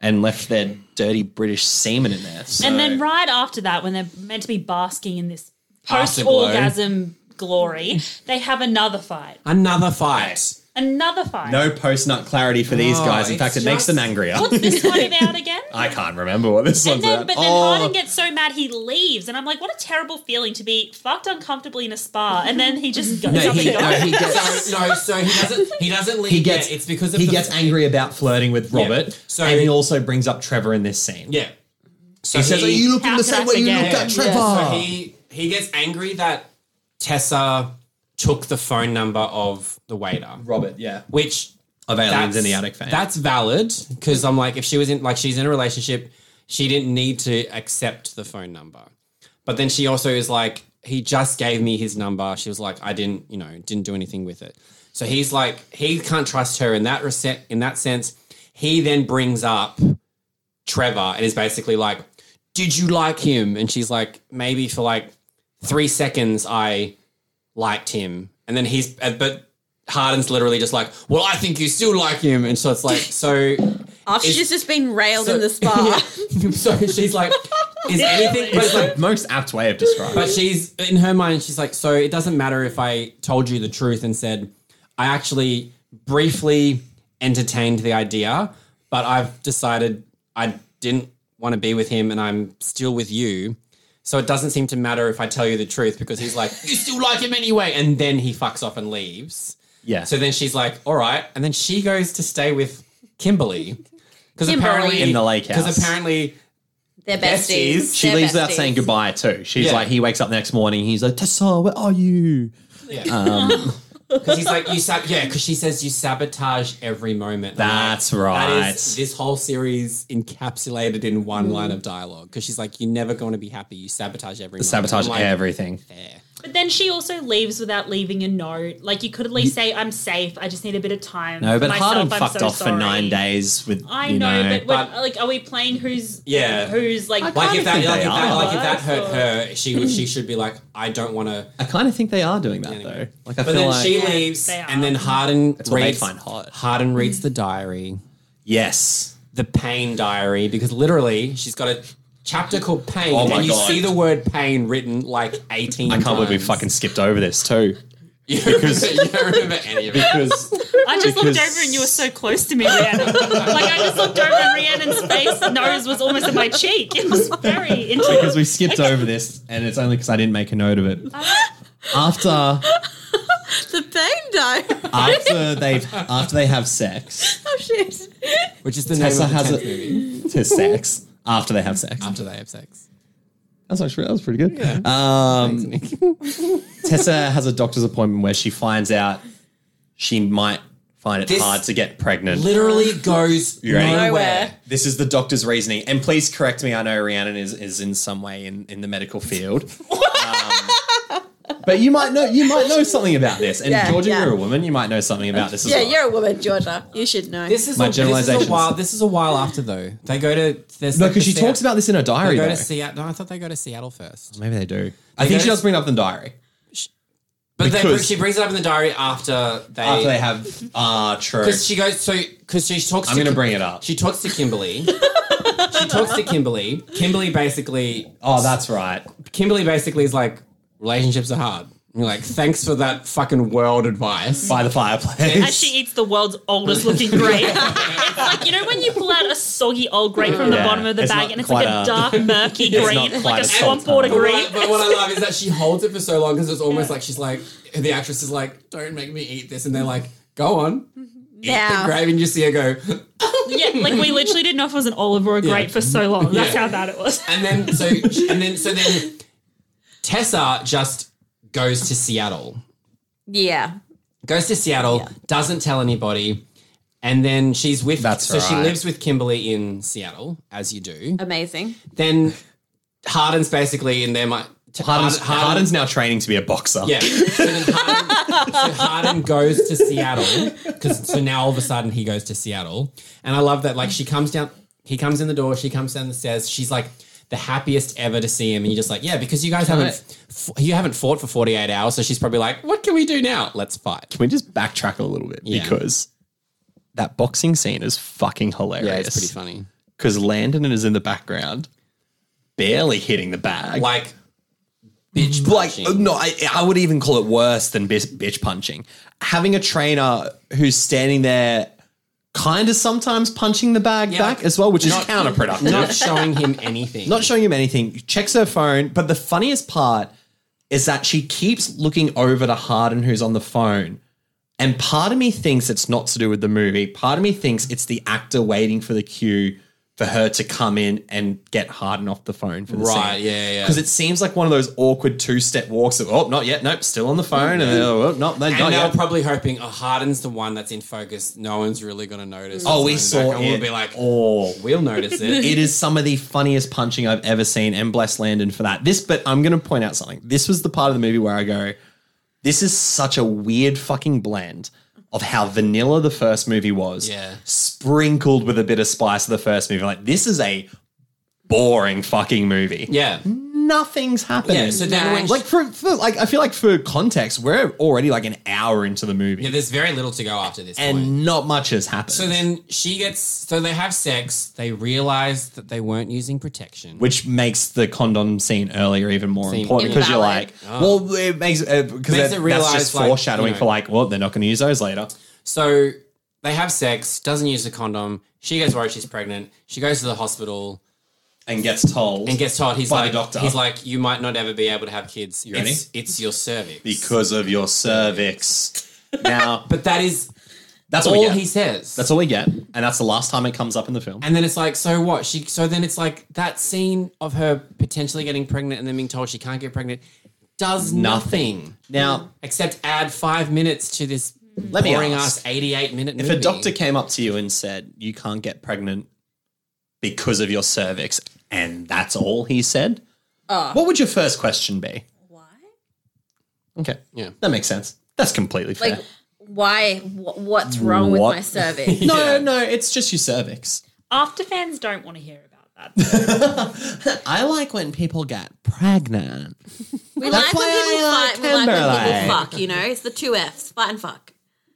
Speaker 1: and left their dirty British semen in there. So.
Speaker 3: And then right after that, when they're meant to be basking in this
Speaker 2: Afterglow.
Speaker 3: post-orgasm glory, they have another fight.
Speaker 2: Another fight.
Speaker 3: Another fight.
Speaker 1: no post nut clarity for these
Speaker 2: No,
Speaker 1: guys. In
Speaker 2: it's
Speaker 1: fact, it makes
Speaker 2: just-
Speaker 1: them angrier.
Speaker 3: What's this one about again?
Speaker 1: *laughs* I can't remember what this
Speaker 3: And
Speaker 1: one's
Speaker 3: then,
Speaker 1: about.
Speaker 3: but then
Speaker 1: Oh.
Speaker 3: Harden gets so mad he leaves, and I'm like, what a terrible feeling to be fucked uncomfortably in a spa, and then he just
Speaker 1: *laughs*
Speaker 3: goes
Speaker 1: No,
Speaker 3: up
Speaker 1: he,
Speaker 3: and
Speaker 1: no,
Speaker 3: goes.
Speaker 1: he gets
Speaker 2: So, no, so he doesn't. He doesn't leave.
Speaker 1: he gets
Speaker 2: yet. It's because of
Speaker 1: he
Speaker 2: the, *laughs*
Speaker 1: gets angry about flirting with Robert,
Speaker 2: So-
Speaker 1: and he also brings up Trevor in this scene.
Speaker 2: Yeah. So
Speaker 1: he says, "Oh, "You look
Speaker 3: How
Speaker 1: in the
Speaker 3: could
Speaker 1: same
Speaker 3: I
Speaker 1: way you
Speaker 3: forget?"
Speaker 1: looked at
Speaker 4: Yeah.
Speaker 1: Trevor."
Speaker 2: So he he gets angry that Tessa took the phone number of the waiter,
Speaker 1: Robert, yeah,
Speaker 2: which
Speaker 1: of aliens
Speaker 2: that's,
Speaker 1: in the attic fame.
Speaker 2: that's valid because I'm like, if she was in like she's in a relationship, she didn't need to accept the phone number. But then she also is like, he just gave me his number. She was like, I didn't, you know, didn't do anything with it. So he's like, he can't trust her in that rese- in that sense. He then brings up Trevor and is basically like, Did you like him? And she's like, Maybe for like three seconds I liked him. And then he's, uh, but Harden's literally just like, Well, I think you still like him. And so it's
Speaker 4: *laughs*
Speaker 2: like, So,
Speaker 4: After
Speaker 2: Is-
Speaker 4: she's just been railed
Speaker 2: so
Speaker 4: in
Speaker 2: *laughs*
Speaker 4: the spa. *laughs*
Speaker 2: so she's like, Is anything, but
Speaker 1: it's
Speaker 2: it's like,
Speaker 1: the most apt way of
Speaker 2: *laughs*
Speaker 1: describing.
Speaker 2: but
Speaker 1: it.
Speaker 2: she's in her mind, she's like, So it doesn't matter if I told you the truth and said, I actually briefly entertained the idea, but I've decided I didn't want to be with him and I'm still with you. So it doesn't seem to matter if I tell you the truth because he's like, you still like him anyway. And then he fucks off and leaves.
Speaker 1: yeah,
Speaker 2: So then she's like, all right. And then she goes to stay with Kimberly. Because
Speaker 4: Kimberly.
Speaker 2: apparently,
Speaker 1: In the lake house.
Speaker 2: Because apparently,
Speaker 4: They're besties.
Speaker 2: Besties.
Speaker 1: she
Speaker 4: They're
Speaker 1: leaves without
Speaker 4: besties.
Speaker 1: saying goodbye too. She's
Speaker 2: Yeah.
Speaker 1: like, he wakes up the next morning. He's like, Tessa, where are you? Um.
Speaker 2: *laughs* Because he's like, you sab- yeah, because she says you sabotage every moment. I'm like,
Speaker 1: That's
Speaker 2: That
Speaker 1: right.
Speaker 2: is this whole series encapsulated in one
Speaker 3: Mm.
Speaker 2: line of dialogue. Because she's like, you're never going to be happy. You sabotage every moment.
Speaker 1: Sabotage
Speaker 2: I'm like,
Speaker 1: everything.
Speaker 2: "Fair."
Speaker 3: But then she also leaves without leaving a note. Like you could at least say, "I'm safe. I just need a bit of time."
Speaker 1: No,
Speaker 3: for
Speaker 1: but
Speaker 3: myself.
Speaker 1: Harden
Speaker 3: I'm
Speaker 1: fucked
Speaker 3: so
Speaker 1: off for
Speaker 3: sorry."
Speaker 1: nine days with.
Speaker 3: I
Speaker 1: you
Speaker 3: know,
Speaker 1: know,
Speaker 3: but, when-
Speaker 2: But-
Speaker 3: like, are we playing who's
Speaker 2: Yeah.
Speaker 3: who's like
Speaker 2: Like if that,
Speaker 1: think
Speaker 2: like
Speaker 1: they
Speaker 2: if that,
Speaker 1: are.
Speaker 2: like if that hurt her, she would, she should be like, I don't want to.
Speaker 1: I kind of think they are doing that though. Like I
Speaker 2: But
Speaker 1: feel
Speaker 2: then
Speaker 1: like
Speaker 2: she leaves,
Speaker 3: they
Speaker 2: and
Speaker 3: are.
Speaker 2: then Harden
Speaker 1: what they
Speaker 2: reads.
Speaker 1: find hot.
Speaker 2: Harden reads the diary,
Speaker 1: yes,
Speaker 2: the pain diary, because literally she's got a chapter called pain,
Speaker 1: Oh my
Speaker 2: and you
Speaker 1: God.
Speaker 2: see the word pain written like eighteen.
Speaker 1: I can't believe we
Speaker 2: times. *laughs*
Speaker 1: fucking *laughs* skipped over this too.
Speaker 2: You don't remember- you don't remember any of it.
Speaker 1: Because
Speaker 3: I just looked
Speaker 1: because-
Speaker 3: over and you were so close
Speaker 1: *laughs*
Speaker 3: to me, Rhiannon. like I just looked over and Rhiannon's face nose was almost in my cheek. It was very interesting.
Speaker 1: because we skipped over this, and it's only because I didn't make a note of it. After
Speaker 4: The pain died. *laughs*
Speaker 1: after they after they have sex,
Speaker 4: oh shit.
Speaker 2: Which is the
Speaker 1: Tessa
Speaker 2: name of the
Speaker 1: has
Speaker 2: tenth
Speaker 1: a
Speaker 2: movie.
Speaker 1: to sex. after they have sex.
Speaker 2: after they have sex.
Speaker 1: That's actually that was pretty good. Um, *laughs* Tessa has a doctor's appointment where she finds out she might find it
Speaker 2: This-
Speaker 1: hard to get pregnant.
Speaker 2: Literally goes
Speaker 1: You ready?
Speaker 2: nowhere.
Speaker 4: Nowhere.
Speaker 1: This is the doctor's reasoning. And please correct me. I know Rhiannon is, is in some way in, in the medical field. Um, but you might know you might know something about this. And
Speaker 4: Yeah,
Speaker 1: Georgia,
Speaker 4: yeah.
Speaker 1: you're a woman. You might know something about this as
Speaker 4: Yeah,
Speaker 1: well.
Speaker 4: you're a woman, Georgia. You should know.
Speaker 2: This is
Speaker 1: My
Speaker 2: a, This is
Speaker 1: generalizations.
Speaker 2: a while. This is a while after though. They go to there's
Speaker 1: no,
Speaker 2: like
Speaker 1: because
Speaker 2: the
Speaker 1: she talks about this in her
Speaker 2: They
Speaker 1: diary.
Speaker 2: go
Speaker 1: Though.
Speaker 2: to Seattle. No, I thought they go to Seattle first.
Speaker 1: Maybe they do. I think
Speaker 2: go
Speaker 1: she
Speaker 2: to-
Speaker 1: does bring it up in the diary
Speaker 2: But they,
Speaker 1: Because-
Speaker 2: she brings it up in the diary after they.
Speaker 1: after they have. Ah, true.
Speaker 2: because she goes so because she talks.
Speaker 1: I'm
Speaker 2: to
Speaker 1: going to
Speaker 2: Kim-
Speaker 1: bring it up.
Speaker 2: She talks to Kimberly. she talks to Kimberly. Kimberly basically
Speaker 1: Oh, that's right.
Speaker 2: Kimberly basically is like, relationships are hard. And you're like, thanks for that fucking world advice.
Speaker 1: By the
Speaker 3: As
Speaker 1: fireplace.
Speaker 3: she eats the world's oldest
Speaker 1: *laughs*
Speaker 3: looking grape. it's like, you know, when you pull out a soggy old grape from the
Speaker 1: Yeah,
Speaker 3: bottom of the
Speaker 1: it's
Speaker 3: bag
Speaker 1: not
Speaker 3: and it's like
Speaker 1: quite
Speaker 3: a,
Speaker 1: a- *laughs*
Speaker 3: dark, murky
Speaker 1: It's not
Speaker 3: green,
Speaker 1: quite
Speaker 3: like
Speaker 1: a
Speaker 3: a swamp
Speaker 1: salt
Speaker 3: water
Speaker 1: pepper.
Speaker 2: But
Speaker 3: green.
Speaker 2: what, but what I love is that she holds it for so long because it's almost like she's like, the actress is like, don't make me eat this. And they're like, go on.
Speaker 4: now.
Speaker 2: Grave and you see her go.
Speaker 3: Yeah, like we literally didn't know if it was an olive or a grape for so long. That's
Speaker 2: Yeah.
Speaker 3: how bad it
Speaker 1: *laughs*
Speaker 3: was.
Speaker 2: And then, so, and then, so then Tessa just goes to Seattle.
Speaker 4: Yeah.
Speaker 2: goes to Seattle, doesn't tell anybody, and then she's with.
Speaker 1: That's
Speaker 2: so she
Speaker 1: right.
Speaker 2: lives with Kimberly in Seattle, as you do.
Speaker 4: Amazing.
Speaker 2: Then Harden's basically in there. My
Speaker 1: *laughs* Harden's, Harden's now training to be a boxer.
Speaker 2: yeah. So, then Harden, so Harden goes to Seattle because so now all of a sudden he goes to Seattle, and I love that. Like she comes down, he comes in the door, she comes down the stairs. She's like the happiest ever to see him, and you're just like, yeah, because you guys haven't f- you haven't fought for 48 hours, so she's probably like, what can we do now? Let's fight.
Speaker 1: Can we just backtrack a little bit?
Speaker 2: Yeah.
Speaker 1: Because that boxing scene is fucking hilarious.
Speaker 2: Yeah, it's pretty funny.
Speaker 1: Because Landon is in the background, barely hitting the bag.
Speaker 2: like bitch
Speaker 1: Like,
Speaker 2: punching.
Speaker 1: no, I, I would even call it worse than bis- bitch punching. Having a trainer who's standing there, kind of sometimes punching the bag back
Speaker 2: like,
Speaker 1: as well, which
Speaker 2: not-
Speaker 1: is counterproductive.
Speaker 2: not showing him anything.
Speaker 1: not showing him anything, checks her phone. But the funniest part is that she keeps looking over to Harden, who's on the phone. And part of me thinks it's not to do with the movie. Part of me thinks it's the actor waiting for the cue for her to come in and get Harden off the phone for the
Speaker 2: Right, yeah, yeah.
Speaker 1: Because it seems like one of those awkward two-step walks. Of, oh, not yet. Nope, still on the phone. And oh, not, not
Speaker 2: and they
Speaker 1: yet.
Speaker 2: were probably hoping, oh, Harden's the one that's in focus. No one's really gonna notice.
Speaker 1: oh, we
Speaker 2: It's
Speaker 1: saw
Speaker 2: going back.
Speaker 1: it.
Speaker 2: And we'll be like,
Speaker 1: oh,
Speaker 2: we'll notice it.
Speaker 1: *laughs* it is some of the funniest punching I've ever seen, and bless Landon for that. This, but I'm going to point out something. This was the part of the movie where I go, this is such a weird fucking blend of how vanilla the first movie was,
Speaker 2: Yeah.
Speaker 1: sprinkled with a bit of spice of the first movie. Like this is a boring fucking movie.
Speaker 2: yeah,
Speaker 1: Nothing's happening.
Speaker 2: yeah. So then,
Speaker 4: Nah.
Speaker 2: when
Speaker 1: like for, for like, I feel like for context, we're already like an hour into the movie,
Speaker 2: yeah, there's very little to go after this
Speaker 1: and
Speaker 2: point.
Speaker 1: not much has happened.
Speaker 2: So then she gets. So they have sex. They realize that they weren't using protection.
Speaker 1: which makes the condom scene earlier even more
Speaker 2: Seem
Speaker 1: important because you're
Speaker 4: Invalid.
Speaker 1: like, well, it makes uh, because
Speaker 2: Makes
Speaker 1: that-
Speaker 2: it realise,
Speaker 1: that's just
Speaker 2: like,
Speaker 1: foreshadowing
Speaker 2: you know.
Speaker 1: for like, well, they're not going to use those later.
Speaker 2: So they have sex. Doesn't use the condom. She gets worried she's pregnant. She goes to the hospital.
Speaker 1: And gets told
Speaker 2: and gets told he's
Speaker 1: By
Speaker 2: like
Speaker 1: the doctor.
Speaker 2: he's like you might not ever be able to have kids. You
Speaker 1: ready?
Speaker 2: It's, it's your cervix
Speaker 1: because of your cervix. now
Speaker 2: *laughs* But that is
Speaker 1: that's all we
Speaker 2: all
Speaker 1: get.
Speaker 2: he says.
Speaker 1: Oh, that's all we get, and that's the last time it comes up in the film.
Speaker 2: And then it's like so what she so then it's like that scene of her potentially getting pregnant and then being told she can't get pregnant does nothing,
Speaker 1: Now,
Speaker 2: except add five minutes to this
Speaker 1: Let me
Speaker 2: boring
Speaker 1: ask.
Speaker 2: ass eighty eight minute.
Speaker 1: if a doctor came up to you and said you can't get pregnant because of your cervix, and that's all he said, what would your first question be?
Speaker 4: Why?
Speaker 1: Okay,
Speaker 2: Yeah.
Speaker 1: that makes sense. That's completely fair.
Speaker 4: Like, why? Wh- what's wrong with
Speaker 1: What?
Speaker 4: my cervix?
Speaker 1: No,
Speaker 2: Yeah.
Speaker 1: no, it's just your cervix.
Speaker 3: After fans don't want to hear about that.
Speaker 1: I like when people get pregnant.
Speaker 4: We
Speaker 1: That's
Speaker 4: like when
Speaker 1: why
Speaker 4: people
Speaker 1: I
Speaker 4: fight. We like when
Speaker 1: Timberlake.
Speaker 4: people fuck. You know, it's the two Fs: fight and fuck.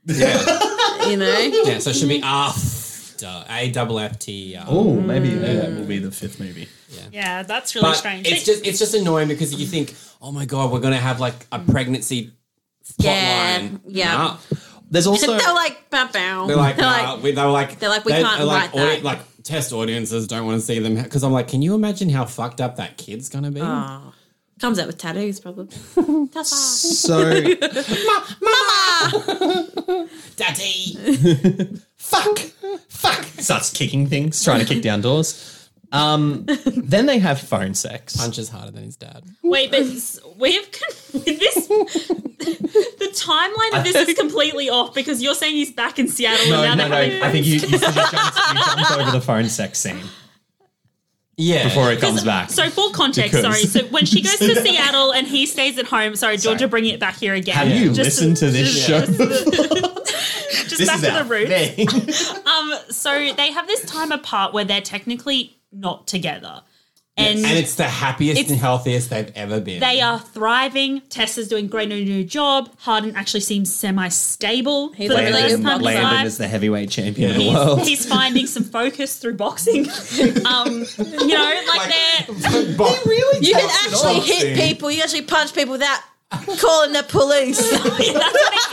Speaker 2: yeah,
Speaker 4: *laughs* You know.
Speaker 2: yeah, so it should be after a double F T. E R.
Speaker 1: Oh, maybe
Speaker 3: Mm.
Speaker 1: that will be the fifth movie.
Speaker 3: Yeah, that's really
Speaker 2: But
Speaker 3: strange.
Speaker 2: it's just it's just annoying because you think, oh my god, we're gonna have like a pregnancy plot
Speaker 4: Yeah,
Speaker 2: line.
Speaker 4: yeah.
Speaker 2: Nah.
Speaker 1: There's
Speaker 3: *laughs*
Speaker 1: also
Speaker 4: they're like, bow, bow.
Speaker 2: They're
Speaker 4: *laughs*
Speaker 2: like, nah, we, they were like,
Speaker 4: they're like, we can't
Speaker 2: are
Speaker 4: write that.
Speaker 2: Like test audiences don't want to see them because I'm like, can you imagine how fucked up that kid's gonna be?
Speaker 4: Oh. comes out with
Speaker 2: *laughs*
Speaker 4: tattoos, probably. Tessa.
Speaker 3: *laughs*
Speaker 1: so
Speaker 2: Daddy,
Speaker 1: fuck, fuck. Starts kicking things, trying to kick down doors. Um, then they have phone sex.
Speaker 2: Punches harder than his dad.
Speaker 3: Wait, but s- we've con- *laughs* this. The timeline of this is completely off because you're saying he's back in Seattle
Speaker 1: No,
Speaker 3: and
Speaker 1: no, no.
Speaker 3: now they're having.
Speaker 1: I think you, you,
Speaker 3: *laughs*
Speaker 1: you, jumped, you jumped over the phone sex scene
Speaker 2: Yeah.
Speaker 1: before it comes back.
Speaker 3: So, for context,
Speaker 1: Because-
Speaker 3: sorry. So, when she goes
Speaker 1: *laughs*
Speaker 3: to Seattle and he stays at home, sorry, Georgia,
Speaker 1: Sorry.
Speaker 3: bringing it back here again.
Speaker 1: have you listened to this show?
Speaker 3: Just
Speaker 1: this
Speaker 3: back
Speaker 1: is
Speaker 3: to
Speaker 1: our
Speaker 3: the roots.
Speaker 1: thing.
Speaker 3: Um, so they have this time apart where they're technically not together, and
Speaker 2: and it's the happiest
Speaker 3: It's-
Speaker 2: and healthiest they've ever been.
Speaker 3: they are thriving. Tessa's doing great in her new job. Harden actually seems semi-stable.
Speaker 4: He's
Speaker 3: for
Speaker 4: a
Speaker 3: the
Speaker 4: really
Speaker 3: first
Speaker 4: good
Speaker 3: time in his
Speaker 4: boxer.
Speaker 1: Landon
Speaker 3: life.
Speaker 1: is the heavyweight champion of the world.
Speaker 3: He's, he's finding some focus through *laughs* boxing. Um, you know, like, they're
Speaker 2: *laughs* But-
Speaker 4: You can actually
Speaker 2: off,
Speaker 4: hit
Speaker 2: dude.
Speaker 4: people. You actually punch people without calling the *laughs* police.
Speaker 3: that's what, he, that's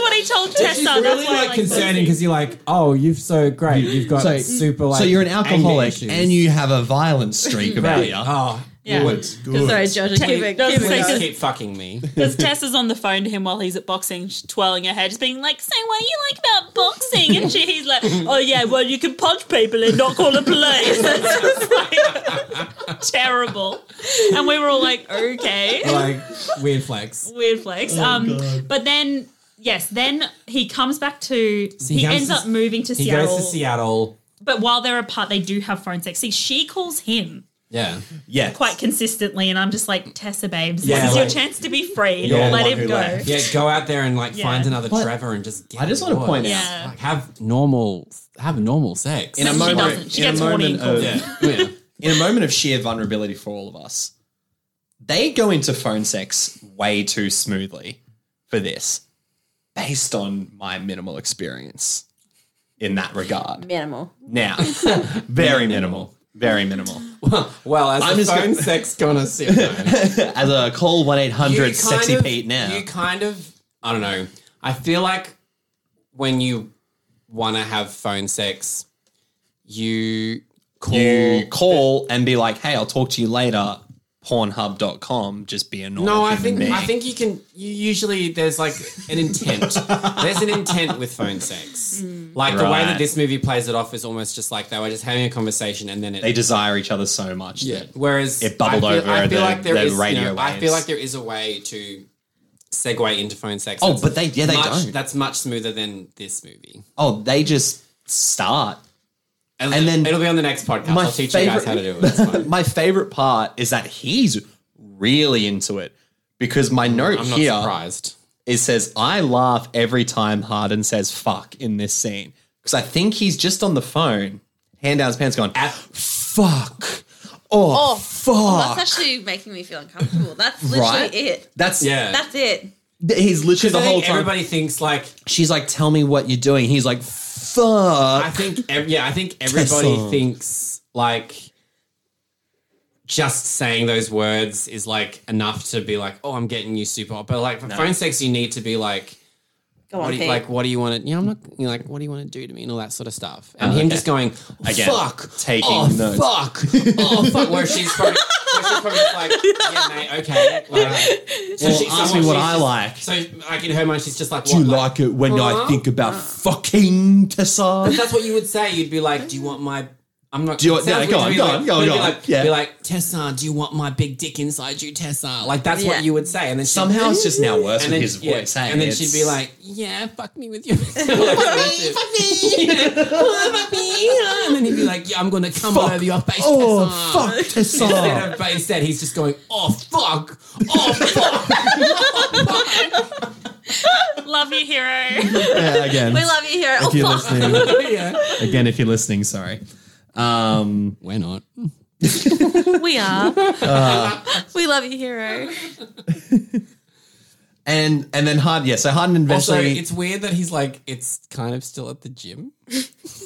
Speaker 3: what he told Tessa.
Speaker 2: It's
Speaker 3: That's
Speaker 2: really
Speaker 3: why I
Speaker 2: like
Speaker 3: like
Speaker 2: concerning because you're like, oh, you've so great, you've got
Speaker 1: So,
Speaker 2: super like.
Speaker 1: so you're an
Speaker 2: anger
Speaker 1: alcoholic
Speaker 2: issues.
Speaker 1: and you have a violent streak about
Speaker 2: Right.
Speaker 1: you.
Speaker 2: Oh,
Speaker 3: Yeah.
Speaker 1: Good, good.
Speaker 4: Sorry, Georgia. Keep it.
Speaker 3: Doesn't
Speaker 2: please
Speaker 4: Keep it going.
Speaker 3: say Because-
Speaker 2: keep fucking me.
Speaker 3: Because Tessa's on the phone to him while he's at boxing, sh- twirling her hair, just being like, "So what do you like about boxing?" And she, he's like, "Oh yeah, well you can punch people and not call the police." *laughs* It's just like terrible. And we were all like, "Okay,
Speaker 2: Like weird flex.
Speaker 3: weird flex." um, but then yes, then he comes back to
Speaker 2: he
Speaker 3: he,
Speaker 2: comes
Speaker 3: ends
Speaker 2: to-
Speaker 3: up moving to
Speaker 2: He
Speaker 3: Seattle.
Speaker 2: goes to Seattle.
Speaker 3: But while they're apart, they do have phone sex. See, she calls him.
Speaker 2: Yeah,
Speaker 1: Yeah.
Speaker 3: Quite consistently, and I'm just like Tessa, babes.
Speaker 2: Yeah,
Speaker 3: this is
Speaker 2: like-
Speaker 3: your chance to be free.
Speaker 2: You're the
Speaker 3: Let
Speaker 1: one
Speaker 3: him
Speaker 1: who
Speaker 3: go.
Speaker 1: left.
Speaker 2: yeah. Go out there and like
Speaker 3: Yeah.
Speaker 2: find another
Speaker 1: But-
Speaker 2: Trevor and just. Get
Speaker 1: I just
Speaker 2: it
Speaker 1: want to
Speaker 2: going.
Speaker 1: point
Speaker 3: Yeah.
Speaker 1: out
Speaker 2: Like, have normal, have normal sex.
Speaker 1: in a
Speaker 3: She
Speaker 1: moment,
Speaker 3: doesn't. She
Speaker 1: in a
Speaker 3: gets horny
Speaker 1: moment
Speaker 3: and calls
Speaker 1: of
Speaker 2: yeah, *laughs* yeah.
Speaker 1: in a moment of sheer vulnerability for all of us, they go into phone sex way too smoothly for this, based on my minimal experience in that regard.
Speaker 4: Minimal.
Speaker 1: Now, *laughs* very minimal, very minimal.
Speaker 2: Well, as
Speaker 1: I'm
Speaker 2: a
Speaker 1: just
Speaker 2: phone
Speaker 1: gonna-
Speaker 2: sex
Speaker 1: *laughs*
Speaker 2: connoisseur,
Speaker 1: As a call one eight
Speaker 2: You
Speaker 1: hundred
Speaker 2: kind
Speaker 1: sexy
Speaker 2: of-
Speaker 1: Pete now.
Speaker 2: You kind of, I don't know. I feel like when you want to have phone sex, you call.
Speaker 1: You call and be like, "Hey, I'll talk to you later." Pornhub.com. Just be a normal.
Speaker 2: no, I
Speaker 1: human
Speaker 2: think
Speaker 1: being.
Speaker 2: I think you can. You usually there's like
Speaker 1: *laughs*
Speaker 2: an intent. there's an intent with phone sex. Like the way
Speaker 1: Right.
Speaker 2: that this movie plays it off is almost just like they were just having a conversation and then it
Speaker 1: they desire each other so much.
Speaker 2: Yeah.
Speaker 1: that-
Speaker 2: Whereas
Speaker 1: It bubbled
Speaker 2: I feel,
Speaker 1: over
Speaker 2: I feel
Speaker 1: the-
Speaker 2: like there
Speaker 1: the
Speaker 2: is, you
Speaker 1: radio
Speaker 2: know, I feel
Speaker 1: waves.
Speaker 2: like there is a way to segue into phone sex.
Speaker 1: Oh,
Speaker 2: that's
Speaker 1: but they- yeah, they
Speaker 2: much-
Speaker 1: don't.
Speaker 2: That's much smoother than this movie.
Speaker 1: Oh, they just start.
Speaker 2: And,
Speaker 1: And then-
Speaker 2: then it'll be on the next podcast.
Speaker 1: my
Speaker 2: I'll teach you
Speaker 1: favorite-
Speaker 2: guys how to do it. It's fine.
Speaker 1: *laughs* My favorite part is that he's really into it because my note
Speaker 2: I'm not
Speaker 1: here
Speaker 2: surprised.
Speaker 1: it says I laugh every time Harden says fuck in this scene because I think he's just on the phone, hand down his pants, going
Speaker 2: At-
Speaker 1: fuck. Oh,
Speaker 4: Oh,
Speaker 1: fuck.
Speaker 4: That's actually making me feel uncomfortable. That's literally
Speaker 1: right?
Speaker 4: it.
Speaker 1: That's
Speaker 2: Yeah.
Speaker 4: That's it.
Speaker 1: th- He's literally the
Speaker 2: I
Speaker 1: whole
Speaker 2: think
Speaker 1: time.
Speaker 2: everybody thinks like
Speaker 1: She's like, "Tell me what you're doing." He's like, "Fuck."
Speaker 2: I think
Speaker 1: *laughs*
Speaker 2: ev- yeah, I think everybody
Speaker 1: Tessa.
Speaker 2: thinks like just saying those words is like enough to be like, oh, I'm getting you super hot. But like for phone sex, you need to be like,
Speaker 4: Go
Speaker 2: what
Speaker 4: on,
Speaker 2: do you,
Speaker 4: Pete.
Speaker 2: like what do you want to you know I'm not you know, like what do you want to do to me and all that sort of stuff and him just going
Speaker 1: Oh, Again,
Speaker 2: fuck
Speaker 1: taking
Speaker 2: oh,
Speaker 1: notes.
Speaker 2: fuck oh fuck where she's probably where she's probably just like yeah mate okay all right. so
Speaker 1: Well, ask me what
Speaker 2: she's
Speaker 1: I
Speaker 2: just-
Speaker 1: like.
Speaker 2: so like in her mind she's just like
Speaker 1: Do you
Speaker 2: what,
Speaker 1: like it when I
Speaker 2: Huh?
Speaker 1: think about fucking Tessa?
Speaker 2: that's what you would say you'd be like do you want my I'm not.
Speaker 1: Do you want-
Speaker 2: it sounds
Speaker 1: yeah, go
Speaker 2: weird to
Speaker 1: on,
Speaker 2: be
Speaker 1: go
Speaker 2: like-
Speaker 1: on, go on,
Speaker 2: but
Speaker 1: go
Speaker 2: be
Speaker 1: on.
Speaker 2: Like,
Speaker 1: Yeah.
Speaker 2: Be like, Tessa, do you want my big dick inside you, Tessa? Like, that's
Speaker 4: Yeah.
Speaker 2: what you would say. And then she'd-
Speaker 1: Somehow it's just now worse
Speaker 2: and
Speaker 1: with
Speaker 2: then,
Speaker 1: his voice.
Speaker 2: yeah,
Speaker 1: hey,
Speaker 2: and then
Speaker 1: it's-
Speaker 2: she'd be like, "Yeah, fuck me with your *laughs* fuck me, fuck me," and then he'd be like, "Yeah, I'm gonna come all over your
Speaker 1: *laughs*
Speaker 2: face,
Speaker 1: "Oh
Speaker 2: Tessa." *laughs*
Speaker 1: fuck, Tessa!"
Speaker 2: Instead of- but instead, he's just going, "Oh fuck, oh fuck."
Speaker 3: Love you, hero.
Speaker 1: Yeah, again,
Speaker 4: We love you here. Oh,
Speaker 1: if you're
Speaker 4: fuck.
Speaker 1: listening,
Speaker 2: yeah.
Speaker 1: *laughs* again, if you're listening, sorry. Um,
Speaker 2: We're not. *laughs*
Speaker 4: We are.
Speaker 2: Uh.
Speaker 4: *laughs* we love you, hero.
Speaker 1: and and then Harden, yeah. So Harden
Speaker 2: Also,
Speaker 1: eventually,
Speaker 2: it's weird that he's like, it's kind of still at the gym.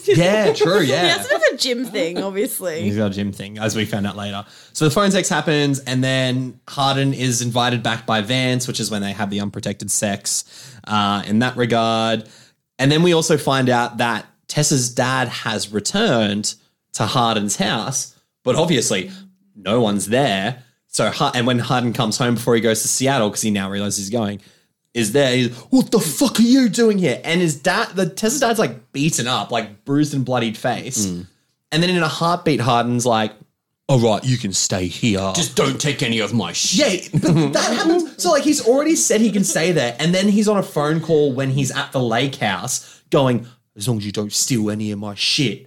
Speaker 1: yeah,
Speaker 2: *laughs*
Speaker 1: true, yeah.
Speaker 4: That's a bit of a gym thing, obviously.
Speaker 1: He's got a gym thing, as we found out later. So the phone sex happens, and then Harden is invited back by Vance, which is when they have the unprotected sex uh, in that regard. And then we also find out that Tessa's dad has returned to Harden's house, but obviously no one's there. So, Har- and when Harden comes home before he goes to Seattle, because he now realizes he's going, is there. He's, what the fuck are you doing here? And his dad, the Tessa's dad's like beaten up, like bruised and bloodied face. And then in a heartbeat, Harden's like, all right, you can stay here.
Speaker 2: Just don't take any of my shit.
Speaker 1: yeah,
Speaker 2: *laughs*
Speaker 1: but that happens. So, like, he's already said he can stay there. And then he's on a phone call when he's at the lake house going, as long as you don't steal any of my shit.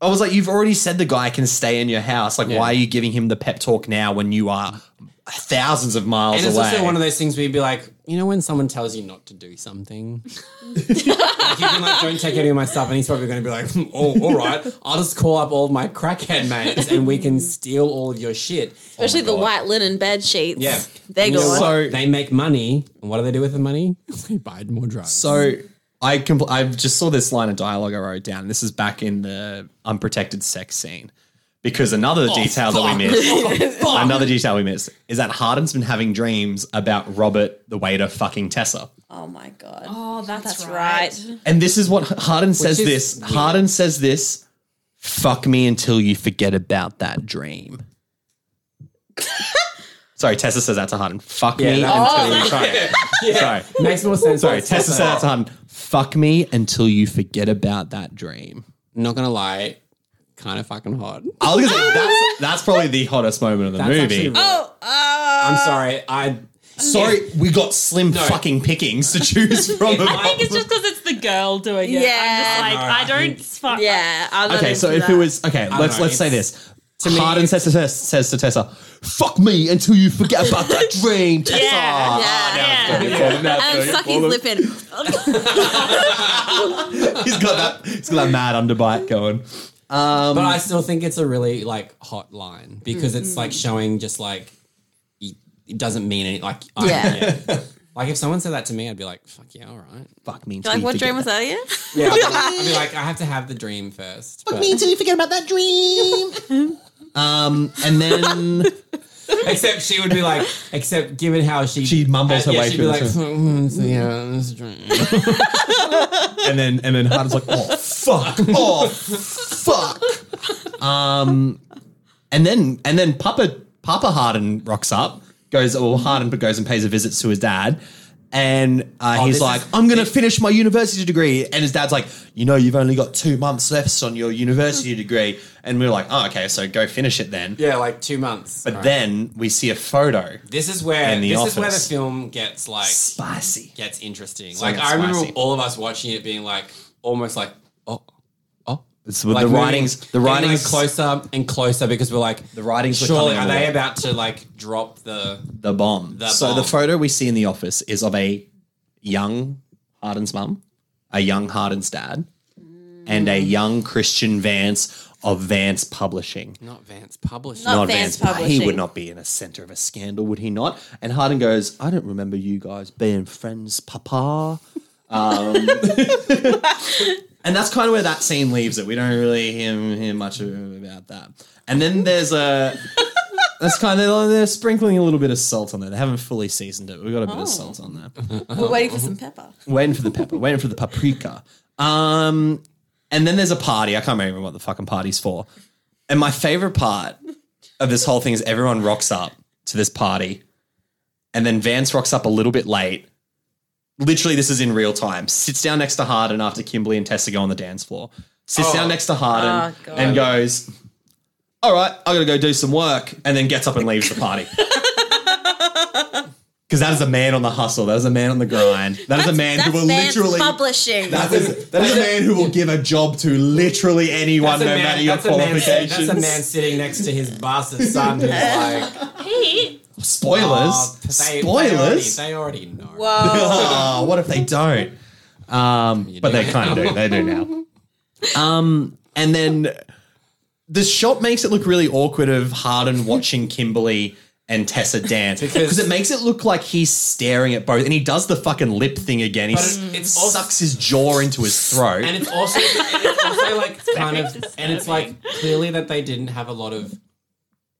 Speaker 1: I was like, you've already said the guy can stay in your house. Like, why are you giving him the pep talk now when you are thousands of miles
Speaker 2: And it's
Speaker 1: away?
Speaker 2: also one of those things where you'd be like, you know, when someone tells you not to do something, like you've been like, don't take any of my stuff, and he's probably going to be like, "Hmm, oh, all right, I'll just call up all my crackhead mates, and we can steal all of your shit,
Speaker 4: Especially
Speaker 2: Oh my
Speaker 4: the
Speaker 2: God.
Speaker 4: white linen bed sheets.
Speaker 2: Yeah,
Speaker 4: They're
Speaker 2: And you know
Speaker 4: gone.
Speaker 1: So-
Speaker 2: what? they make money, and what do they do with the money? *laughs* they buy more drugs.
Speaker 1: So *laughs* I compl- I just saw this line of dialogue I wrote down. This is back in the unprotected sex scene because another detail that we missed, another detail we missed is that Harden's been having dreams about Robert the waiter fucking Tessa.
Speaker 4: oh my god.
Speaker 3: Oh, that's,
Speaker 4: that's
Speaker 3: right.
Speaker 4: right.
Speaker 1: And this is what Harden says
Speaker 2: is
Speaker 1: this. Harden says this. Fuck me until you forget about that *laughs* dream. Sorry, Tessa says that to Harden. Fuck
Speaker 2: Yeah,
Speaker 1: me
Speaker 2: that-
Speaker 1: until you. Sorry. *laughs* Sorry.
Speaker 2: makes more sense.
Speaker 1: Sorry, Tessa said that to Harden. Fuck me until you forget about that dream.
Speaker 2: Not gonna lie, kind of fucking hot.
Speaker 1: I was gonna say that's that's probably the hottest moment of the
Speaker 2: That's actually
Speaker 1: movie.
Speaker 2: right.
Speaker 4: Oh, uh,
Speaker 2: I'm sorry, I.
Speaker 1: Sorry, we got slim fucking pickings to
Speaker 2: *laughs*
Speaker 1: choose from.
Speaker 3: I think it's just because it's the girl doing it.
Speaker 4: Yeah.
Speaker 3: I'm just like,
Speaker 2: No, I
Speaker 3: I don't.
Speaker 2: think-
Speaker 3: fuck.
Speaker 4: yeah. I'm not
Speaker 1: okay, so
Speaker 4: into
Speaker 1: if it
Speaker 4: that.
Speaker 1: was okay, let's
Speaker 2: know,
Speaker 1: let's say
Speaker 2: it's-
Speaker 1: this. Harden says to, Tess, says to Tessa, "Fuck me until you forget about that dream, Tessa." Ah,
Speaker 3: Yeah.
Speaker 4: Yeah. I'm sucking
Speaker 1: *laughs*
Speaker 4: lip in.
Speaker 1: He's got that. He's got that mad underbite going.
Speaker 2: But
Speaker 1: Mm.
Speaker 2: I still think it's a really like hot line because it's like showing just like it it doesn't mean any like I-
Speaker 4: Yeah.
Speaker 2: *laughs* Like if someone said that to me, I'd be like, "Fuck yeah, all right."
Speaker 1: Fuck me. Until
Speaker 4: *laughs* Like,
Speaker 1: you
Speaker 4: what
Speaker 1: forget
Speaker 4: dream was
Speaker 1: that-
Speaker 4: that again?
Speaker 1: Uh-huh.
Speaker 2: Yeah, I'd *laughs* be like, I have to have the dream first. But,
Speaker 1: until you forget about that dream. *laughs* um, and then
Speaker 2: except she would be like, except given how she
Speaker 1: She mumbles her
Speaker 2: yeah,
Speaker 1: way
Speaker 2: she'd
Speaker 1: through
Speaker 2: be
Speaker 1: the
Speaker 2: like, "Mm, so yeah, it's a dream.
Speaker 1: and then and then Harden's like, oh fuck, oh fuck. Um, and then and then Papa Papa Harden rocks up, goes or Harden goes and pays a visit to his dad. And uh,
Speaker 2: Oh,
Speaker 1: he's
Speaker 2: this
Speaker 1: like,
Speaker 2: is-
Speaker 1: I'm going to finish my university degree. And his dad's like, You know, you've only got two months left on your
Speaker 2: *laughs*
Speaker 1: university degree. And we are like, Oh, okay, so go finish it then.
Speaker 2: yeah, like two months.
Speaker 1: But
Speaker 2: All right.
Speaker 1: then we see a photo.
Speaker 2: this is where
Speaker 1: in the
Speaker 2: this is where the
Speaker 1: office.
Speaker 2: film gets like
Speaker 1: Spicy.
Speaker 2: gets interesting.
Speaker 1: So
Speaker 2: like
Speaker 1: it's
Speaker 2: I remember
Speaker 1: spicy.
Speaker 2: all of us watching it being like almost like oh oh
Speaker 1: It's with
Speaker 2: like
Speaker 1: the
Speaker 2: moving-
Speaker 1: writings, the
Speaker 2: getting, like,
Speaker 1: writings,
Speaker 2: closer and closer because we're like
Speaker 1: the writings. were
Speaker 2: surely
Speaker 1: coming
Speaker 2: are they
Speaker 1: along.
Speaker 2: about to like drop the
Speaker 1: the bomb.
Speaker 2: The
Speaker 1: so the
Speaker 2: bomb.
Speaker 1: photo we see in the office is of a young Harden's mum, a young Harden's dad, and a young Christian Vance of Vance Publishing.
Speaker 2: not Vance publishing
Speaker 4: Not Vance Publishing.
Speaker 1: He would not be in the center of a scandal, would he not? And Harden goes, I don't remember you guys being friends,
Speaker 4: *laughs*
Speaker 1: Papa. Um, *laughs* and that's kind of where that scene leaves it. We don't really hear, hear much about that. And then there's
Speaker 4: *laughs*
Speaker 1: a. That's kind of they're sprinkling a little bit of salt on there. They haven't fully seasoned it. We've got a bit
Speaker 4: Oh.
Speaker 1: of salt on there
Speaker 4: We're waiting for some pepper.
Speaker 1: waiting for the pepper, waiting for the paprika. Um, and then there's a party. I can't remember what the fucking party's for. And my favorite part of this whole thing is everyone rocks up to this party, and then Vance rocks up a little bit late. Literally, this is in real time. Sits down next to Harden after Kimberly and Tessa go on the dance floor. Sits
Speaker 2: Oh.
Speaker 1: down next to Harden
Speaker 4: Oh, God.
Speaker 1: and goes, "All right, I gotta go do some work," and then gets up and leaves the
Speaker 4: *laughs*
Speaker 1: party. Because that is a man on the hustle. That is a man on the grind. That is a man
Speaker 4: That's
Speaker 1: who will
Speaker 4: Vance
Speaker 1: literally.
Speaker 4: publishing.
Speaker 1: That is, that is a man who will give a job to literally anyone,
Speaker 2: That's a
Speaker 1: no
Speaker 2: man-
Speaker 1: matter your
Speaker 2: that's a man-
Speaker 1: qualifications.
Speaker 2: that's a man sitting next to his bastard son who's *laughs* like
Speaker 3: Pete,
Speaker 1: Spoilers.
Speaker 2: oh, they,
Speaker 1: Spoilers.
Speaker 2: they already, they already
Speaker 1: *laughs*
Speaker 2: know
Speaker 4: Whoa.
Speaker 1: oh, what if they don't? Um, but they kind of do. They do now. *laughs* Um, and then the shot makes it look really awkward of Harden watching Kimberly and Tessa dance
Speaker 2: Because-
Speaker 1: because it makes it look like he's staring at both, and he does the fucking lip thing again. He
Speaker 2: But
Speaker 1: s-
Speaker 2: it's
Speaker 1: sucks his jaw into his throat.
Speaker 2: and it's also, and it's also *laughs* like kind of, and it's like clearly that they didn't have a lot of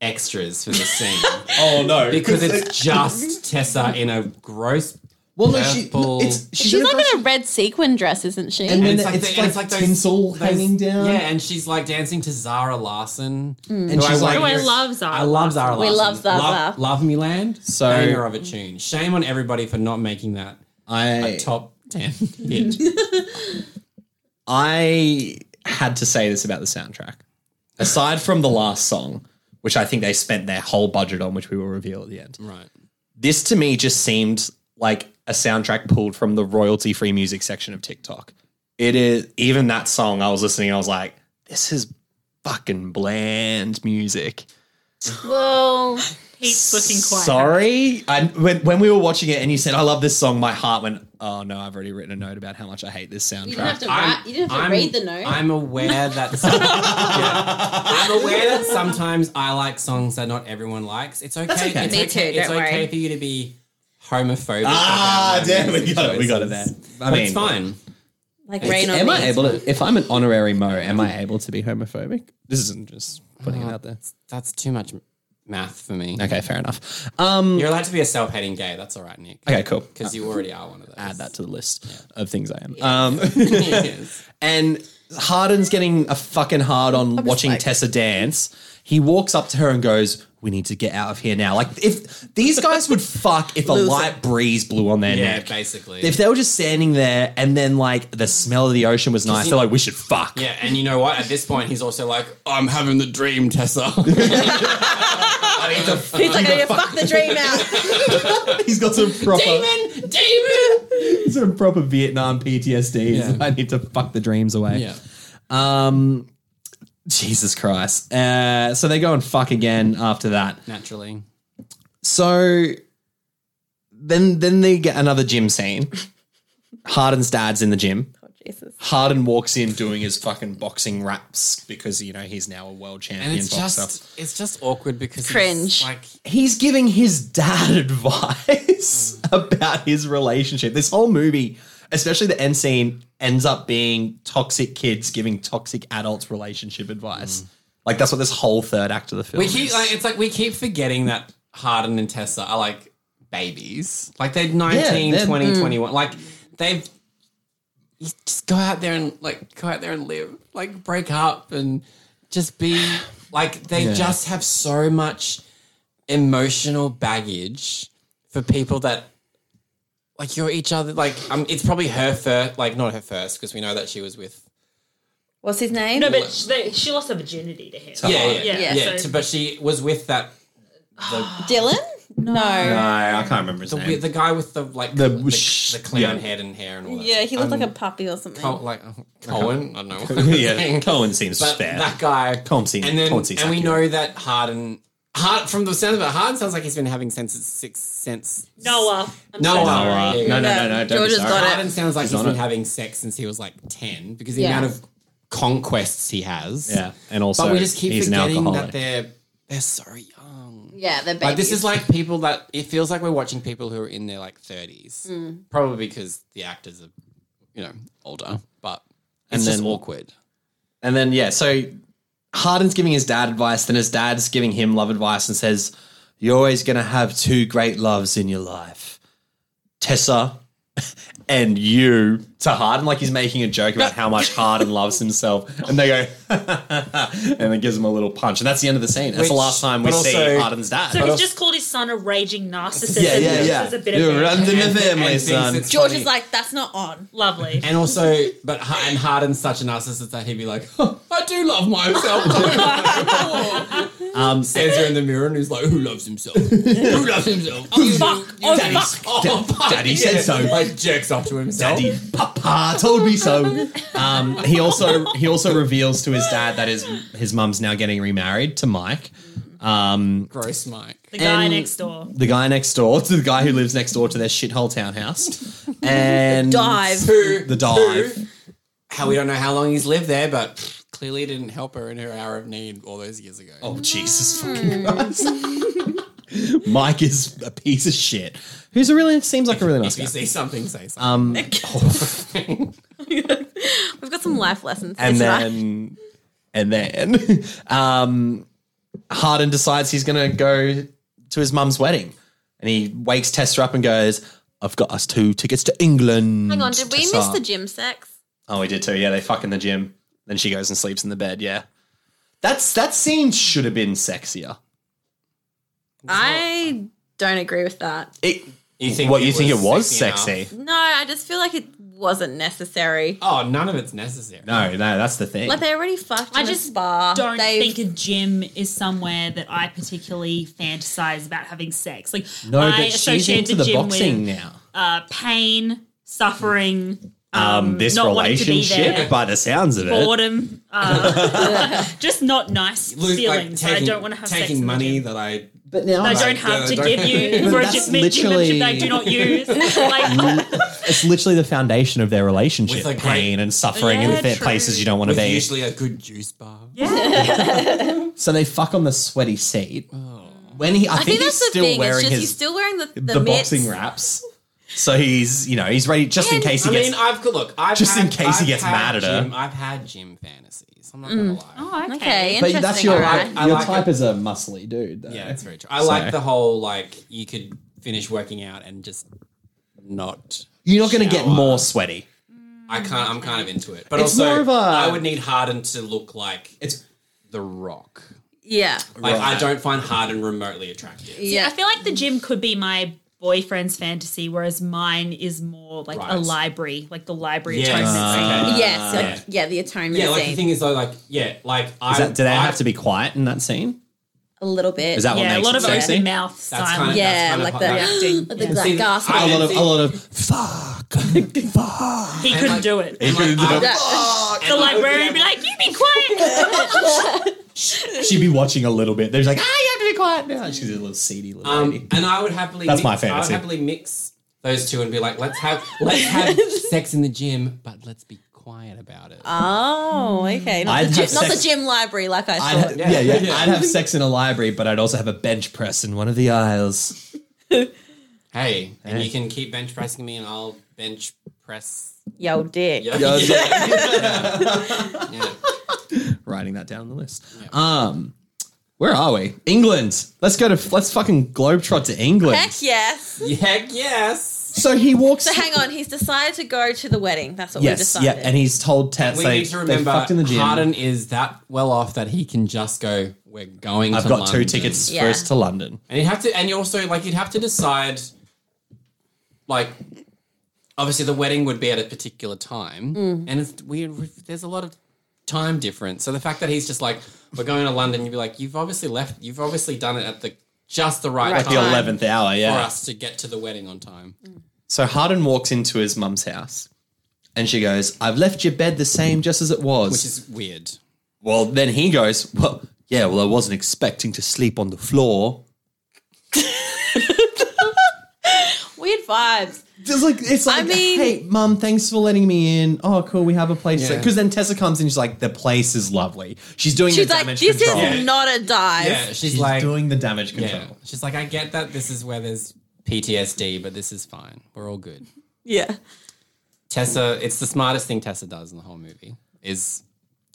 Speaker 2: extras for this
Speaker 1: *laughs*
Speaker 2: scene
Speaker 1: oh no,
Speaker 2: because it's just Tessa in a gross.
Speaker 1: *laughs* well, no, she,
Speaker 2: purple-
Speaker 1: it's, she's, in
Speaker 4: She's
Speaker 1: a
Speaker 4: like
Speaker 1: dress-
Speaker 4: in a red sequin dress, isn't she?
Speaker 1: And then
Speaker 2: it's like
Speaker 1: it's,
Speaker 2: the- and
Speaker 1: like
Speaker 2: it's like those-
Speaker 1: tinsel
Speaker 2: those-
Speaker 1: hanging down. Mm.
Speaker 2: Yeah, and she's like dancing to Zara Larson.
Speaker 1: And she's like,
Speaker 3: oh, I love Zara.
Speaker 2: I love Zara Larson.
Speaker 4: We love Zara.
Speaker 2: Love, Love Me Land.
Speaker 1: So-
Speaker 2: banger of a tune. Shame on everybody for not making that
Speaker 1: I
Speaker 2: top ten hit.
Speaker 1: *laughs* I had to say this about the soundtrack. aside from the last song, which I think they spent their whole budget on, which we will reveal at the end.
Speaker 2: Right.
Speaker 1: This to me just seemed like a soundtrack pulled from the royalty free music section of TikTok. It is even that song I was listening, I was like, this is fucking bland music.
Speaker 4: Well,
Speaker 3: Pete's looking quiet.
Speaker 1: Sorry, I, when when we were watching it and you said I love this song, my heart went. Oh no, I've already written a note about how much I hate this soundtrack.
Speaker 4: you didn't have to write, you didn't have to
Speaker 2: I'm-
Speaker 4: read the note.
Speaker 2: I'm aware
Speaker 4: *laughs*
Speaker 2: that some- yeah. I'm aware that sometimes I like songs that not everyone likes. It's okay.
Speaker 1: okay.
Speaker 2: It's
Speaker 1: Me
Speaker 2: okay.
Speaker 4: too,
Speaker 2: It's
Speaker 4: don't
Speaker 2: okay
Speaker 4: worry.
Speaker 2: for you to be homophobic.
Speaker 1: ah,
Speaker 2: about
Speaker 1: damn,
Speaker 2: your
Speaker 1: we got it, we got it there.
Speaker 2: choices.
Speaker 1: I
Speaker 2: But
Speaker 1: mean,
Speaker 2: it's fine.
Speaker 4: like rain on
Speaker 1: Am
Speaker 4: me.
Speaker 1: I able to? If I'm an honorary mo, am I able to be homophobic? This isn't just putting
Speaker 4: Oh.
Speaker 1: it out there.
Speaker 2: That's too much math for me.
Speaker 1: Okay, fair enough. Um,
Speaker 2: You're allowed to be a self-hating gay. That's all right, Nick.
Speaker 1: okay, cool.
Speaker 2: Because you already are *laughs* one of those.
Speaker 1: Add that to the list of things I am. Um,
Speaker 2: Yes.
Speaker 1: and Harden's getting a fucking hard on watching
Speaker 4: like-
Speaker 1: Tessa dance. He walks up to her and goes, "We need to get out of here now." Like if these guys would fuck if a light breeze blew on their
Speaker 2: *laughs* yeah,
Speaker 1: neck.
Speaker 2: basically.
Speaker 1: If they were just standing there and then like the smell of the ocean was nice,
Speaker 2: he-
Speaker 1: they're like, "We should fuck."
Speaker 2: yeah, and you know what? At this point, he's also like, "I'm having the dream,
Speaker 1: *laughs*
Speaker 2: Tessa." *laughs*
Speaker 1: I mean, the
Speaker 4: He's like, oh, you fuck
Speaker 1: *laughs*
Speaker 4: the dream out.
Speaker 1: *laughs* He's got some proper
Speaker 2: Demon,
Speaker 1: *laughs*
Speaker 2: demon.
Speaker 1: some proper Vietnam PTSD.
Speaker 2: Yeah.
Speaker 1: I need to fuck the dreams away.
Speaker 2: Yeah.
Speaker 1: Um, Jesus Christ. Uh, so they go and fuck again after that.
Speaker 2: Naturally.
Speaker 1: So then then they get another gym *laughs* scene. Harden's dad's in the gym.
Speaker 4: Oh, Jesus.
Speaker 1: Harden walks in doing his fucking boxing raps because you know he's now a world champion
Speaker 2: And it's
Speaker 1: boxer.
Speaker 2: just it's just awkward because it's
Speaker 4: Cringe.
Speaker 2: like
Speaker 1: he's giving his dad *laughs* advice about his relationship. This whole movie, especially the end scene, ends up being toxic kids giving toxic adults relationship advice. Like that's what this whole third act of the film.
Speaker 2: we
Speaker 1: is.
Speaker 2: keep like it's like we keep forgetting that Harden and Tessa are like babies. Like they're 19,
Speaker 1: they're-
Speaker 2: 20, 21. Like they've you just go out there and like go out there and live. Like break up and just be like they just have so much emotional baggage for people that like you're each other like um, it's probably her first like not her first because we know that she was with
Speaker 4: What's his name?
Speaker 3: No, but she, they, she lost her virginity to him.
Speaker 2: yeah, yeah,
Speaker 3: Yeah,
Speaker 2: yeah.
Speaker 3: yeah.
Speaker 2: yeah,
Speaker 3: so-
Speaker 2: to- but she was with that the,
Speaker 4: Dylan? No.
Speaker 1: No, I can't remember his
Speaker 2: the,
Speaker 1: name.
Speaker 2: the guy with the like
Speaker 1: The-
Speaker 2: the the, the clown
Speaker 1: yeah.
Speaker 2: head and hair and all that.
Speaker 4: Yeah, he looked
Speaker 2: Um,
Speaker 4: like a puppy or something.
Speaker 2: Col- like uh, Cohen. I don't know.
Speaker 1: *laughs* um, *laughs* yeah, Cohen seems
Speaker 2: but
Speaker 1: fair.
Speaker 2: *laughs* that guy.
Speaker 1: Cohen seems,
Speaker 2: And then
Speaker 1: Cohen seems
Speaker 2: and we
Speaker 1: accurate.
Speaker 2: know that Harden. Hard from the sound of it, Harden sounds like he's been having since his sixth sense.
Speaker 3: Noah. I'm
Speaker 2: Noah.
Speaker 3: So sorry.
Speaker 2: Noah.
Speaker 1: Oh, No, no, no, no.
Speaker 4: Yeah,
Speaker 1: Don't be
Speaker 4: George has
Speaker 1: sorry.
Speaker 4: got it.
Speaker 2: Harden sounds like he's
Speaker 1: on
Speaker 2: been
Speaker 1: it.
Speaker 2: having sex since he was like ten because the
Speaker 4: Yeah.
Speaker 2: amount of conquests he has.
Speaker 1: Yeah, and also
Speaker 2: but we just keep
Speaker 1: he's an
Speaker 2: forgetting
Speaker 1: alcoholic.
Speaker 2: that they're they're so young.
Speaker 4: yeah, the baby.
Speaker 2: Like this is like people that it feels like we're watching people who are in their like thirties, probably because the actors are, you know, older. But
Speaker 1: And
Speaker 2: it's just
Speaker 1: then-
Speaker 2: awkward.
Speaker 1: And then yeah, so Harden's giving his dad advice, then his dad's giving him love advice and says, You're always gonna have two great loves in your life. Tessa *laughs* and you to Harden, like he's making a joke about how much Harden loves himself. And they go, *laughs* and it gives him a little punch. And that's the end of the scene. That's the
Speaker 2: Which-
Speaker 1: last time we
Speaker 2: but
Speaker 1: see
Speaker 2: also-
Speaker 1: Harden's dad.
Speaker 3: So he's just called his son a raging narcissist.
Speaker 1: yeah, yeah,
Speaker 3: which
Speaker 1: yeah.
Speaker 3: is a bit
Speaker 1: You
Speaker 3: of a-
Speaker 1: run to
Speaker 2: And-
Speaker 1: the family,
Speaker 2: and thinks
Speaker 3: *laughs*
Speaker 1: son.
Speaker 2: it's
Speaker 4: George
Speaker 2: funny.
Speaker 4: is like, that's not on.
Speaker 3: Lovely.
Speaker 2: and also, but Ha- and Harden's such a narcissist that he'd be like, "Huh, "I do love myself."
Speaker 1: Um,
Speaker 2: *laughs* Stands there in the mirror and he's like, "Who
Speaker 1: *laughs*
Speaker 2: loves himself? Who loves himself? Oh
Speaker 3: fuck.
Speaker 2: *laughs*
Speaker 3: Oh,
Speaker 2: Daddy's-
Speaker 3: fuck.
Speaker 2: Oh, fuck!
Speaker 1: Daddy said
Speaker 2: Yeah.
Speaker 1: so.
Speaker 2: Like jerks off to himself.
Speaker 1: Daddy, Papa told me so. Um, he also he also reveals to his dad that his his mum's now getting remarried to Mike, um,
Speaker 2: Gross, Mike.
Speaker 3: the guy
Speaker 1: and-
Speaker 3: next door.
Speaker 1: the guy next door *laughs* to the guy who lives next door to their shithole townhouse, and
Speaker 4: Dive.
Speaker 2: Who
Speaker 1: the dive.
Speaker 2: how we don't know how long he's lived there, but clearly didn't help her in her hour of need all those years ago.
Speaker 1: Oh Jesus fucking Christ! *laughs* Mike is a piece of shit. Who's a really seems like a really nice
Speaker 2: if you
Speaker 1: guy.
Speaker 2: see something, say something.
Speaker 1: Um,
Speaker 4: We've got some life lessons.
Speaker 1: and
Speaker 4: It's right.
Speaker 1: then and then *laughs* um Harden decides he's gonna go to his mum's wedding. And he wakes Tessa up and goes, I've got us two tickets to England.
Speaker 4: Hang on, did we miss
Speaker 1: Tessa.
Speaker 4: the gym sex?
Speaker 1: Oh, we did too. Yeah, they fuck in the gym. Then she goes and sleeps in the bed. Yeah. That's that scene should have been sexier.
Speaker 4: I don't agree with that.
Speaker 1: It
Speaker 2: you
Speaker 1: what you think it was
Speaker 2: sexy enough?
Speaker 1: sexy.
Speaker 4: No, I just feel like it wasn't necessary.
Speaker 2: Oh, none of it's necessary.
Speaker 1: No, no, that's the thing.
Speaker 4: Like they already fucked.
Speaker 3: I
Speaker 4: in a
Speaker 3: just
Speaker 4: spa.
Speaker 3: don't
Speaker 4: They've-
Speaker 3: think a gym is somewhere that I particularly fantasize about having sex. Like
Speaker 1: no,
Speaker 3: I
Speaker 1: but she's
Speaker 3: associate
Speaker 1: into
Speaker 3: the
Speaker 1: the
Speaker 3: gym
Speaker 1: boxing
Speaker 3: with
Speaker 1: now.
Speaker 3: uh, pain, suffering,
Speaker 1: Um, this
Speaker 3: not wanting to be
Speaker 1: relationship,
Speaker 3: there.
Speaker 1: by the sounds of it,
Speaker 3: boredom,
Speaker 4: *laughs*
Speaker 3: uh, just not nice
Speaker 2: Lose- like,
Speaker 3: feelings. I don't want to have
Speaker 2: taking
Speaker 3: sex in the
Speaker 2: money
Speaker 3: gym.
Speaker 2: that I
Speaker 1: but now
Speaker 3: That I
Speaker 2: Like,
Speaker 3: don't have
Speaker 2: uh,
Speaker 3: to
Speaker 2: don't- *laughs*
Speaker 3: give you
Speaker 1: But
Speaker 3: for a
Speaker 1: that's
Speaker 3: gym membership
Speaker 1: literally-
Speaker 3: that I do not
Speaker 4: *laughs*
Speaker 3: use. Like,
Speaker 4: Mm.
Speaker 1: it's literally the foundation of their relationship:
Speaker 2: With a great-
Speaker 1: pain and suffering
Speaker 3: Yeah,
Speaker 1: and fit
Speaker 3: true.
Speaker 1: places you don't want to
Speaker 2: with
Speaker 1: be.
Speaker 2: usually a good juice bar.
Speaker 1: so they fuck on the sweaty seat.
Speaker 2: Oh.
Speaker 1: When he, I,
Speaker 4: I think,
Speaker 1: he's
Speaker 4: that's the
Speaker 1: still
Speaker 4: thing. It's
Speaker 1: wearing
Speaker 4: just
Speaker 1: his
Speaker 4: he's still wearing the the,
Speaker 1: the
Speaker 4: mitts.
Speaker 1: boxing wraps. So he's, you know, he's ready just in
Speaker 4: And-
Speaker 1: case he
Speaker 2: I
Speaker 1: gets.
Speaker 2: mean, I've look. I've
Speaker 1: Just in
Speaker 2: had-
Speaker 1: case he
Speaker 2: I've
Speaker 1: gets
Speaker 2: had
Speaker 1: mad at her.
Speaker 2: gym- I've had gym fantasies. I'm not gonna lie.
Speaker 3: oh, okay.
Speaker 4: Okay,
Speaker 1: but
Speaker 4: interesting.
Speaker 1: that's your
Speaker 4: all right.
Speaker 2: I
Speaker 1: your
Speaker 2: like
Speaker 1: type
Speaker 2: it.
Speaker 1: is a muscly dude. Though.
Speaker 2: Yeah, that's very true. I like the whole like you could finish working out and just not.
Speaker 1: You're not going to get
Speaker 2: shower.
Speaker 1: more sweaty.
Speaker 2: I can't. I'm kind of into it, but
Speaker 1: It's
Speaker 2: also
Speaker 1: more of a-
Speaker 2: I would need Harden to look like
Speaker 1: It's
Speaker 2: the Rock.
Speaker 4: yeah,
Speaker 2: Like
Speaker 1: Right.
Speaker 2: I don't find Harden remotely attractive.
Speaker 4: yeah.
Speaker 3: I feel like the gym could be my boyfriend's fantasy, whereas mine is more like a
Speaker 2: Right.
Speaker 3: library, like the library
Speaker 2: Yes.
Speaker 3: atonement
Speaker 2: Okay.
Speaker 3: scene.
Speaker 4: yes, like, Uh, yeah. the atonement
Speaker 2: Uh, Yeah, like the
Speaker 4: scene.
Speaker 2: thing is though, like yeah, like I.
Speaker 1: is that, do they
Speaker 2: I,
Speaker 1: have to be quiet in that scene?
Speaker 4: a little bit.
Speaker 1: Is that what
Speaker 3: Yeah, a
Speaker 1: makes
Speaker 3: lot
Speaker 1: it
Speaker 3: of
Speaker 1: sexy?
Speaker 3: open mouth
Speaker 2: That's
Speaker 3: silence.
Speaker 2: kind of
Speaker 4: Yeah,
Speaker 2: that's kind
Speaker 4: like
Speaker 2: of,
Speaker 4: the-
Speaker 3: acting.
Speaker 4: With the
Speaker 3: Yeah.
Speaker 4: gla-
Speaker 2: See,
Speaker 4: gasp.
Speaker 2: I
Speaker 1: A lot
Speaker 2: didn't
Speaker 1: of
Speaker 2: think-
Speaker 1: a lot of fuck, *laughs* fuck.
Speaker 3: He couldn't do it.
Speaker 2: and, like, I- *laughs*
Speaker 4: Yeah.
Speaker 3: The librarian would be like, "You be quiet."
Speaker 1: She'd be watching a little bit. They're just like, ah, you have to be quiet now. She's a little seedy little
Speaker 2: Um,
Speaker 1: lady.
Speaker 2: and I would happily
Speaker 1: That's
Speaker 2: mix,
Speaker 1: my
Speaker 2: I
Speaker 1: fantasy.
Speaker 2: would happily mix those two and be like, let's have let's have sex in the gym, but let's be quiet about it.
Speaker 4: Oh, okay. Not,
Speaker 1: I'd
Speaker 4: the gym,
Speaker 1: have
Speaker 4: not the
Speaker 1: sex-
Speaker 4: gym library, like I
Speaker 1: I'd
Speaker 4: thought.
Speaker 1: ha- yeah, yeah,
Speaker 2: Yeah.
Speaker 1: I'd have sex in a library, but I'd also have a bench press in one of the aisles.
Speaker 2: hey, and
Speaker 1: Hey.
Speaker 2: you can keep bench pressing me, and I'll bench press.
Speaker 4: Yo, dick.
Speaker 2: Yeah,
Speaker 1: Yeah,
Speaker 2: *laughs* yeah.
Speaker 1: Writing that down on the list. Um, where are we? England. Let's go to. Let's fucking globetrot to England.
Speaker 4: Heck yes.
Speaker 2: Heck yes.
Speaker 1: So he walks.
Speaker 4: So hang on, he's decided to go to the wedding. That's what we
Speaker 1: yes,
Speaker 4: decided.
Speaker 1: yeah, and he's told Tats
Speaker 2: We
Speaker 1: they,
Speaker 2: need to
Speaker 1: they
Speaker 2: remember
Speaker 1: fucked in the gym.
Speaker 2: Harden is that well off that he can just go. We're going.
Speaker 1: I've
Speaker 2: to
Speaker 1: got two
Speaker 2: London."
Speaker 1: tickets
Speaker 4: Yeah.
Speaker 1: first to London.
Speaker 2: And you have to, and you also like you'd have to decide, like, obviously the wedding would be at a particular time, and it's weird. There's a lot of time difference. So the fact that he's just like, we're going to London, you'd be like, you've obviously left, you've obviously done it at the just the right,
Speaker 4: Right
Speaker 1: The
Speaker 2: time
Speaker 4: time.
Speaker 1: eleventh hour,
Speaker 2: for
Speaker 1: yeah.
Speaker 2: us to get to the wedding on time.
Speaker 1: So Harden walks into his mum's house, and she goes, "I've left your bed the same just as it was."
Speaker 2: Which is weird.
Speaker 1: well, then he goes, "Well, yeah, well, I wasn't expecting to sleep on the floor."
Speaker 4: Weird vibes.
Speaker 1: It's like it's like,
Speaker 4: mean-
Speaker 1: hey, mum, thanks for letting me in. Oh, cool, we have a place.
Speaker 2: Yeah.
Speaker 1: Because then Tessa comes in, she's like, the place is lovely. She's doing
Speaker 4: She's
Speaker 1: the
Speaker 4: like,
Speaker 1: damage
Speaker 4: this
Speaker 1: control.
Speaker 4: is not a dive.
Speaker 2: Yeah, she's,
Speaker 1: She's
Speaker 2: like,
Speaker 1: doing the damage control.
Speaker 2: yeah,
Speaker 4: Mm-hmm.
Speaker 2: she's like, I get that this is where there's PTSD, but this is fine. We're all good.
Speaker 4: Yeah.
Speaker 2: Tessa, it's the smartest thing Tessa does in the whole movie is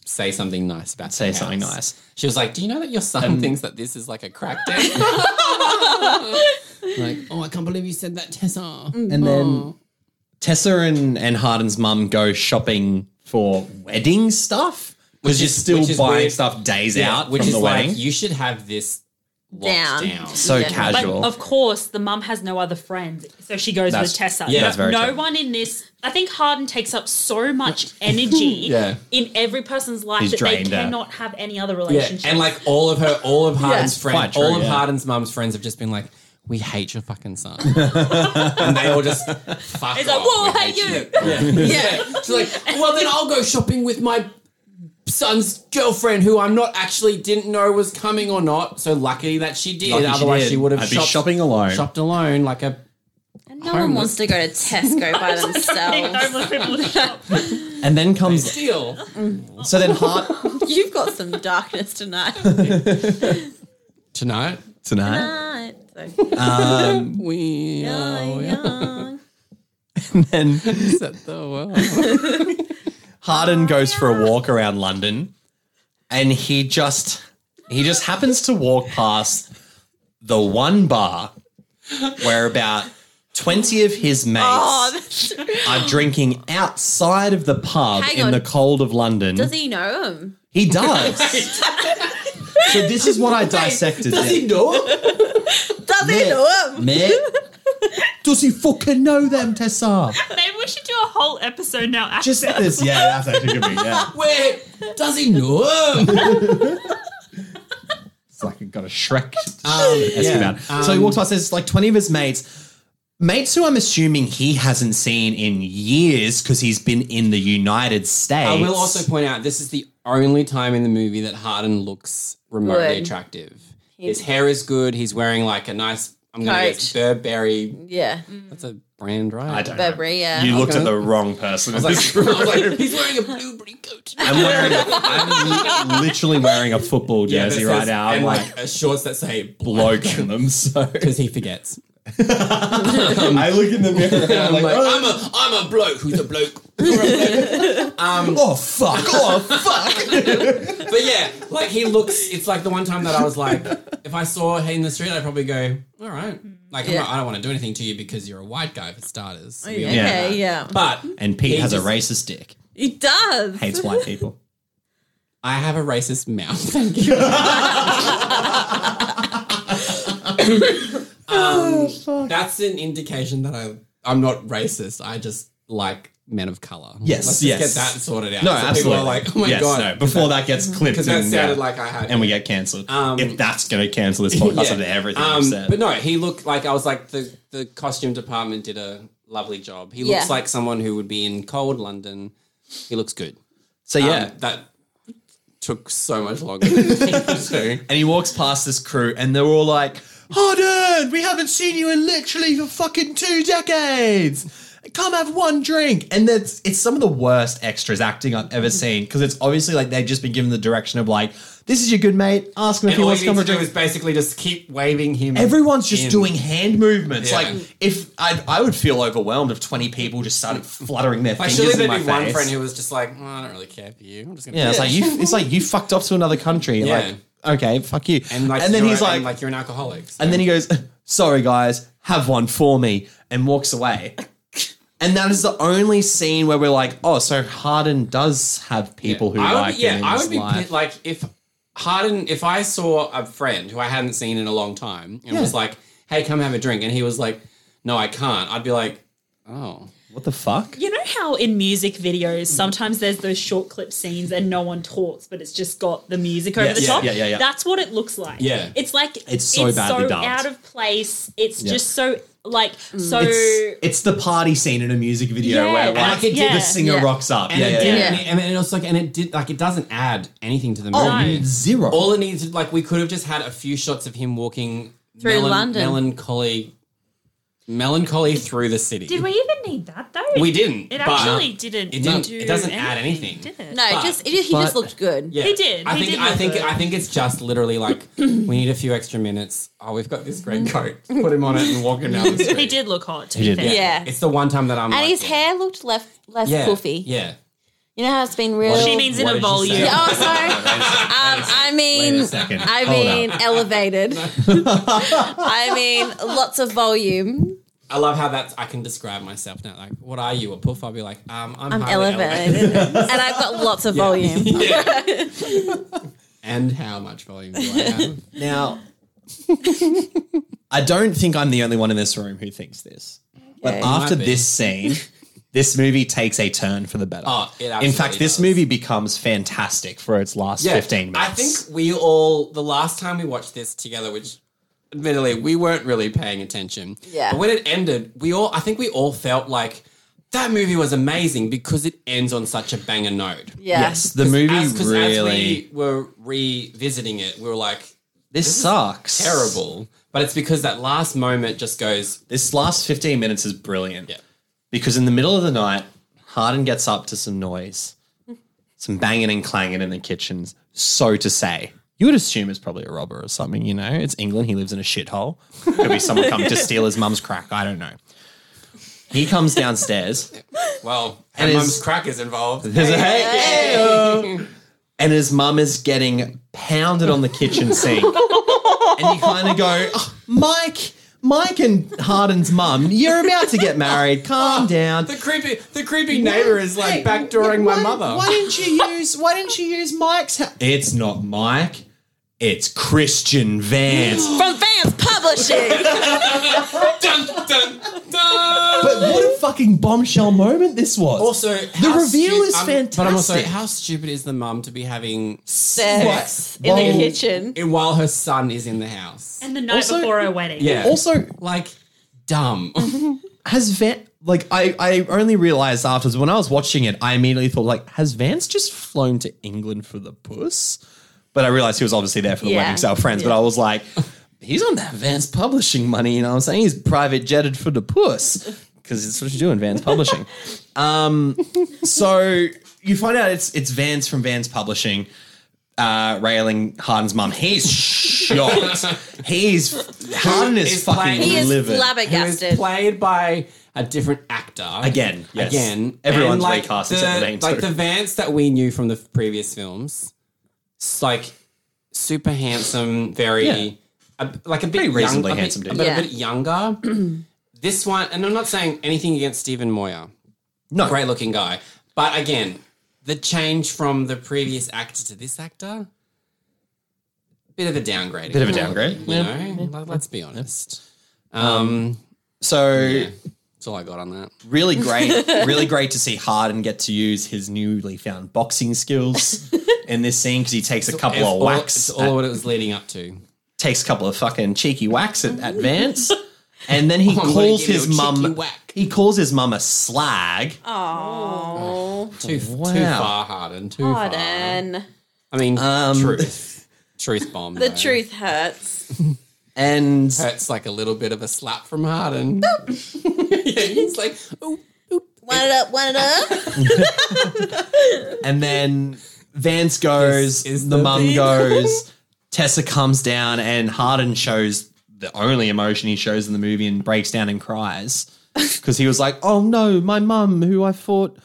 Speaker 2: say something nice about
Speaker 1: Say
Speaker 2: your
Speaker 1: something
Speaker 2: house.
Speaker 1: nice. Um,
Speaker 2: She was like, "Do you know that your son thinks that this is like a crack
Speaker 1: *laughs*
Speaker 2: den?" like, oh, I can't believe you said that, Tessa.
Speaker 1: And then Tessa and, and Harden's mum go shopping for wedding stuff. Because
Speaker 2: Which
Speaker 1: you're
Speaker 2: is-
Speaker 1: still
Speaker 2: which is
Speaker 1: buying
Speaker 2: weird.
Speaker 1: stuff days out
Speaker 2: which
Speaker 1: from
Speaker 2: is
Speaker 1: the
Speaker 2: like,
Speaker 1: wedding.
Speaker 2: you should have this locked
Speaker 4: Down.
Speaker 2: down.
Speaker 1: so
Speaker 4: Yeah.
Speaker 3: But
Speaker 1: casual.
Speaker 3: of course, the mum has no other friends, so she goes
Speaker 1: That's-
Speaker 3: with Tessa.
Speaker 2: yeah,
Speaker 3: no,
Speaker 2: that's
Speaker 1: very
Speaker 3: no
Speaker 1: true.
Speaker 3: one in this. I think Harden takes up
Speaker 1: *laughs*
Speaker 3: so much energy
Speaker 2: Yeah.
Speaker 3: in every person's life
Speaker 1: He's
Speaker 3: that they
Speaker 1: drained out.
Speaker 3: cannot have any other
Speaker 2: Yeah,
Speaker 3: relationship.
Speaker 2: and like all of her, all of Harden's
Speaker 1: Quite
Speaker 2: friends,
Speaker 1: true,
Speaker 2: all of
Speaker 1: yeah.
Speaker 2: Harden's mum's friends have just been like, "We hate your fucking son," *laughs* and they all just fuck.
Speaker 3: It's like,
Speaker 2: off,
Speaker 3: "Whoa,
Speaker 2: we
Speaker 3: hey, *laughs* you."
Speaker 2: Yeah. Yeah. She's like, "Well, then I'll go shopping with my son's girlfriend, who I'm not actually didn't know was coming or not. So lucky that she did.
Speaker 1: Lucky she
Speaker 2: Otherwise, she,
Speaker 1: did.
Speaker 2: would have
Speaker 1: I'd be
Speaker 2: shopped,
Speaker 1: shopping alone.
Speaker 2: Shopped alone, like a
Speaker 4: And no one wants to go to *laughs* Tesco by themselves. *laughs*
Speaker 3: homeless people to shop.
Speaker 1: and then comes
Speaker 2: deal.
Speaker 1: so then Hard
Speaker 4: You've got some darkness *laughs* tonight.
Speaker 2: Tonight
Speaker 1: tonight.
Speaker 4: Tonight.
Speaker 1: Um,
Speaker 2: we
Speaker 4: Oh,
Speaker 2: are
Speaker 4: young.
Speaker 1: *laughs* and then
Speaker 2: set the world.
Speaker 4: Oh,
Speaker 1: Harden goes for a walk around London, and he just he just happens to walk past the one bar where about twenty of his mates
Speaker 4: Oh, that's-
Speaker 1: are drinking outside of the pub
Speaker 4: Hang
Speaker 1: in
Speaker 4: on.
Speaker 1: the cold of London.
Speaker 4: does he know him? *laughs*
Speaker 1: He does. so this
Speaker 4: *laughs*
Speaker 1: is what I dissected.
Speaker 2: know?
Speaker 4: Does he
Speaker 1: Meh.
Speaker 4: know him?
Speaker 1: Meh. Does he fucking know them, Tessa?
Speaker 3: *laughs* Maybe we should do a whole episode now.
Speaker 1: Just uh, this. Yeah, that's actually good. Yeah.
Speaker 2: Wait, does he know
Speaker 3: *laughs*
Speaker 2: him?
Speaker 1: It's like it got a Shrek
Speaker 2: Um,
Speaker 1: about. so he walks past. There's like 20 of his mates, mates who I'm assuming he hasn't seen in years because he's been in the United States.
Speaker 2: I will also point out this is the only time in the movie that Harden looks remotely
Speaker 4: Good.
Speaker 2: attractive. His hair is good. He's wearing like a nice. I'm going to
Speaker 4: Coat.
Speaker 2: guess Burberry.
Speaker 4: Yeah.
Speaker 2: That's a brand, right?
Speaker 1: I don't know.
Speaker 4: Burberry, Mm. yeah.
Speaker 1: You looked
Speaker 2: Okay.
Speaker 1: at the wrong person.
Speaker 2: I was like, I was like, *laughs* he's wearing a blueberry coat.
Speaker 1: *laughs* I'm wearing, I'm
Speaker 2: *laughs*
Speaker 1: li- literally wearing a football
Speaker 2: Yeah,
Speaker 1: jersey
Speaker 2: that
Speaker 1: right
Speaker 2: says-
Speaker 1: now. I'm
Speaker 2: and
Speaker 1: like *laughs*
Speaker 2: like uh, shorts that say bloke
Speaker 1: bloke in them. So *laughs*
Speaker 2: because he forgets.
Speaker 1: I look in the mirror and I'm
Speaker 2: Um, I'm
Speaker 1: like,
Speaker 2: like,
Speaker 1: oh,
Speaker 2: I'm a I'm a bloke who's a bloke. You're a bloke. um,
Speaker 1: oh, fuck,
Speaker 2: *laughs*
Speaker 1: oh fuck.
Speaker 2: but yeah, like he looks. It's like the one time that I was like, if I saw him in the street, I'd probably go, all right. Like I'm
Speaker 4: Yeah.
Speaker 2: not, I don't want to do anything to you because you're a white guy for starters. We all know
Speaker 4: Okay,
Speaker 2: that.
Speaker 4: yeah.
Speaker 2: But
Speaker 1: and Pete
Speaker 2: He
Speaker 1: has
Speaker 2: just-
Speaker 1: a racist dick.
Speaker 4: He does.
Speaker 1: Hates white people.
Speaker 2: I have a racist mouth. *laughs* Thank you. Um, that's an indication that I I'm not racist. I just like men of color.
Speaker 1: Yes,
Speaker 2: Let's
Speaker 1: yes.
Speaker 2: Just get that sorted out.
Speaker 1: No,
Speaker 2: So
Speaker 1: absolutely.
Speaker 2: People are like, oh my
Speaker 1: yes,
Speaker 2: god,
Speaker 1: no, before that,
Speaker 2: *laughs*
Speaker 1: gets clipped,
Speaker 2: because that
Speaker 1: and, uh,
Speaker 2: sounded
Speaker 1: yeah,
Speaker 2: like I had.
Speaker 1: and we get cancelled.
Speaker 2: Um,
Speaker 1: if that's going to cancel this podcast
Speaker 2: Yeah.
Speaker 1: after everything
Speaker 2: Um,
Speaker 1: I've said,
Speaker 2: But no, he looked like I was like the the costume department did a lovely job. He
Speaker 4: Yeah.
Speaker 2: looks like someone who would be in cold London. He looks good.
Speaker 1: so
Speaker 2: Um,
Speaker 1: yeah,
Speaker 2: that took so much longer. than
Speaker 1: *laughs*
Speaker 2: I think.
Speaker 1: And he walks past this crew, and they're all like, Harden, we haven't seen you in literally for fucking two decades. Come have one drink. And that's it's some of the worst extras acting I've ever seen because it's obviously like they've just been given the direction of like, this is your good mate, ask him if
Speaker 2: And
Speaker 1: he
Speaker 2: all
Speaker 1: wants
Speaker 2: you
Speaker 1: to come
Speaker 2: need
Speaker 1: for a
Speaker 2: to do
Speaker 1: drink.
Speaker 2: is basically just keep waving him.
Speaker 1: Everyone's just
Speaker 2: in.
Speaker 1: doing hand movements.
Speaker 2: Yeah.
Speaker 1: Like if I'd, I would feel overwhelmed if twenty people just started fluttering their
Speaker 2: Like,
Speaker 1: fingers
Speaker 2: surely
Speaker 1: in
Speaker 2: there'd
Speaker 1: my
Speaker 2: be
Speaker 1: face.
Speaker 2: one friend who was just like, "Oh, I don't really care for you. I'm just gonna.
Speaker 1: yeah, it's like you. It's like you fucked off to another country.
Speaker 2: Yeah.
Speaker 1: Like okay, fuck you.
Speaker 2: And, like,
Speaker 1: then
Speaker 2: you're-
Speaker 1: he's like,
Speaker 2: and, like you're an alcoholic. so-
Speaker 1: And then he goes, Sorry, guys, have one for me, and walks away. And that is the only scene where we're like, Oh, so Harden does have people who
Speaker 2: I would
Speaker 1: like
Speaker 2: be, yeah,
Speaker 1: him. In
Speaker 2: I
Speaker 1: his
Speaker 2: would be
Speaker 1: life.
Speaker 2: pit- like if Harden, if I saw a friend who I hadn't seen in a long time and was like, "Hey, come have a drink," and he was like, "No, I can't," I'd be like, "Oh,
Speaker 1: What the fuck?
Speaker 3: You know how in music videos sometimes there's those short clip scenes and no one talks, but it's just got the music over
Speaker 1: Yes,
Speaker 3: the
Speaker 1: yeah,
Speaker 3: top.
Speaker 1: yeah, yeah, yeah.
Speaker 3: That's what it looks like.
Speaker 2: Yeah.
Speaker 3: it's like
Speaker 1: It's so badly dubbed.
Speaker 3: out of place. It's
Speaker 1: Yeah. Mm.
Speaker 3: just so like so.
Speaker 1: It's, it's the party scene in a music video
Speaker 3: Yeah,
Speaker 1: where like,
Speaker 2: like it
Speaker 1: the
Speaker 3: did-
Speaker 1: singer
Speaker 4: yeah.
Speaker 1: rocks up.
Speaker 2: and
Speaker 1: yeah,
Speaker 2: it
Speaker 1: yeah,
Speaker 2: did,
Speaker 1: yeah.
Speaker 2: and, it, and it also like, and it did like it doesn't add anything to the movie.
Speaker 1: Oh,
Speaker 3: No.
Speaker 1: zero.
Speaker 2: All it needs is like we could have just had a few shots of him walking
Speaker 4: Through London.
Speaker 2: melancholy, melancholy through the city.
Speaker 3: did we even need that though?
Speaker 2: We didn't,
Speaker 3: It
Speaker 2: but-
Speaker 3: actually didn't.
Speaker 2: it didn't-
Speaker 3: do
Speaker 2: it doesn't add anything.
Speaker 3: did it?
Speaker 4: No,
Speaker 2: But-
Speaker 4: just it, he
Speaker 1: but-
Speaker 4: just looked good.
Speaker 2: Yeah.
Speaker 3: He did.
Speaker 2: I
Speaker 3: He
Speaker 2: think
Speaker 3: did
Speaker 2: I
Speaker 3: look
Speaker 2: think
Speaker 3: good.
Speaker 2: I think it's just literally like we need a few extra minutes. Oh, we've got this green coat. Put him on it and walk him down the street.
Speaker 3: *laughs* He did look hot. To
Speaker 1: He
Speaker 3: be
Speaker 1: did.
Speaker 3: fair.
Speaker 4: Yeah.
Speaker 2: It's the one time that I'm
Speaker 4: And
Speaker 2: like,
Speaker 4: his
Speaker 2: yeah.
Speaker 4: hair looked left less
Speaker 2: yeah.
Speaker 4: puffy.
Speaker 2: Yeah.
Speaker 4: You know how it's been real.
Speaker 3: She means in
Speaker 2: What
Speaker 3: a
Speaker 2: did you
Speaker 3: volume.
Speaker 2: say?
Speaker 4: Yeah,
Speaker 1: *laughs*
Speaker 4: oh, sorry. um, I mean,
Speaker 1: Wait a second.
Speaker 4: I
Speaker 1: Hold
Speaker 4: mean,
Speaker 1: *laughs*
Speaker 4: elevated. I mean, lots of volume.
Speaker 2: I love how that's I can describe myself now. Like, what are you? A puff? I'll be like, um, I'm,
Speaker 4: I'm
Speaker 2: highly
Speaker 4: elevated, and I've got lots of volume.
Speaker 2: Yeah.
Speaker 3: *laughs*
Speaker 2: *laughs* and how much volume do I have?
Speaker 1: Now, I don't think I'm the only one in this room who thinks this. But
Speaker 4: Okay.
Speaker 1: after
Speaker 2: Might be.
Speaker 1: this scene, this movie takes a turn for the better.
Speaker 2: Oh, it
Speaker 1: in
Speaker 2: absolutely
Speaker 1: fact, this
Speaker 2: does.
Speaker 1: movie becomes fantastic for its last 15 minutes.
Speaker 2: I think we all the last time we watched this together, which admittedly we weren't really paying attention.
Speaker 4: Yeah.
Speaker 2: But when it ended, we all I think we all felt like that movie was amazing because it ends on such a banger note.
Speaker 1: *laughs*
Speaker 4: Yeah.
Speaker 1: yes, the movie
Speaker 2: As- 'cause
Speaker 1: really
Speaker 2: as we were revisiting it, we were like
Speaker 1: this, sucks.
Speaker 2: terrible. But it's because that last moment just goes
Speaker 1: This last 15 minutes is brilliant.
Speaker 2: Yeah.
Speaker 1: Because in the middle of the night, Harden gets up to some noise, some banging and clanging in the kitchens, so to say. You would assume it's probably a robber or something, you know? It's England. He lives in a shithole. Could be someone come to steal his mum's crack. I don't know. He comes downstairs.
Speaker 2: well,
Speaker 1: And
Speaker 2: and
Speaker 1: it's-
Speaker 2: mum's crack is involved.
Speaker 1: There's a- hey, hey-o. and his mum is getting pounded on the kitchen
Speaker 2: *laughs*
Speaker 1: sink. and you kind of go, "Oh, Mike, Mike and Harden's mum, you're about to get married. Calm down.
Speaker 2: The creepy the creepy neighbor is like backdooring my
Speaker 1: Why-
Speaker 2: mother.
Speaker 1: Why didn't you use why didn't you use Mike's house? It's not Mike. It's Christian Vance.
Speaker 2: *gasps*
Speaker 4: From Vans Pub
Speaker 1: *laughs*
Speaker 4: publishing.
Speaker 2: dun, dun, dun.
Speaker 6: But what a fucking bombshell moment this was.
Speaker 2: Also,
Speaker 6: the
Speaker 2: how
Speaker 6: reveal
Speaker 2: stu-
Speaker 6: is
Speaker 2: I'm-
Speaker 6: fantastic.
Speaker 2: But I'm also, how stupid is the mum to be having
Speaker 4: Sex in
Speaker 6: Well-
Speaker 4: the kitchen.
Speaker 2: it while her son is in the house?
Speaker 3: And the night
Speaker 6: Also-
Speaker 3: before her wedding.
Speaker 2: Yeah.
Speaker 6: also,
Speaker 2: like
Speaker 4: *laughs*
Speaker 2: dumb.
Speaker 6: has Van like I, I only realized afterwards when I was watching it, I immediately thought like, has Vance just flown to England for the puss?
Speaker 1: But I realized he was obviously there for the
Speaker 4: Yeah.
Speaker 1: wedding sale friends. But I was like, he's on that Vance Publishing money. You know what I'm saying? He's private jetted for the
Speaker 4: *laughs*
Speaker 1: puss because that's what you do in Vance Publishing. Um, so you find out it's it's Vance from Vance Publishing. Uh, railing Harden's mum. He's
Speaker 4: *laughs*
Speaker 1: shocked. He's Harden is,
Speaker 2: is
Speaker 1: fucking
Speaker 2: playing-
Speaker 4: He is
Speaker 1: livid.
Speaker 2: Who is
Speaker 4: flabbergasted.
Speaker 2: played by a different actor
Speaker 1: Again, yes.
Speaker 2: Again,
Speaker 1: Everyone's
Speaker 2: And,
Speaker 1: recast
Speaker 2: the,
Speaker 1: except for Vance,
Speaker 2: Like
Speaker 1: too.
Speaker 2: the Vance that we knew from the previous films, it's like super handsome, very
Speaker 1: Yeah.
Speaker 2: a- like a bit
Speaker 1: Pretty
Speaker 2: young-
Speaker 1: reasonably
Speaker 2: a bit-
Speaker 1: handsome dude.
Speaker 2: but
Speaker 4: Yeah.
Speaker 2: a bit younger. this one, and I'm not saying anything against Stephen Moyer,
Speaker 6: No,
Speaker 2: great looking guy, but again, the change from the previous actor to this actor. Bit of a downgrade.
Speaker 1: Bit of a downgrade.
Speaker 2: You know, Like, let's be honest. Um,
Speaker 1: So
Speaker 2: that's all I got on that.
Speaker 1: really great, really great to see Harden get to use his newly found boxing skills in this scene because he takes a couple of
Speaker 2: It's
Speaker 1: whacks,
Speaker 2: all what it was leading up to.
Speaker 1: takes a couple of fucking cheeky whacks at, at Vance, and then
Speaker 2: *laughs*
Speaker 1: he
Speaker 2: I'm gonna
Speaker 1: calls
Speaker 2: give you a
Speaker 1: his
Speaker 2: cheeky
Speaker 1: mum.
Speaker 2: whack.
Speaker 1: He calls his mum a slag.
Speaker 4: Oh,
Speaker 2: Too, too
Speaker 1: Wow.
Speaker 2: far, Harden. Too far.
Speaker 4: Harden.
Speaker 2: I mean,
Speaker 1: Um, *laughs*
Speaker 2: truth. Truth bomb.
Speaker 4: The
Speaker 2: though.
Speaker 4: truth hurts.
Speaker 1: And
Speaker 2: Hurts like a little bit of a slap from Harden. *laughs* yeah, he's like, oh,
Speaker 4: One it up, one it up.
Speaker 1: and then Vance goes,
Speaker 2: This is
Speaker 1: the,
Speaker 2: the
Speaker 1: mum
Speaker 2: thing.
Speaker 1: goes,
Speaker 2: *laughs*
Speaker 1: Tessa comes down, and Harden shows the only emotion he shows in the movie and breaks down and
Speaker 2: *laughs*
Speaker 1: cries because he was like, "Oh no, my mum, who I thought."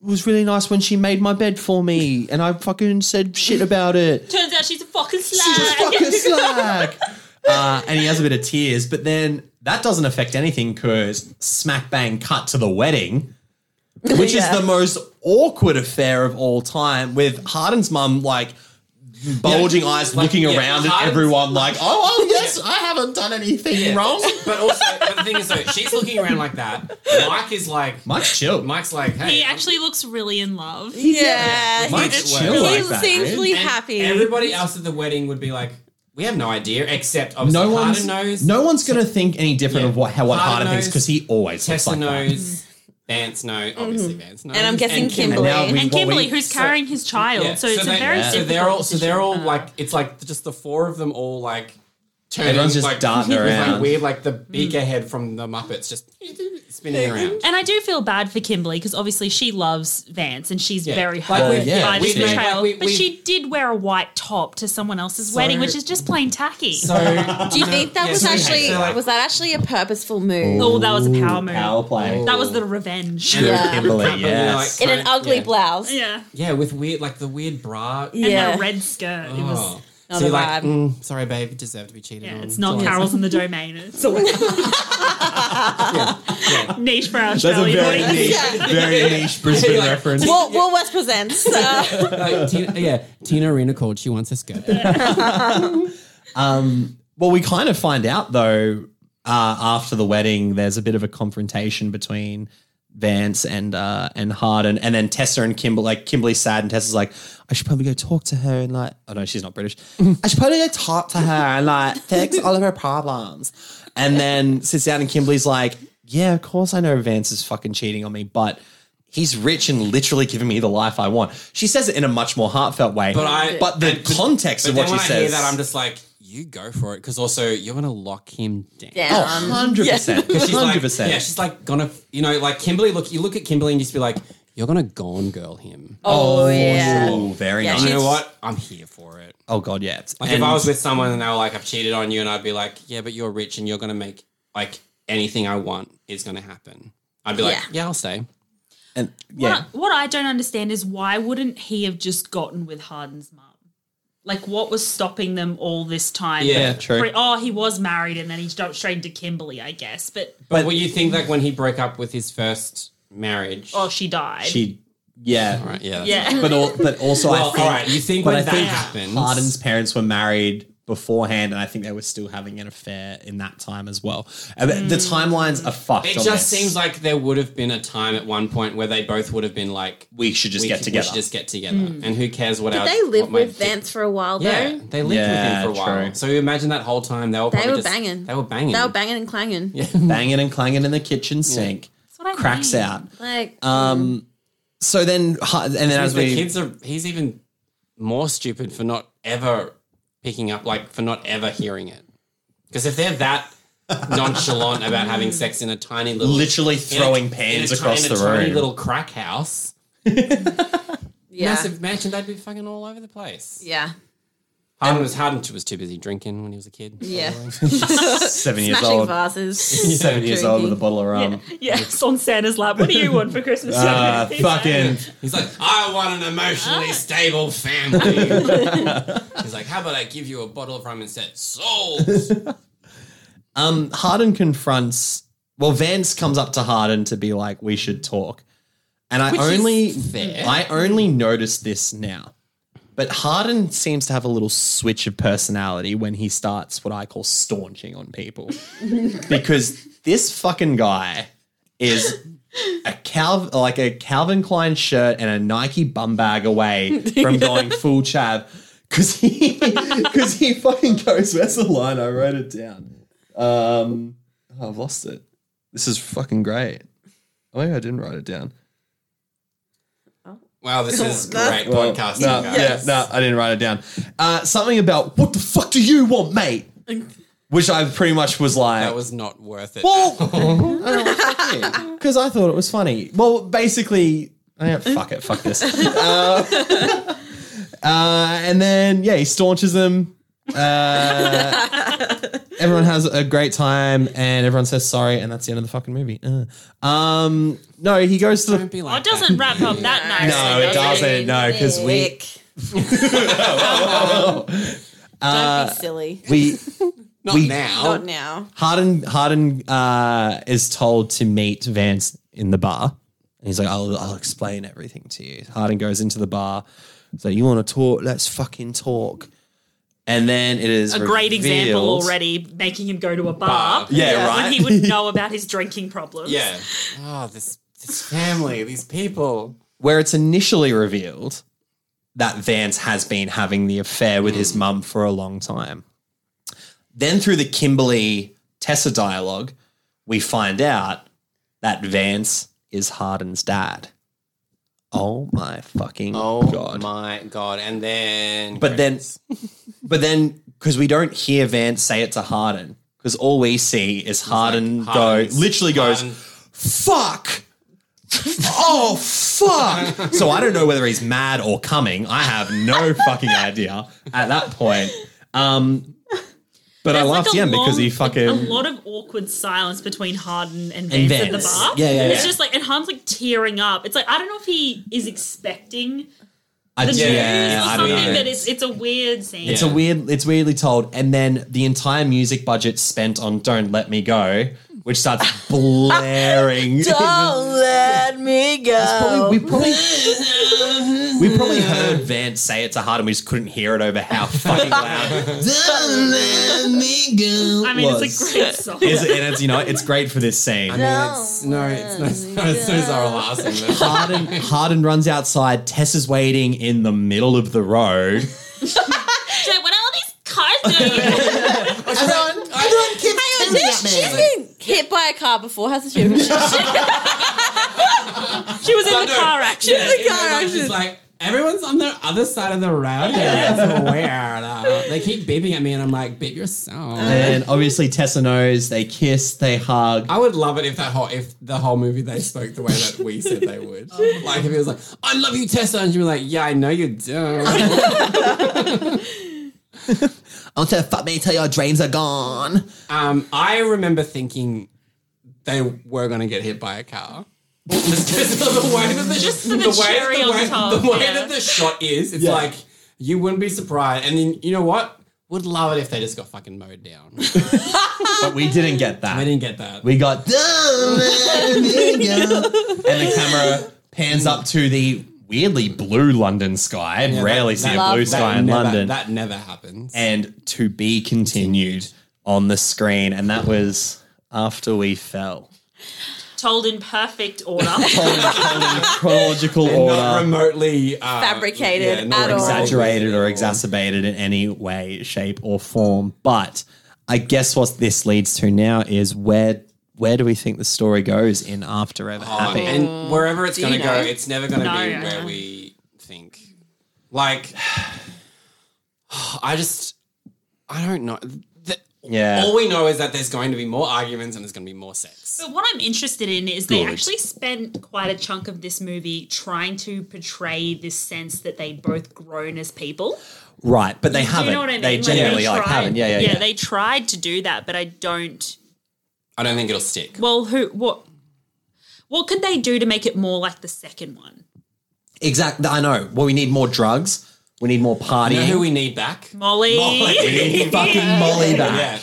Speaker 1: Was really nice when she made my bed for me, and I fucking said shit about it.
Speaker 3: Turns out she's a fucking
Speaker 1: She's a
Speaker 3: *laughs* slag.
Speaker 1: fucking slag. Uh, and he has a bit of tears, but then that doesn't affect anything because smack bang cut to the wedding, which
Speaker 4: Yeah.
Speaker 1: is the most awkward affair of all time. With Harden's mum like bulging eyes,
Speaker 2: like,
Speaker 1: looking
Speaker 2: yeah,
Speaker 1: around at
Speaker 2: Harden's-
Speaker 1: everyone like, "Oh, oh yes, I haven't done anything wrong."
Speaker 2: But also, but the thing is, though, she's looking around like that. Mike is like,
Speaker 1: Mike's chill.
Speaker 2: Mike's like, hey,
Speaker 3: He actually looks really in love.
Speaker 4: Yeah.
Speaker 1: Mike's
Speaker 2: He-
Speaker 1: chill
Speaker 4: He
Speaker 1: like that.
Speaker 4: seems
Speaker 1: eh?
Speaker 4: really
Speaker 2: and
Speaker 4: happy.
Speaker 2: Everybody else at the wedding would be like, we have no idea, except obviously
Speaker 1: No
Speaker 2: Harden
Speaker 1: one's
Speaker 2: knows.
Speaker 1: no one's gonna think any different
Speaker 2: Yeah.
Speaker 1: of what how what
Speaker 2: Harden
Speaker 1: Harden, thinks
Speaker 2: knows.
Speaker 1: because he always looks
Speaker 2: Tessa
Speaker 1: like that.
Speaker 2: knows. Vance knows. Obviously, Vance knows.
Speaker 4: Mm-hmm. And I'm guessing
Speaker 1: And
Speaker 4: Kimberly.
Speaker 1: now we-
Speaker 3: And
Speaker 1: what we-
Speaker 3: Kimberly, who's
Speaker 2: so-
Speaker 3: carrying his child,
Speaker 2: Yeah,
Speaker 3: so it's
Speaker 2: they-
Speaker 3: a very
Speaker 2: so
Speaker 3: difficult
Speaker 2: they're all so they're all
Speaker 3: decision.
Speaker 2: like it's like just the four of them all like turning
Speaker 1: Everyone's just
Speaker 2: like,
Speaker 1: darting
Speaker 2: *laughs* with,
Speaker 1: around.
Speaker 2: like weird like
Speaker 4: Mm.
Speaker 2: the bigger head from the Muppets just
Speaker 4: *laughs*
Speaker 2: spinning around.
Speaker 3: And I do feel bad for Kimberly because obviously she loves Vance and she's
Speaker 2: Yeah.
Speaker 3: very hurt
Speaker 2: Like,
Speaker 1: we- yeah,
Speaker 3: by this
Speaker 1: we've made-
Speaker 3: betrayal.
Speaker 2: like, we-
Speaker 3: but
Speaker 2: we-
Speaker 3: she did wear a white top to someone else's wedding, which is just plain tacky.
Speaker 2: So
Speaker 4: Do you think that
Speaker 2: Yeah,
Speaker 4: was
Speaker 2: so-
Speaker 4: actually
Speaker 2: so, like-
Speaker 4: was that actually a purposeful move?
Speaker 3: oh, that was a power move.
Speaker 1: Power play.
Speaker 3: That was the revenge.
Speaker 1: Good
Speaker 4: Yeah.
Speaker 1: Kimberly,
Speaker 2: But, you know,
Speaker 1: yes.
Speaker 2: like,
Speaker 4: In an
Speaker 2: trying-
Speaker 4: ugly Mm.
Speaker 2: yeah.
Speaker 4: blouse.
Speaker 3: *laughs* Yeah.
Speaker 2: Yeah, with weird like the weird bra.
Speaker 4: Yeah.
Speaker 3: And that red skirt. It was.
Speaker 2: Oh.
Speaker 4: not
Speaker 2: so
Speaker 4: a
Speaker 2: you're like,
Speaker 4: vibe.
Speaker 2: mm, sorry, babe, you deserve to be cheated
Speaker 3: Yeah,
Speaker 2: on.
Speaker 3: it's not
Speaker 2: Sorry.
Speaker 3: Carol's in the domain. It's *laughs* a
Speaker 4: *laughs*
Speaker 3: niche for our
Speaker 1: That's a
Speaker 3: Australian
Speaker 1: very
Speaker 3: audience.
Speaker 1: niche,
Speaker 3: *laughs*
Speaker 1: very niche Brisbane reference.
Speaker 4: Well, well, West *laughs* presents. Uh,
Speaker 2: *laughs* Like, Tina, yeah, Tina Arena called. She wants a skirt.
Speaker 1: Well, we kind of find out though uh, after the wedding, there's a bit of a confrontation between Vance and uh, and Harden, and then Tessa and Kimberly. Like Kimberly's sad, and Tessa's like, "I should probably go talk to her." And like, oh no, she's not British. I should probably go talk to her and like fix all of her problems. And then sits down, and Kimberly's like, "Yeah, of course I know Vance is fucking cheating on me, but." He's rich and literally giving me the life I want. She says it in a much more heartfelt way, but,
Speaker 2: I-
Speaker 1: the context of what
Speaker 2: But then
Speaker 1: she
Speaker 2: when
Speaker 1: says.
Speaker 2: I hear that, I'm just like, you go for it, because also you're gonna lock him down.
Speaker 1: Oh,
Speaker 4: damn.
Speaker 1: 100%.
Speaker 2: *laughs* She's like,
Speaker 1: 100%.
Speaker 2: yeah, she's like gonna, you know, like Kimberly. Look, you look at Kimberly and you just be like, you're gonna gone girl him.
Speaker 4: Oh, yeah.
Speaker 1: Ooh, very
Speaker 4: Yeah,
Speaker 1: nice.
Speaker 2: you know
Speaker 4: she's-
Speaker 2: what? I'm here for it.
Speaker 1: Oh god, yeah. It's-
Speaker 2: Like
Speaker 1: and
Speaker 2: if I was with someone and they were like, I've cheated on you, and I'd be like, yeah, but you're rich and you're gonna make like anything I want is gonna happen. I'd be like,
Speaker 4: Yeah.
Speaker 2: yeah, I'll stay.
Speaker 1: and- yeah,
Speaker 3: What, what I don't understand is why wouldn't he have just gotten with Harden's mum? Like, what was stopping them all this time?
Speaker 2: Yeah.
Speaker 1: yeah, true.
Speaker 3: Oh, he was married and then he jumped straight into Kimberly, I guess. But,
Speaker 2: But what you think like when he broke up with his first marriage?
Speaker 3: oh, she died.
Speaker 1: She, yeah,
Speaker 2: all right, yeah, that's
Speaker 3: *laughs* yeah.
Speaker 1: but all, but also
Speaker 2: Well,
Speaker 1: I think
Speaker 2: all right, you think
Speaker 1: but I
Speaker 2: when that
Speaker 1: think
Speaker 2: happens,
Speaker 1: Harden's parents were married beforehand, and I think they were still having an affair in that time as well. And the- The timelines are fucked.
Speaker 2: Hmm. It
Speaker 1: on
Speaker 2: just
Speaker 1: this.
Speaker 2: seems like there would have been a time at one point where they both would have been like,
Speaker 1: we should just
Speaker 2: we
Speaker 1: get
Speaker 2: could- we
Speaker 1: together.
Speaker 2: should just get together. And who cares what
Speaker 4: Hmm.
Speaker 2: our,
Speaker 4: Did they live
Speaker 2: what my-
Speaker 4: with Vance for a while
Speaker 2: Yeah,
Speaker 4: though?
Speaker 2: they lived
Speaker 1: Yeah,
Speaker 2: with him for a while.
Speaker 1: true.
Speaker 2: So you imagine that whole time they were
Speaker 4: They
Speaker 2: probably
Speaker 4: were
Speaker 2: just-
Speaker 4: banging.
Speaker 2: They were banging.
Speaker 4: They were banging and clanging.
Speaker 1: *laughs* banging and clanging in the kitchen sink.
Speaker 3: what I
Speaker 1: Cracks
Speaker 3: mean.
Speaker 1: out.
Speaker 4: Like
Speaker 1: Um, so then, hi- and then as
Speaker 2: Because
Speaker 1: we
Speaker 2: the kids are, he's even more stupid for not ever picking up, like for not ever hearing it. Because if they're that
Speaker 1: *laughs*
Speaker 2: nonchalant about having sex in a tiny little,
Speaker 1: literally
Speaker 2: in a-
Speaker 1: throwing
Speaker 2: in a
Speaker 1: pans
Speaker 2: ti-
Speaker 1: across
Speaker 2: in
Speaker 1: the
Speaker 2: a tiny
Speaker 1: room,
Speaker 2: little crack house,
Speaker 4: yeah.
Speaker 2: massive mansion, they'd be fucking all over the place.
Speaker 4: Yeah.
Speaker 2: Harden was Harden was too busy drinking when he was a kid.
Speaker 4: Yeah.
Speaker 1: *laughs* seven years
Speaker 4: Smashing
Speaker 1: old,
Speaker 4: *laughs* vases.
Speaker 1: seven years old with a
Speaker 4: Drinking.
Speaker 1: bottle of rum.
Speaker 5: Yes, on Santa's lap. What do you want for Christmas?
Speaker 3: *laughs*
Speaker 1: Uh, fucking
Speaker 2: He's like, I want an
Speaker 3: Ah.
Speaker 2: emotionally stable
Speaker 3: *laughs*
Speaker 2: family. He's like, how about I give you a bottle of rum and said souls?
Speaker 1: Um, Harden confronts. Well, Vance comes up to Harden to be like, "We should talk," and I only I only noticed this now. But Harden seems to have a little switch of personality when he starts what I call staunching on people, because this fucking guy is a Cal like a Calvin Klein shirt and a Nike bum bag away from going full chav. Cause he, cause he fucking goes. Where's the line? I wrote it down. Um, oh, I've lost it. This is fucking great. Oh, maybe I didn't write it down.
Speaker 2: Wow, this is
Speaker 4: That's-
Speaker 2: great podcasting.
Speaker 1: No,
Speaker 2: guys.
Speaker 1: yeah, no, I didn't write it down. Uh, something about what the fuck do you want,
Speaker 2: *laughs*
Speaker 1: mate? Which I pretty much was like,
Speaker 2: That was not worth it.
Speaker 1: *laughs* well, because I thought it was funny. Well, basically, I don't- fuck it, fuck this. Uh, uh, and then yeah, he staunches them. Uh, everyone has a great time, and everyone says sorry, and that's the end of the fucking movie. Uh. Um, no, he goes to the.
Speaker 2: Don't be
Speaker 3: Oh,
Speaker 2: like
Speaker 3: it doesn't wrap up that nicely.
Speaker 1: No, it
Speaker 3: does
Speaker 1: doesn't. No, because we
Speaker 4: *laughs* Dick. Don't be silly.
Speaker 1: we
Speaker 2: Not
Speaker 1: we-
Speaker 2: now.
Speaker 4: Not now.
Speaker 1: Harden Harden uh, is told to meet Vance in the bar, and he's like, "I'll I'll explain everything to you." Harden goes into the bar, so you want to talk? Let's fucking talk. And then it is
Speaker 3: A great example
Speaker 1: revealed-
Speaker 5: already making him go to a
Speaker 2: Bar.
Speaker 5: bar.
Speaker 1: Yeah, right.
Speaker 5: When he
Speaker 1: *laughs*
Speaker 5: would know about his drinking problems.
Speaker 2: Yeah. Oh, this this family, these people.
Speaker 1: where it's initially revealed that Vance has been having the affair with his mum for a long time. Then, through the Kimberly Tessa dialogue, we find out that Vance is Harden's dad. Oh my fucking
Speaker 2: Oh
Speaker 1: god!
Speaker 2: my god! And then,
Speaker 1: But then, *laughs* but then, because we don't hear Vance say it to Harden, because all we see is Harden go,
Speaker 2: Harden's-
Speaker 1: literally goes,
Speaker 2: Harden-
Speaker 1: fuck. Oh fuck! So I don't know whether he's mad or coming. I have no fucking idea at that point. Um, but I
Speaker 3: There's
Speaker 1: laughed
Speaker 3: like a
Speaker 1: again because he
Speaker 3: long-
Speaker 1: fucking
Speaker 3: a lot of awkward silence between Harden and
Speaker 1: And
Speaker 3: Vance, at the
Speaker 1: Vance.
Speaker 3: bar.
Speaker 1: Yeah, yeah,
Speaker 3: It's
Speaker 1: yeah.
Speaker 3: just like and Harden's like tearing up. It's like I don't know if he is expecting
Speaker 1: I,
Speaker 3: the
Speaker 1: Uh, yeah,
Speaker 3: news
Speaker 1: I
Speaker 3: or
Speaker 1: don't
Speaker 3: something,
Speaker 1: know.
Speaker 3: but it's it's a weird scene.
Speaker 1: It's a weird. It's weirdly told, and then the entire music budget spent on "Don't Let Me Go," which starts
Speaker 3: *laughs*
Speaker 1: blaring. in the-
Speaker 4: *laughs* Don't let me go.
Speaker 1: Probably- we probably we probably *laughs* heard Vance say it to Hard and we just couldn't hear it over how fucking loud. *laughs* "Don't let me go"
Speaker 3: I mean,
Speaker 1: was.
Speaker 3: it's a great song.
Speaker 1: It's- and it's you know it's great for this scene.
Speaker 2: I mean, it's, no, it's no, it's no, it's no Zara Larson. though.
Speaker 1: Harden Harden runs outside. Tessa's waiting in the middle of the road.
Speaker 3: She's like, what are all these cars
Speaker 4: *laughs*
Speaker 3: doing?
Speaker 2: *laughs*
Speaker 4: Hang on, she's been hit by a car before, hasn't she? *laughs* She's
Speaker 3: she was in the car accident.
Speaker 4: a car
Speaker 2: She's
Speaker 4: accident.
Speaker 2: like, everyone's on the other side of the road. Here. It's weird. Uh, they keep beeping at me, and I'm like, beep yourself.
Speaker 1: And obviously Tessa knows. They kiss. They hug.
Speaker 2: I would love it if that whole if the whole movie they spoke the way that we said they would. Like if it was like, "I love you, Tessa," and she'd be like, "Yeah, I know you do."
Speaker 1: I'm to fuck me till your dreams are gone.
Speaker 2: Um, I remember thinking they were going to get hit by a car. *laughs* Just 'cause of the way that the,
Speaker 3: Just for the cherry on
Speaker 2: way,
Speaker 3: top,
Speaker 2: the way
Speaker 3: yeah.
Speaker 2: that the shot is, it's like you wouldn't be surprised. And then you know what? Would love it if they just got fucking mowed down. *laughs*
Speaker 1: But we didn't get
Speaker 2: I
Speaker 1: that.
Speaker 2: didn't get that.
Speaker 1: We got and the camera pans up to the weirdly blue London sky. and rarely see a
Speaker 4: Love
Speaker 1: blue
Speaker 4: that.
Speaker 1: sky in
Speaker 2: never,
Speaker 1: London.
Speaker 2: That never happens.
Speaker 1: and to be continued on the screen. And that was after we fell.
Speaker 3: Told in perfect
Speaker 1: *laughs*
Speaker 3: order.
Speaker 1: Chronological
Speaker 2: not
Speaker 1: order,
Speaker 2: remotely uh,
Speaker 4: Fabricated
Speaker 2: yeah, not
Speaker 4: at all.
Speaker 1: exaggerated or exacerbated in any way, shape, or form. But I guess what this leads to now is where where do we think the story goes in After Ever
Speaker 2: Um,
Speaker 1: Happy?
Speaker 2: and wherever it's
Speaker 4: Do you
Speaker 2: going to go,
Speaker 4: know?
Speaker 2: it's never going to
Speaker 3: No,
Speaker 2: be
Speaker 3: yeah.
Speaker 2: where we think. Like, *sighs* I just, I don't know. The-
Speaker 1: Yeah.
Speaker 2: All we know is that there's going to be more arguments and there's going to be more sex.
Speaker 3: But what I'm interested in is they actually spent quite a chunk of this movie trying to portray this sense that they both grown as people.
Speaker 1: Right, but they haven't.
Speaker 3: Do you know what I mean?
Speaker 1: They
Speaker 3: Like,
Speaker 1: genuinely like,
Speaker 3: tried-
Speaker 1: haven't. Yeah, yeah, yeah.
Speaker 3: They tried to do that, but I don't.
Speaker 2: I don't think it'll stick.
Speaker 3: Well, who? What? What could they do to make it more like the second one?
Speaker 1: exactly. I know. Well, we need more drugs. We need more
Speaker 2: You know
Speaker 1: partying. Oh, *laughs*
Speaker 2: who we need back?
Speaker 3: Molly.
Speaker 2: Molly.
Speaker 1: Fucking Molly back.
Speaker 2: yeah.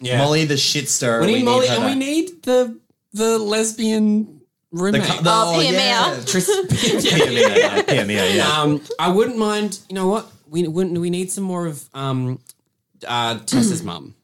Speaker 2: Yeah.
Speaker 1: Molly the shit stirrer.
Speaker 2: We need Molly
Speaker 1: her
Speaker 2: and we
Speaker 1: back.
Speaker 2: need the the lesbian roommate.
Speaker 1: cu- the-
Speaker 4: Oh, PML.
Speaker 2: *laughs*
Speaker 1: Tris-
Speaker 3: *laughs*
Speaker 1: PML, PML, *laughs* yeah.
Speaker 2: um, I wouldn't mind. You know what? We wouldn't. We need some more of um, uh,
Speaker 1: *clears throat*
Speaker 2: Tessa's mum,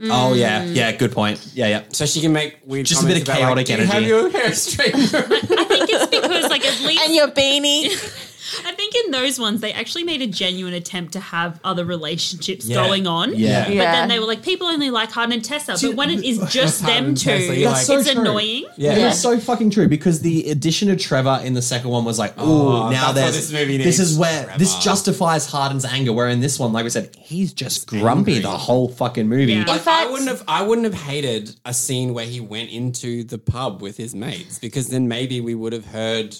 Speaker 1: Oh yeah,
Speaker 3: Mm.
Speaker 1: yeah. Good point. Yeah, yeah.
Speaker 2: so she can make weird
Speaker 1: Just a bit
Speaker 2: comments
Speaker 1: of
Speaker 2: about, like,
Speaker 1: chaotic
Speaker 2: "Do
Speaker 1: energy."
Speaker 2: you have your hair *laughs* straightened.
Speaker 3: *laughs* I think it's because, like, at least
Speaker 4: And your beanie.
Speaker 3: I think in those ones they actually made a genuine attempt to have other relationships
Speaker 2: Yeah.
Speaker 3: going on.
Speaker 1: Yeah.
Speaker 3: But
Speaker 4: Yeah.
Speaker 3: then they were like, people only like Harden and Tessa. But when it
Speaker 1: *laughs*
Speaker 3: is just
Speaker 2: Harden
Speaker 3: them
Speaker 2: and
Speaker 3: two,
Speaker 2: Tessa, you're
Speaker 3: it's
Speaker 2: like-
Speaker 1: So true.
Speaker 3: annoying.
Speaker 1: Yeah.
Speaker 4: Yeah.
Speaker 1: It's so fucking true because the addition of Trevor in the second one was like, oh, now
Speaker 2: Oh, that's what
Speaker 1: there's
Speaker 2: this movie
Speaker 1: this
Speaker 2: needs,
Speaker 1: is where this
Speaker 2: Trevor.
Speaker 1: justifies Harden's anger. Where in this one, like we said, he's just grumpy
Speaker 2: angry.
Speaker 1: the whole fucking movie.
Speaker 3: Yeah.
Speaker 2: Like, I
Speaker 4: fact-
Speaker 2: wouldn't have. I wouldn't have hated a scene where he went into the pub with his mates because then maybe we would have heard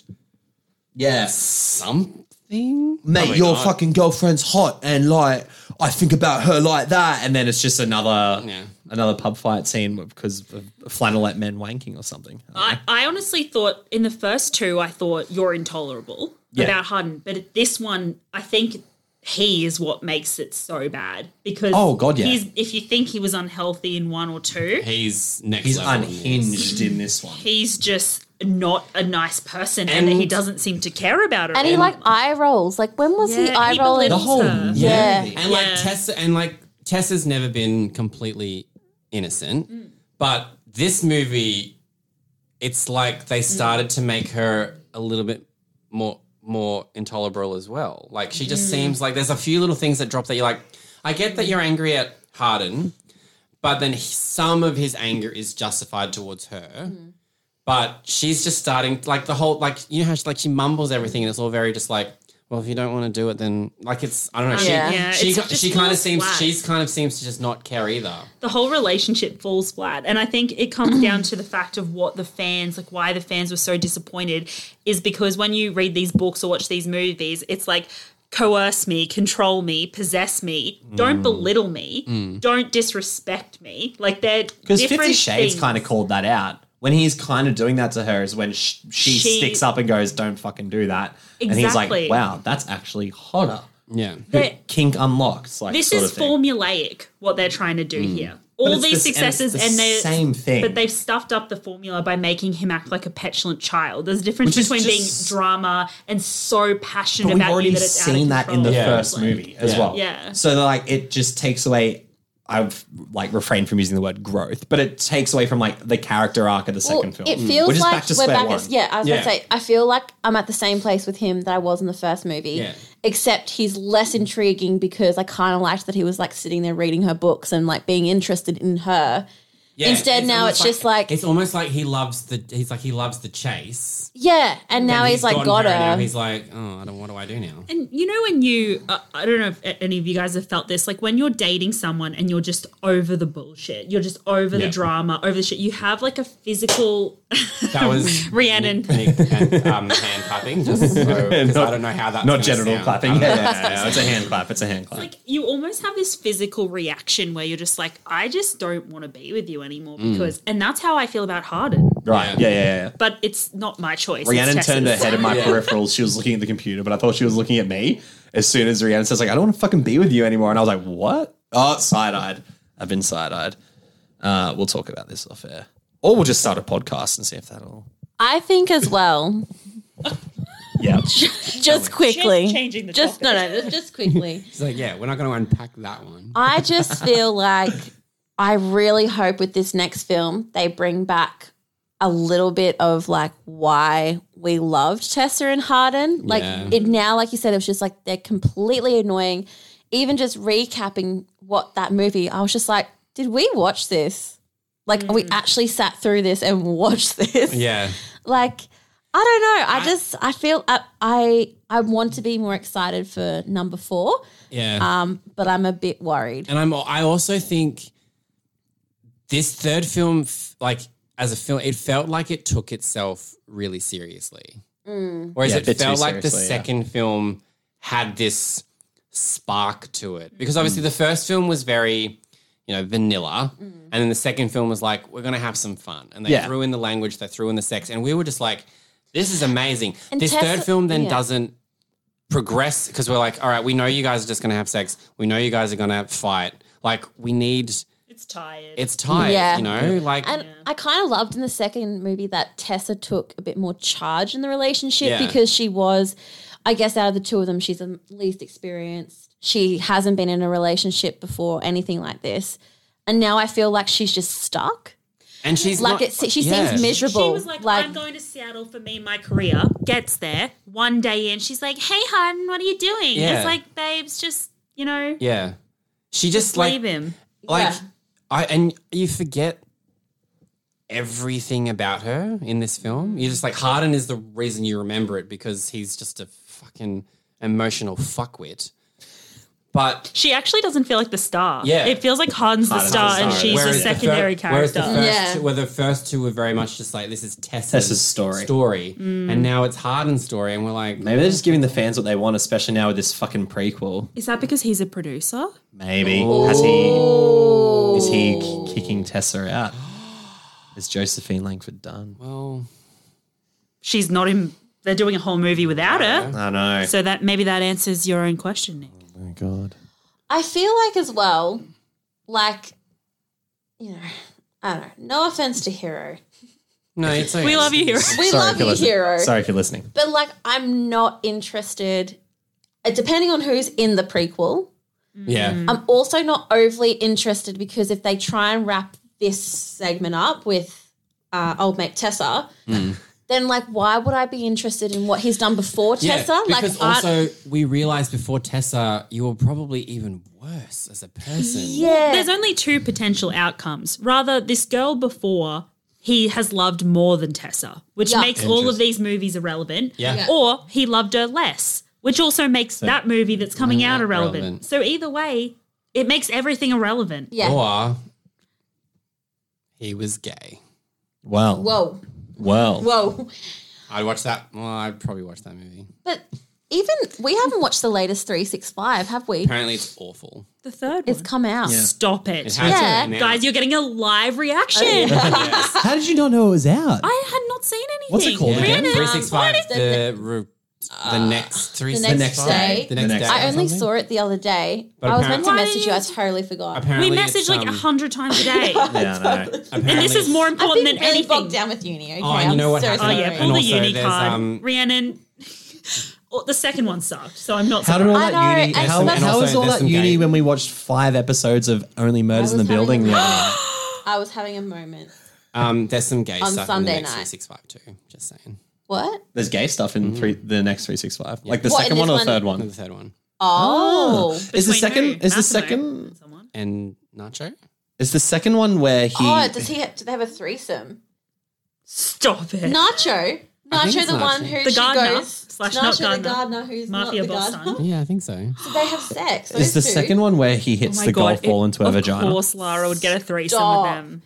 Speaker 1: Yes,
Speaker 2: something.
Speaker 1: mate,
Speaker 2: Probably
Speaker 1: your
Speaker 2: not.
Speaker 1: fucking girlfriend's hot, and like I think about her like that, and then it's just another
Speaker 2: Yeah.
Speaker 1: another pub fight scene because of flannelette men wanking or something.
Speaker 3: I, I honestly thought in the first two, I thought you're intolerable
Speaker 1: Yeah.
Speaker 3: about Harden, but at this one, I think he is what makes it so bad because
Speaker 1: Oh, God, yeah.
Speaker 3: he's, if you think he was unhealthy in one or two,
Speaker 2: He's next.
Speaker 1: He's
Speaker 2: level in this.
Speaker 1: unhinged in this one.
Speaker 3: he's just not a nice person, and,
Speaker 2: And-
Speaker 3: he doesn't seem to care about her.
Speaker 4: And he like eye rolls. Like when was he
Speaker 3: Yeah,
Speaker 4: eye
Speaker 3: he
Speaker 4: rolling?
Speaker 3: belittles
Speaker 1: whole
Speaker 3: her.
Speaker 4: Yeah.
Speaker 1: movie.
Speaker 2: And like
Speaker 3: Yeah.
Speaker 2: Tessa and like Tessa's never been completely innocent. But this movie, it's like they started to make her a little bit more more intolerable as well. Like she just seems like there's a few little things that drop that you're like, I get that you're angry at Harden, but then he- some of his anger is justified towards her. But she's just starting like the whole like you know how she, like she mumbles everything and it's all very just like well if you don't want to do it then like it's I don't know she
Speaker 4: Yeah.
Speaker 3: Yeah,
Speaker 2: she,
Speaker 3: it's just
Speaker 2: she kind of
Speaker 3: falls
Speaker 2: seems
Speaker 3: flat.
Speaker 2: she's kind of seems to just not care either.
Speaker 3: the whole relationship falls flat. And I think it comes down to the fact of what the fans, like why the fans were so disappointed, is because when you read these books or watch these movies, it's like, coerce me, control me, possess me,
Speaker 1: Mm.
Speaker 3: don't belittle me, don't disrespect me. Like they're
Speaker 1: Because
Speaker 3: different
Speaker 1: Fifty Shades
Speaker 3: things.
Speaker 1: kind of called that out. When he's kind of doing that to her is when sh- she,
Speaker 3: She-
Speaker 1: sticks up and goes, "Don't fucking do that." And he's like,
Speaker 3: Exactly.
Speaker 1: "Wow, that's actually hotter."
Speaker 2: Yeah.
Speaker 3: They're-
Speaker 1: Kink unlocked. Like
Speaker 3: This
Speaker 1: sort
Speaker 3: is
Speaker 1: of thing. Mm.
Speaker 3: formulaic what they're trying to do here.
Speaker 1: But
Speaker 3: All
Speaker 1: it's
Speaker 3: these
Speaker 1: the- and it's
Speaker 3: successes
Speaker 1: the
Speaker 3: and, they're
Speaker 1: same thing.
Speaker 3: But they've stuffed up the formula by making him act like a petulant child. There's a difference
Speaker 1: Which is
Speaker 3: between
Speaker 1: just-
Speaker 3: being drama and so passionate
Speaker 1: But we've
Speaker 3: about
Speaker 1: already
Speaker 3: you that it's
Speaker 1: seen
Speaker 3: out of
Speaker 1: that in the
Speaker 3: control.
Speaker 1: first
Speaker 3: Like,
Speaker 1: movie as
Speaker 2: Yeah.
Speaker 1: well.
Speaker 3: Yeah.
Speaker 1: So like it just takes away. I've like refrained from using the word growth, but it takes away from like the character arc of the
Speaker 4: Well,
Speaker 1: second film.
Speaker 4: It feels
Speaker 1: Which is
Speaker 4: like
Speaker 1: Hmm. back to
Speaker 4: we're
Speaker 1: square
Speaker 4: back.
Speaker 1: one.
Speaker 4: At, yeah, I was
Speaker 2: Yeah.
Speaker 4: gonna say. I feel like I'm at the same place with him that I was in the first movie.
Speaker 2: Yeah.
Speaker 4: Except he's less intriguing because I kind of liked that he was like sitting there reading her books and like being interested in her.
Speaker 2: Yeah,
Speaker 4: Instead, now
Speaker 2: almost
Speaker 4: it's just like-
Speaker 2: it's almost like he loves the he's like he loves the chase.
Speaker 4: Yeah, and now
Speaker 2: And
Speaker 4: he's, like got
Speaker 2: gotten
Speaker 4: her.
Speaker 2: and now He's like, oh, I don't. What do I do now?
Speaker 3: And you know when you, uh, I don't know if a- any of you guys have felt this, like when you're dating someone and you're just over the bullshit, you're just over
Speaker 2: Yeah.
Speaker 3: the drama, over the shit. You have like a physical *laughs*
Speaker 2: That was
Speaker 3: Rhiannon.
Speaker 2: Nick and um, hand clapping. Just so, 'cause I don't know how that.
Speaker 1: Not genital clapping.
Speaker 2: *laughs*
Speaker 1: Yeah, yeah, yeah, yeah. It's a hand clap. It's a hand clap.
Speaker 3: like you almost have this physical reaction where you're just like, I just don't want to be with you anymore
Speaker 1: Hmm.
Speaker 3: because, and that's how I feel about Harden.
Speaker 1: right. Yeah.
Speaker 2: Yeah.
Speaker 1: Yeah. yeah, yeah.
Speaker 3: But it's not my choice.
Speaker 1: Rhiannon
Speaker 3: It's
Speaker 1: turned her
Speaker 3: Tessa's.
Speaker 1: head in my
Speaker 2: Yeah.
Speaker 1: peripherals. She was looking at the computer, but I thought she was looking at me. As soon as Rhiannon says, "Like I don't want to fucking be with you anymore," and I was like, "What?" Oh, side eyed. I've been side eyed. Uh, we'll talk about this off air, or we'll just start a podcast and see if that'll.
Speaker 4: I think as well.
Speaker 1: Yeah.
Speaker 4: Just quickly.
Speaker 3: changing the
Speaker 4: just no, no, just- just quickly.
Speaker 2: It's like, yeah, we're not going to unpack that one.
Speaker 4: I just feel like I really hope with this next film they bring back a little bit of like why we loved Tessa and Harden. Like
Speaker 2: Yeah.
Speaker 4: it now, like you said, it was just like they're completely annoying. Even just recapping what that movie, I was just like, did we watch this? Like we actually sat through this and watched this.
Speaker 2: Yeah.
Speaker 4: Like I don't know. I, just I feel I, I I want to be more excited for number four,
Speaker 2: Yeah.
Speaker 4: um, but I'm a bit worried.
Speaker 2: and I'm I also think this third film, f- like as a film, it felt like it took itself really seriously. Whereas
Speaker 7: Yeah, a
Speaker 2: it
Speaker 7: bit too
Speaker 2: felt like the
Speaker 7: seriously, yeah.
Speaker 2: second film had this spark to it because
Speaker 7: Mm.
Speaker 2: obviously the first film was very you know vanilla and then the second film was like we're going to have some fun and they
Speaker 7: Yeah.
Speaker 2: threw in the language they threw in the sex and we were just like this is amazing
Speaker 4: And
Speaker 2: this
Speaker 4: Tessa-
Speaker 2: third film then
Speaker 4: yeah.
Speaker 2: doesn't progress because we're like, all right, we know you guys are just going to have sex. We know you guys are going to fight. Like, we need,
Speaker 3: It's tired.
Speaker 2: it's tired,
Speaker 4: Yeah.
Speaker 2: you know? Like,
Speaker 4: And I kind of loved in the second movie that Tessa took a bit more charge in the relationship
Speaker 2: Yeah.
Speaker 4: because she was, I guess, out of the two of them, she's the least experienced. She hasn't been in a relationship before, anything like this. And now I feel like she's just stuck.
Speaker 2: and she's
Speaker 4: Like
Speaker 2: not-
Speaker 4: it, she
Speaker 2: yeah.
Speaker 4: seems miserable.
Speaker 3: She was like, I'm going to Seattle for me and my career. Gets there one day in, she's like, "Hey, hun, what are you doing?"
Speaker 2: Yeah.
Speaker 3: It's like, babes, just you know,
Speaker 2: Yeah. She just, like,
Speaker 3: leave him.
Speaker 2: like
Speaker 4: Yeah.
Speaker 2: I and you forget everything about her in this film. You're just like Harden is the reason you remember it because he's just a fucking emotional fuckwit. But
Speaker 3: She actually doesn't feel like the star.
Speaker 2: Yeah.
Speaker 3: it feels like Han's the
Speaker 7: Harden's
Speaker 3: star,
Speaker 7: the
Speaker 3: and
Speaker 7: star.
Speaker 3: she's
Speaker 7: Whereas
Speaker 3: the
Speaker 2: fir-
Speaker 3: secondary
Speaker 2: Whereas
Speaker 3: character.
Speaker 2: the first,
Speaker 4: Yeah.
Speaker 2: two, where the first two were very much just like this is Tessa's,
Speaker 1: Tessa's story.
Speaker 3: Mm.
Speaker 2: and now it's Harden's story, and we're like,
Speaker 1: Maybe they're just giving the fans what they want, especially now with this fucking prequel.
Speaker 3: Is that because he's a producer?
Speaker 1: Maybe. Has he is he k- kicking Tessa out? *gasps* Is Josephine Langford done?
Speaker 2: well,
Speaker 3: She's not in. They're doing a whole movie without her.
Speaker 1: I know.
Speaker 3: So that maybe that answers your own question, Nick.
Speaker 1: oh my god.
Speaker 4: I feel like as well, like, you know, I don't know. No offense to Hero.
Speaker 2: no, it's okay.
Speaker 3: We love you, hero.
Speaker 4: We love
Speaker 1: if you're
Speaker 4: you,
Speaker 1: listening.
Speaker 4: Hero.
Speaker 1: Sorry if you're listening.
Speaker 4: But like, I'm not interested. uh, Depending on who's in the prequel,
Speaker 2: *laughs* Yeah,
Speaker 3: Mm.
Speaker 4: I'm also not overly interested because if they try and wrap this segment up with uh, old mate Tessa,
Speaker 2: Hmm.
Speaker 4: then like, why would I be interested in what he's done before
Speaker 2: yeah.
Speaker 4: Tessa? Like,
Speaker 2: because
Speaker 4: I-
Speaker 2: also we realized before Tessa, you were probably even worse as a person.
Speaker 4: yeah,
Speaker 3: There's only two potential outcomes. Rather, this girl before he has loved more than Tessa, which
Speaker 4: Yeah.
Speaker 3: makes all of these movies irrelevant.
Speaker 2: Yeah. Yeah.
Speaker 3: Or he loved her less, which also makes that movie that's coming out irrelevant.
Speaker 2: mm, relevant.
Speaker 3: So either way, it makes everything irrelevant.
Speaker 4: yeah.
Speaker 2: Or he was gay.
Speaker 1: Well.
Speaker 4: Whoa,
Speaker 1: Well.
Speaker 4: whoa!
Speaker 2: I'd watch that. Well, I'd probably watch that movie.
Speaker 4: But even we haven't watched the latest three six five, have we?
Speaker 2: Apparently, it's awful.
Speaker 3: The third
Speaker 4: It's come out.
Speaker 3: Stop it.
Speaker 2: It has to
Speaker 4: Yeah.
Speaker 2: now.
Speaker 3: Guys, you're getting a live
Speaker 4: *laughs*
Speaker 1: *laughs*
Speaker 3: reaction.
Speaker 1: How did you not know it was out?
Speaker 3: I had not seen anything.
Speaker 1: What's it called
Speaker 3: Really?
Speaker 1: again?
Speaker 2: Yeah.
Speaker 1: Brianna,
Speaker 2: Three six five.
Speaker 4: what is Ah,
Speaker 2: The ru- the next three.
Speaker 4: the next day.
Speaker 1: The
Speaker 2: The next day.
Speaker 1: next
Speaker 4: I
Speaker 2: or
Speaker 4: only
Speaker 2: something?
Speaker 4: saw it the other day.
Speaker 2: But
Speaker 4: I was meant to
Speaker 3: apparently-
Speaker 4: message you. I totally forgot.
Speaker 3: We
Speaker 2: Apparently
Speaker 3: message
Speaker 2: it's,
Speaker 3: like a
Speaker 2: um,
Speaker 3: hundred times a day.
Speaker 2: *laughs*
Speaker 1: yeah, I know.
Speaker 3: And
Speaker 2: apparently
Speaker 3: this is
Speaker 2: it's-
Speaker 3: more
Speaker 4: I've
Speaker 3: important
Speaker 4: been
Speaker 3: than
Speaker 4: really bogged
Speaker 3: anything.
Speaker 4: down with uni. Okay,
Speaker 2: and you
Speaker 4: I'm
Speaker 2: know what
Speaker 4: so
Speaker 2: happened?
Speaker 3: Oh
Speaker 4: sorry.
Speaker 3: yeah,
Speaker 2: And
Speaker 3: *laughs* pull the
Speaker 2: also
Speaker 3: uni
Speaker 2: there's,
Speaker 3: card.
Speaker 2: um,
Speaker 3: Rhiannon.
Speaker 5: *laughs*
Speaker 3: Oh, the second one sucked, so I'm not.
Speaker 1: How
Speaker 3: surprised.
Speaker 1: did all
Speaker 4: I
Speaker 1: that
Speaker 4: know,
Speaker 1: uni?
Speaker 4: and
Speaker 1: How,
Speaker 4: some- and
Speaker 1: how
Speaker 2: also
Speaker 1: was all
Speaker 2: there's
Speaker 1: that
Speaker 2: some
Speaker 1: uni
Speaker 2: gay-
Speaker 1: when we watched five episodes of Only Murders in the
Speaker 4: was having-
Speaker 1: Building? the other night?
Speaker 4: I was having a moment.
Speaker 2: Um, there's some gay
Speaker 4: On
Speaker 2: stuff
Speaker 4: Sunday
Speaker 2: in the next
Speaker 4: night.
Speaker 2: three six five too. Just saying.
Speaker 4: What?
Speaker 1: There's gay stuff in three, the next three six five, like the
Speaker 4: What, in
Speaker 1: second one or
Speaker 4: this
Speaker 1: the third
Speaker 4: one?
Speaker 2: And
Speaker 1: one.
Speaker 2: the third one
Speaker 4: Oh.
Speaker 1: Is the
Speaker 3: Between
Speaker 1: second?
Speaker 3: who?
Speaker 1: Is the
Speaker 3: Massimo
Speaker 1: second?
Speaker 3: and someone?
Speaker 2: and Nacho.
Speaker 1: Is the second one where he?
Speaker 4: Oh, does he have, do they have a threesome?
Speaker 3: Stop it.
Speaker 4: Nacho.
Speaker 2: I think
Speaker 4: Nacho,
Speaker 2: it's
Speaker 4: the one
Speaker 2: Nacho.
Speaker 4: who
Speaker 3: The
Speaker 4: she
Speaker 3: gardener,
Speaker 4: goes.
Speaker 3: slash
Speaker 4: Nacho,
Speaker 3: not
Speaker 4: the
Speaker 3: gardener.
Speaker 4: gardener, who's
Speaker 3: Mafia
Speaker 4: not the
Speaker 3: boss
Speaker 4: gardener.
Speaker 3: son.
Speaker 2: Yeah, I think so.
Speaker 4: So they have sex.
Speaker 1: Is the
Speaker 4: those two.
Speaker 1: second one where he
Speaker 2: Oh
Speaker 1: hits the golf ball
Speaker 3: it-
Speaker 1: into a
Speaker 3: of
Speaker 1: vagina?
Speaker 3: Of course, Lara would get a threesome
Speaker 4: Stop.
Speaker 3: with them.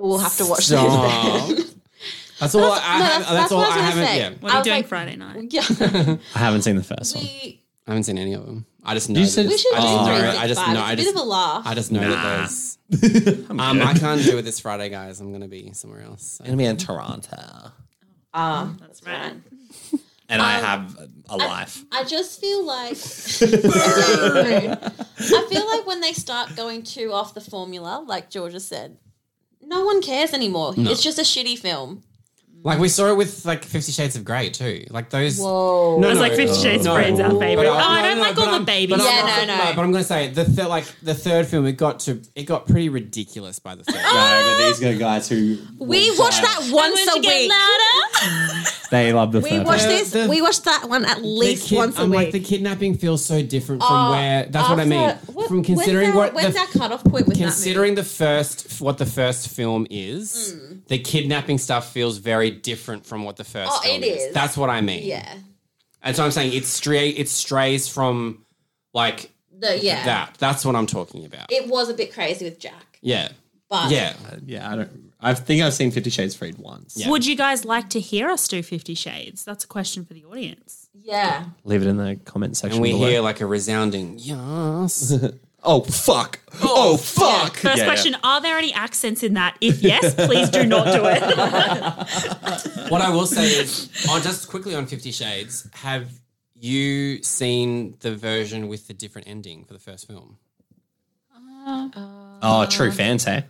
Speaker 4: We'll have
Speaker 2: *laughs*
Speaker 4: to watch
Speaker 2: Stop.
Speaker 4: this.
Speaker 2: *laughs* That's all. I, I
Speaker 4: no,
Speaker 2: have,
Speaker 4: that's-
Speaker 2: that's,
Speaker 4: that's
Speaker 2: all.
Speaker 4: what I
Speaker 2: I,
Speaker 4: was gonna
Speaker 2: haven't.
Speaker 4: say.
Speaker 2: Yeah,
Speaker 4: I
Speaker 3: What are you
Speaker 4: was
Speaker 3: doing
Speaker 4: like-
Speaker 3: Friday night?
Speaker 2: *laughs*
Speaker 4: then. yeah.
Speaker 1: I haven't seen the first one.
Speaker 4: We,
Speaker 2: I haven't seen any of them. I just know.
Speaker 1: You
Speaker 2: that-
Speaker 1: said-
Speaker 4: we should
Speaker 2: I just
Speaker 4: do
Speaker 2: know.
Speaker 4: three,
Speaker 2: it.
Speaker 4: six,
Speaker 2: I just
Speaker 4: five.
Speaker 2: know.
Speaker 4: It's
Speaker 2: I
Speaker 4: a bit
Speaker 2: just.
Speaker 4: of a laugh.
Speaker 2: I just know that those. Um, I can't do it this Friday, guys. I'm gonna be somewhere else.
Speaker 1: I'm gonna be in Toronto,
Speaker 4: Ah,
Speaker 3: That's right.
Speaker 1: and I have a life.
Speaker 4: Um, I just feel *laughs* like I feel like when they start going too off the formula, like Georgia said, no one cares anymore. It's just a shitty film.
Speaker 2: Like we saw it with like Fifty Shades of Grey too. Like those.
Speaker 4: Whoa.
Speaker 2: No,
Speaker 5: It's
Speaker 2: no,
Speaker 5: like Fifty Shades of
Speaker 2: no.
Speaker 5: Grey's our favorite.
Speaker 2: But
Speaker 5: oh, I don't
Speaker 2: no, no, no,
Speaker 5: like
Speaker 2: but
Speaker 5: all
Speaker 2: I'm-
Speaker 5: the babies.
Speaker 2: but I'm
Speaker 4: Yeah,
Speaker 2: not-
Speaker 4: no, no.
Speaker 2: But I'm gonna say the third, like the third film, it got to it got pretty ridiculous by
Speaker 4: *gasps*
Speaker 2: the third.
Speaker 1: No, Uh, but these are guys who
Speaker 4: We watch that once a
Speaker 5: Once you get
Speaker 4: week.
Speaker 5: louder,
Speaker 1: They love the
Speaker 4: We watch
Speaker 2: The-
Speaker 4: this.
Speaker 2: the-
Speaker 4: we watch that one at least
Speaker 2: kid-
Speaker 4: once a
Speaker 2: I'm
Speaker 4: week. Oh,
Speaker 2: like the kidnapping feels so different from where. That's what I mean.
Speaker 4: Uh, After- what-
Speaker 2: from considering
Speaker 4: when's our,
Speaker 2: what
Speaker 4: when's
Speaker 2: the,
Speaker 4: our cutoff point with
Speaker 2: considering the first what the first film is,
Speaker 4: Hmm.
Speaker 2: the kidnapping stuff feels very different from what the first
Speaker 4: Oh,
Speaker 2: film
Speaker 4: it is.
Speaker 2: That's what I mean.
Speaker 4: that movie?
Speaker 2: And so I'm saying it stray it strays from like
Speaker 4: Yeah, the, yeah,
Speaker 2: that. That's what I'm talking about.
Speaker 4: it was a bit crazy with Jack,
Speaker 2: yeah.
Speaker 4: but
Speaker 2: Yeah.
Speaker 1: Yeah, I don't. I think I've seen Fifty Shades Freed once.
Speaker 2: Yeah.
Speaker 5: would you guys like to hear us do Fifty Shades? That's a question for the
Speaker 1: *laughs*
Speaker 5: audience.
Speaker 4: yeah.
Speaker 1: Leave it in the comment section.
Speaker 2: And we
Speaker 1: below.
Speaker 2: hear like a
Speaker 1: *laughs*
Speaker 2: resounding yes.
Speaker 1: Oh fuck! Oh fuck!
Speaker 5: First
Speaker 1: Yeah,
Speaker 5: question: Are there any accents in that? If yes, please do not do it.
Speaker 4: *laughs*
Speaker 2: what I will say is, oh, just quickly on Fifty Shades, have you seen the version with the different ending for the first film?
Speaker 1: yeah. Oh, true fans, hey.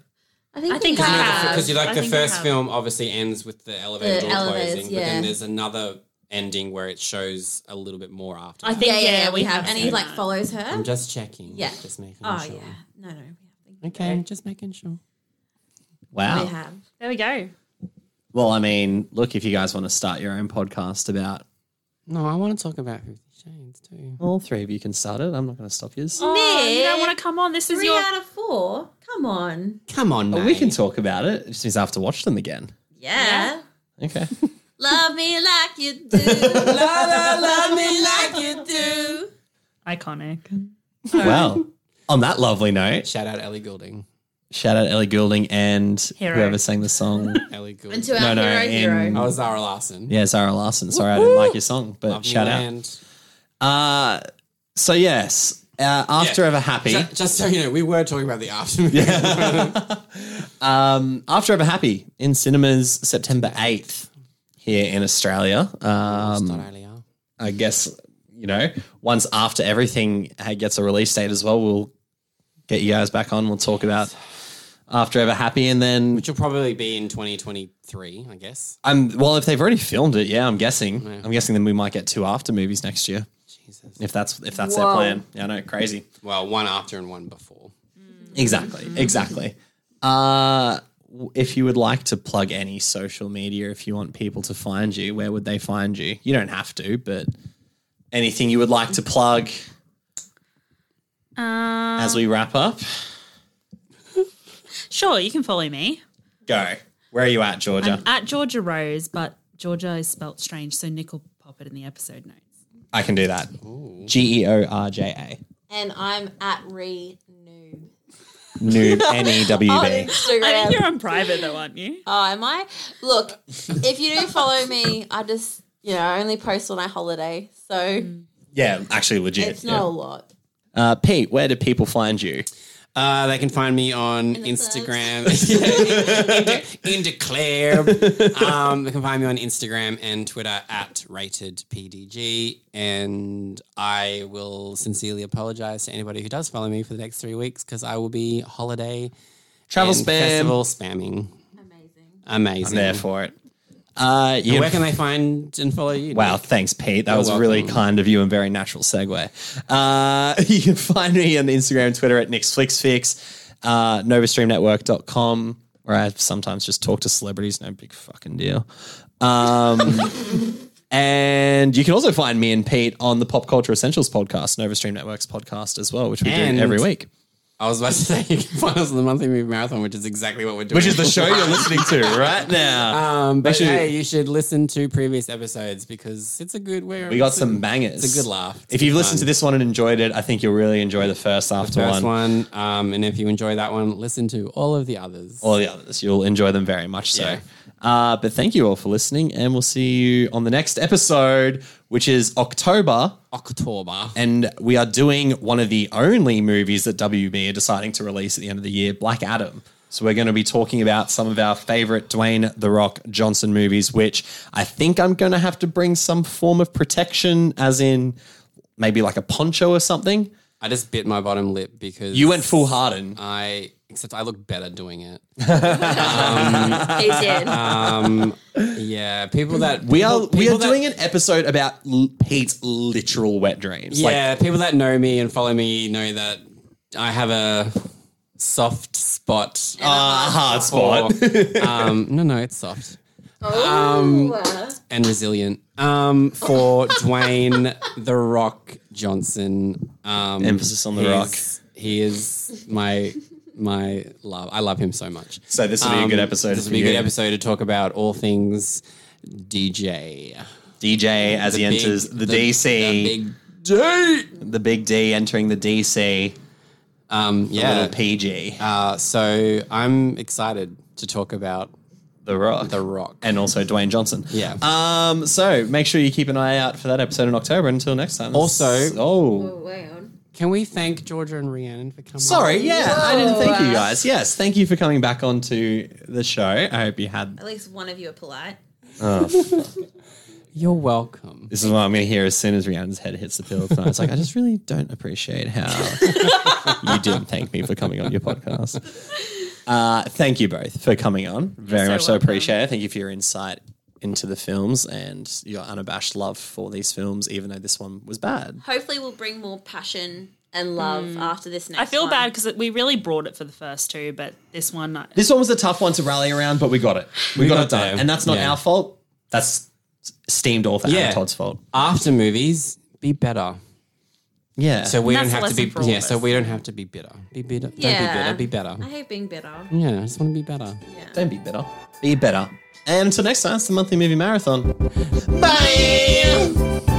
Speaker 4: I think,
Speaker 5: I think
Speaker 4: we
Speaker 5: I
Speaker 4: have.
Speaker 5: have.
Speaker 2: Because you like
Speaker 5: I
Speaker 2: the
Speaker 5: think I
Speaker 2: first
Speaker 5: have.
Speaker 2: film obviously ends with the elevator
Speaker 4: The
Speaker 2: door
Speaker 4: elevators,
Speaker 2: closing, but
Speaker 4: yeah.
Speaker 2: then there's another ending where it shows a little bit more after.
Speaker 5: I
Speaker 2: that.
Speaker 5: think
Speaker 4: yeah, yeah, yeah, we have. And
Speaker 5: seen
Speaker 4: he like
Speaker 5: that.
Speaker 4: follows her.
Speaker 2: I'm just checking.
Speaker 4: Yeah.
Speaker 2: just making
Speaker 4: Oh
Speaker 2: sure.
Speaker 4: yeah, no, no, we
Speaker 2: Okay, I'm just making sure.
Speaker 1: Wow. Oh.
Speaker 4: have. We have.
Speaker 5: There we go.
Speaker 1: Well, I mean, look, if you guys want to start your own podcast about
Speaker 2: No, I want to talk about Fifty Shades too.
Speaker 1: all three of you can start it. I'm not going to stop you.
Speaker 5: Oh, you don't
Speaker 4: Nick,
Speaker 5: want to come on. This is
Speaker 4: Three
Speaker 5: your.
Speaker 4: out of four. Come on,
Speaker 2: Come on,
Speaker 1: Oh, We
Speaker 2: mate.
Speaker 1: can talk about it. It just means I have to watch them again.
Speaker 4: yeah.
Speaker 1: Okay.
Speaker 4: Love me like you *laughs* do. love, love, love me like you do.
Speaker 5: Iconic.
Speaker 1: well, on that lovely note,
Speaker 2: Shout out Ellie Goulding.
Speaker 1: shout out Ellie Goulding and
Speaker 5: Hero.
Speaker 1: whoever sang the song.
Speaker 2: Ellie Goulding.
Speaker 4: And to
Speaker 1: No,
Speaker 4: our
Speaker 1: no,
Speaker 4: hero,
Speaker 1: in-
Speaker 4: hero.
Speaker 2: oh, Zara Larson.
Speaker 1: yeah, Zara Larson. Sorry, I didn't like your song, but
Speaker 2: Love Me
Speaker 1: shout out.
Speaker 2: Land.
Speaker 1: Uh, so yes, uh, after
Speaker 2: Yeah.
Speaker 1: ever happy,
Speaker 2: Ju- Just so you know, we were talking about the aftermath.
Speaker 1: after ever happy in cinemas September eighth here in Australia. Um,
Speaker 2: Australia.
Speaker 1: I guess you know once after everything uh, gets a release date as well, we'll get you guys back on. We'll talk about after ever happy, and then
Speaker 2: Which will probably be in 2023, I guess.
Speaker 1: I'm well. If they've already filmed it, yeah, I'm guessing. I'm guessing then we might get two after movies next year.
Speaker 2: Jesus.
Speaker 1: If that's if that's their
Speaker 4: Whoa.
Speaker 1: plan, yeah, no, crazy.
Speaker 2: Well, one after and one before.
Speaker 1: Exactly, exactly. Uh, w- if you would like to plug any social media, if you want people to find you, where would they find you? You don't have to, but anything you would like to plug
Speaker 5: Um,
Speaker 1: as we wrap up,
Speaker 5: sure, you can follow me
Speaker 1: go. Where are you at, Georgia?
Speaker 5: I'm at Georgia Rose, but Georgia is spelt strange, so Nick will pop it in the episode notes.
Speaker 1: I can do that. G E O R J A.
Speaker 4: And I'm at re noob.
Speaker 1: Noob N E W
Speaker 4: On
Speaker 1: B.
Speaker 5: I think
Speaker 4: Oh, Instagram.
Speaker 5: you're on private though, aren't you?
Speaker 4: Oh, am I? Look, if you do follow me, I just, you know, I only post when I holiday. So
Speaker 1: Yeah, actually, legit.
Speaker 4: it's not
Speaker 1: Mm. yeah.
Speaker 4: a lot.
Speaker 1: Uh, Pete, where do people find you?
Speaker 2: Uh, they can find me on
Speaker 4: the
Speaker 2: Instagram. *laughs* Yeah, in, in Declare. Um, they can find me on Instagram and Twitter at ratedpdg. And I will sincerely apologize to anybody who does follow me for the next three weeks because I will be holiday
Speaker 1: Travel
Speaker 2: and
Speaker 1: spam.
Speaker 2: festival spamming.
Speaker 4: Amazing.
Speaker 2: Amazing.
Speaker 1: There for it. Uh, you
Speaker 2: Where can they find and follow you?
Speaker 1: Wow, thanks, Pete. That was
Speaker 2: welcome.
Speaker 1: really kind of you and very natural segue. Uh, *laughs* you can find me on Instagram, Twitter at NixFlixFix, uh, NovastreamNetwork.com, where I sometimes just talk to celebrities. No big fucking deal. Um,
Speaker 2: *laughs*
Speaker 1: and you can also find me and Pete on the Pop Culture Essentials podcast, NovaStream Network's podcast as well, which we
Speaker 2: And-
Speaker 1: do every week.
Speaker 2: I was about to *laughs* say you can find us on the monthly movie marathon, which is exactly what we're doing.
Speaker 1: Which is the show you're listening to *laughs* right now.
Speaker 2: Um, but
Speaker 1: Actually-
Speaker 2: hey, you should listen to previous episodes because it's a good way.
Speaker 1: We got
Speaker 2: it's a-
Speaker 1: some bangers.
Speaker 2: It's a good laugh. It's
Speaker 1: If
Speaker 2: good
Speaker 1: you've listened to
Speaker 2: fun.
Speaker 1: this one and enjoyed it, I think you'll really enjoy the first after
Speaker 2: first one, um, and if you enjoy that one, listen to all of the others.
Speaker 1: all the others. You'll enjoy them very much so.
Speaker 2: Yeah.
Speaker 1: Uh, but thank you all for listening, and we'll see you on the next episode, which is October.
Speaker 2: October.
Speaker 1: And we are doing one of the only movies that WB are deciding to release at the end of the year Black Adam. So we're going to be talking about some of our favorite Dwayne The Rock Johnson movies, which I think I'm going to have to bring some form of protection, as in maybe like a poncho or something.
Speaker 2: I just bit my bottom lip because
Speaker 1: You went full Harden.
Speaker 2: I except I look better doing it.
Speaker 4: He
Speaker 1: *laughs*
Speaker 4: did.
Speaker 1: Um,
Speaker 2: Yeah, people that
Speaker 1: We are we
Speaker 2: people
Speaker 1: are
Speaker 2: that-
Speaker 1: doing an episode about l- Pete's literal wet dreams.
Speaker 2: Yeah, people that know me and follow me know that I have a soft spot.
Speaker 1: a hard spot.
Speaker 2: for- um, no, no, it's soft
Speaker 4: Oh,
Speaker 2: and resilient. Um, for Dwayne *laughs* the Rock Johnson. Um,
Speaker 1: *laughs* Emphasis on the
Speaker 2: he's- He is my my love. I love him so much. Um,
Speaker 1: So this will be a good episode.
Speaker 2: This
Speaker 1: for
Speaker 2: will be a
Speaker 1: you.
Speaker 2: good episode to talk about all things DJ.
Speaker 1: DJ as he enters the, DC,
Speaker 2: The big D.
Speaker 1: the big D entering the DC,
Speaker 2: Um, yeah.
Speaker 1: little PG,
Speaker 2: Uh, so I'm excited to talk about
Speaker 1: the Rock,
Speaker 2: The Rock.
Speaker 1: and also Dwayne Johnson.
Speaker 2: Yeah.
Speaker 1: Um. So make sure you keep an eye out for that episode in October. Until next time.
Speaker 2: Also-
Speaker 1: oh,
Speaker 2: Can we thank Georgia and Rhiannon for coming?
Speaker 1: sorry. Yeah, I didn't thank you guys. Yes, thank you for coming back onto the show. I hope you had.
Speaker 4: At least one of you are polite.
Speaker 2: You're welcome.
Speaker 1: This is what I'm going to hear as soon as Rihanna's head hits the pillow tonight. It's like I just really don't appreciate how you didn't thank me for coming on your podcast. Uh, thank you both for coming on. Very much so
Speaker 5: welcome.
Speaker 1: appreciate it. Thank you for your insight into the films and your unabashed love for these films, even though this one was bad.
Speaker 4: Hopefully, we'll bring more passion and love after this next.
Speaker 5: Hmm. I feel
Speaker 4: one.
Speaker 5: bad because we really brought it for the first two, but this one, I-
Speaker 1: This one was a tough one to rally around, but we got it. We, got,
Speaker 2: got
Speaker 1: it done,
Speaker 2: there.
Speaker 1: and that's not
Speaker 2: Yeah.
Speaker 1: our fault. That's steamed author
Speaker 2: Yeah.
Speaker 1: Adam Todd's fault.
Speaker 2: After movies, be better.
Speaker 1: Yeah.
Speaker 2: So we
Speaker 5: And
Speaker 2: don't
Speaker 5: that's
Speaker 2: have
Speaker 5: a
Speaker 2: to be
Speaker 5: lesson for all
Speaker 2: yeah.
Speaker 5: of
Speaker 2: So
Speaker 5: us.
Speaker 2: we don't have to be bitter. Be bitter. Don't
Speaker 4: Yeah.
Speaker 2: be bitter. Be
Speaker 4: I
Speaker 2: better.
Speaker 4: hate being bitter.
Speaker 2: Yeah, I just want to be better.
Speaker 1: Don't be bitter. Be better. And until next time, it's the monthly movie marathon. Bye.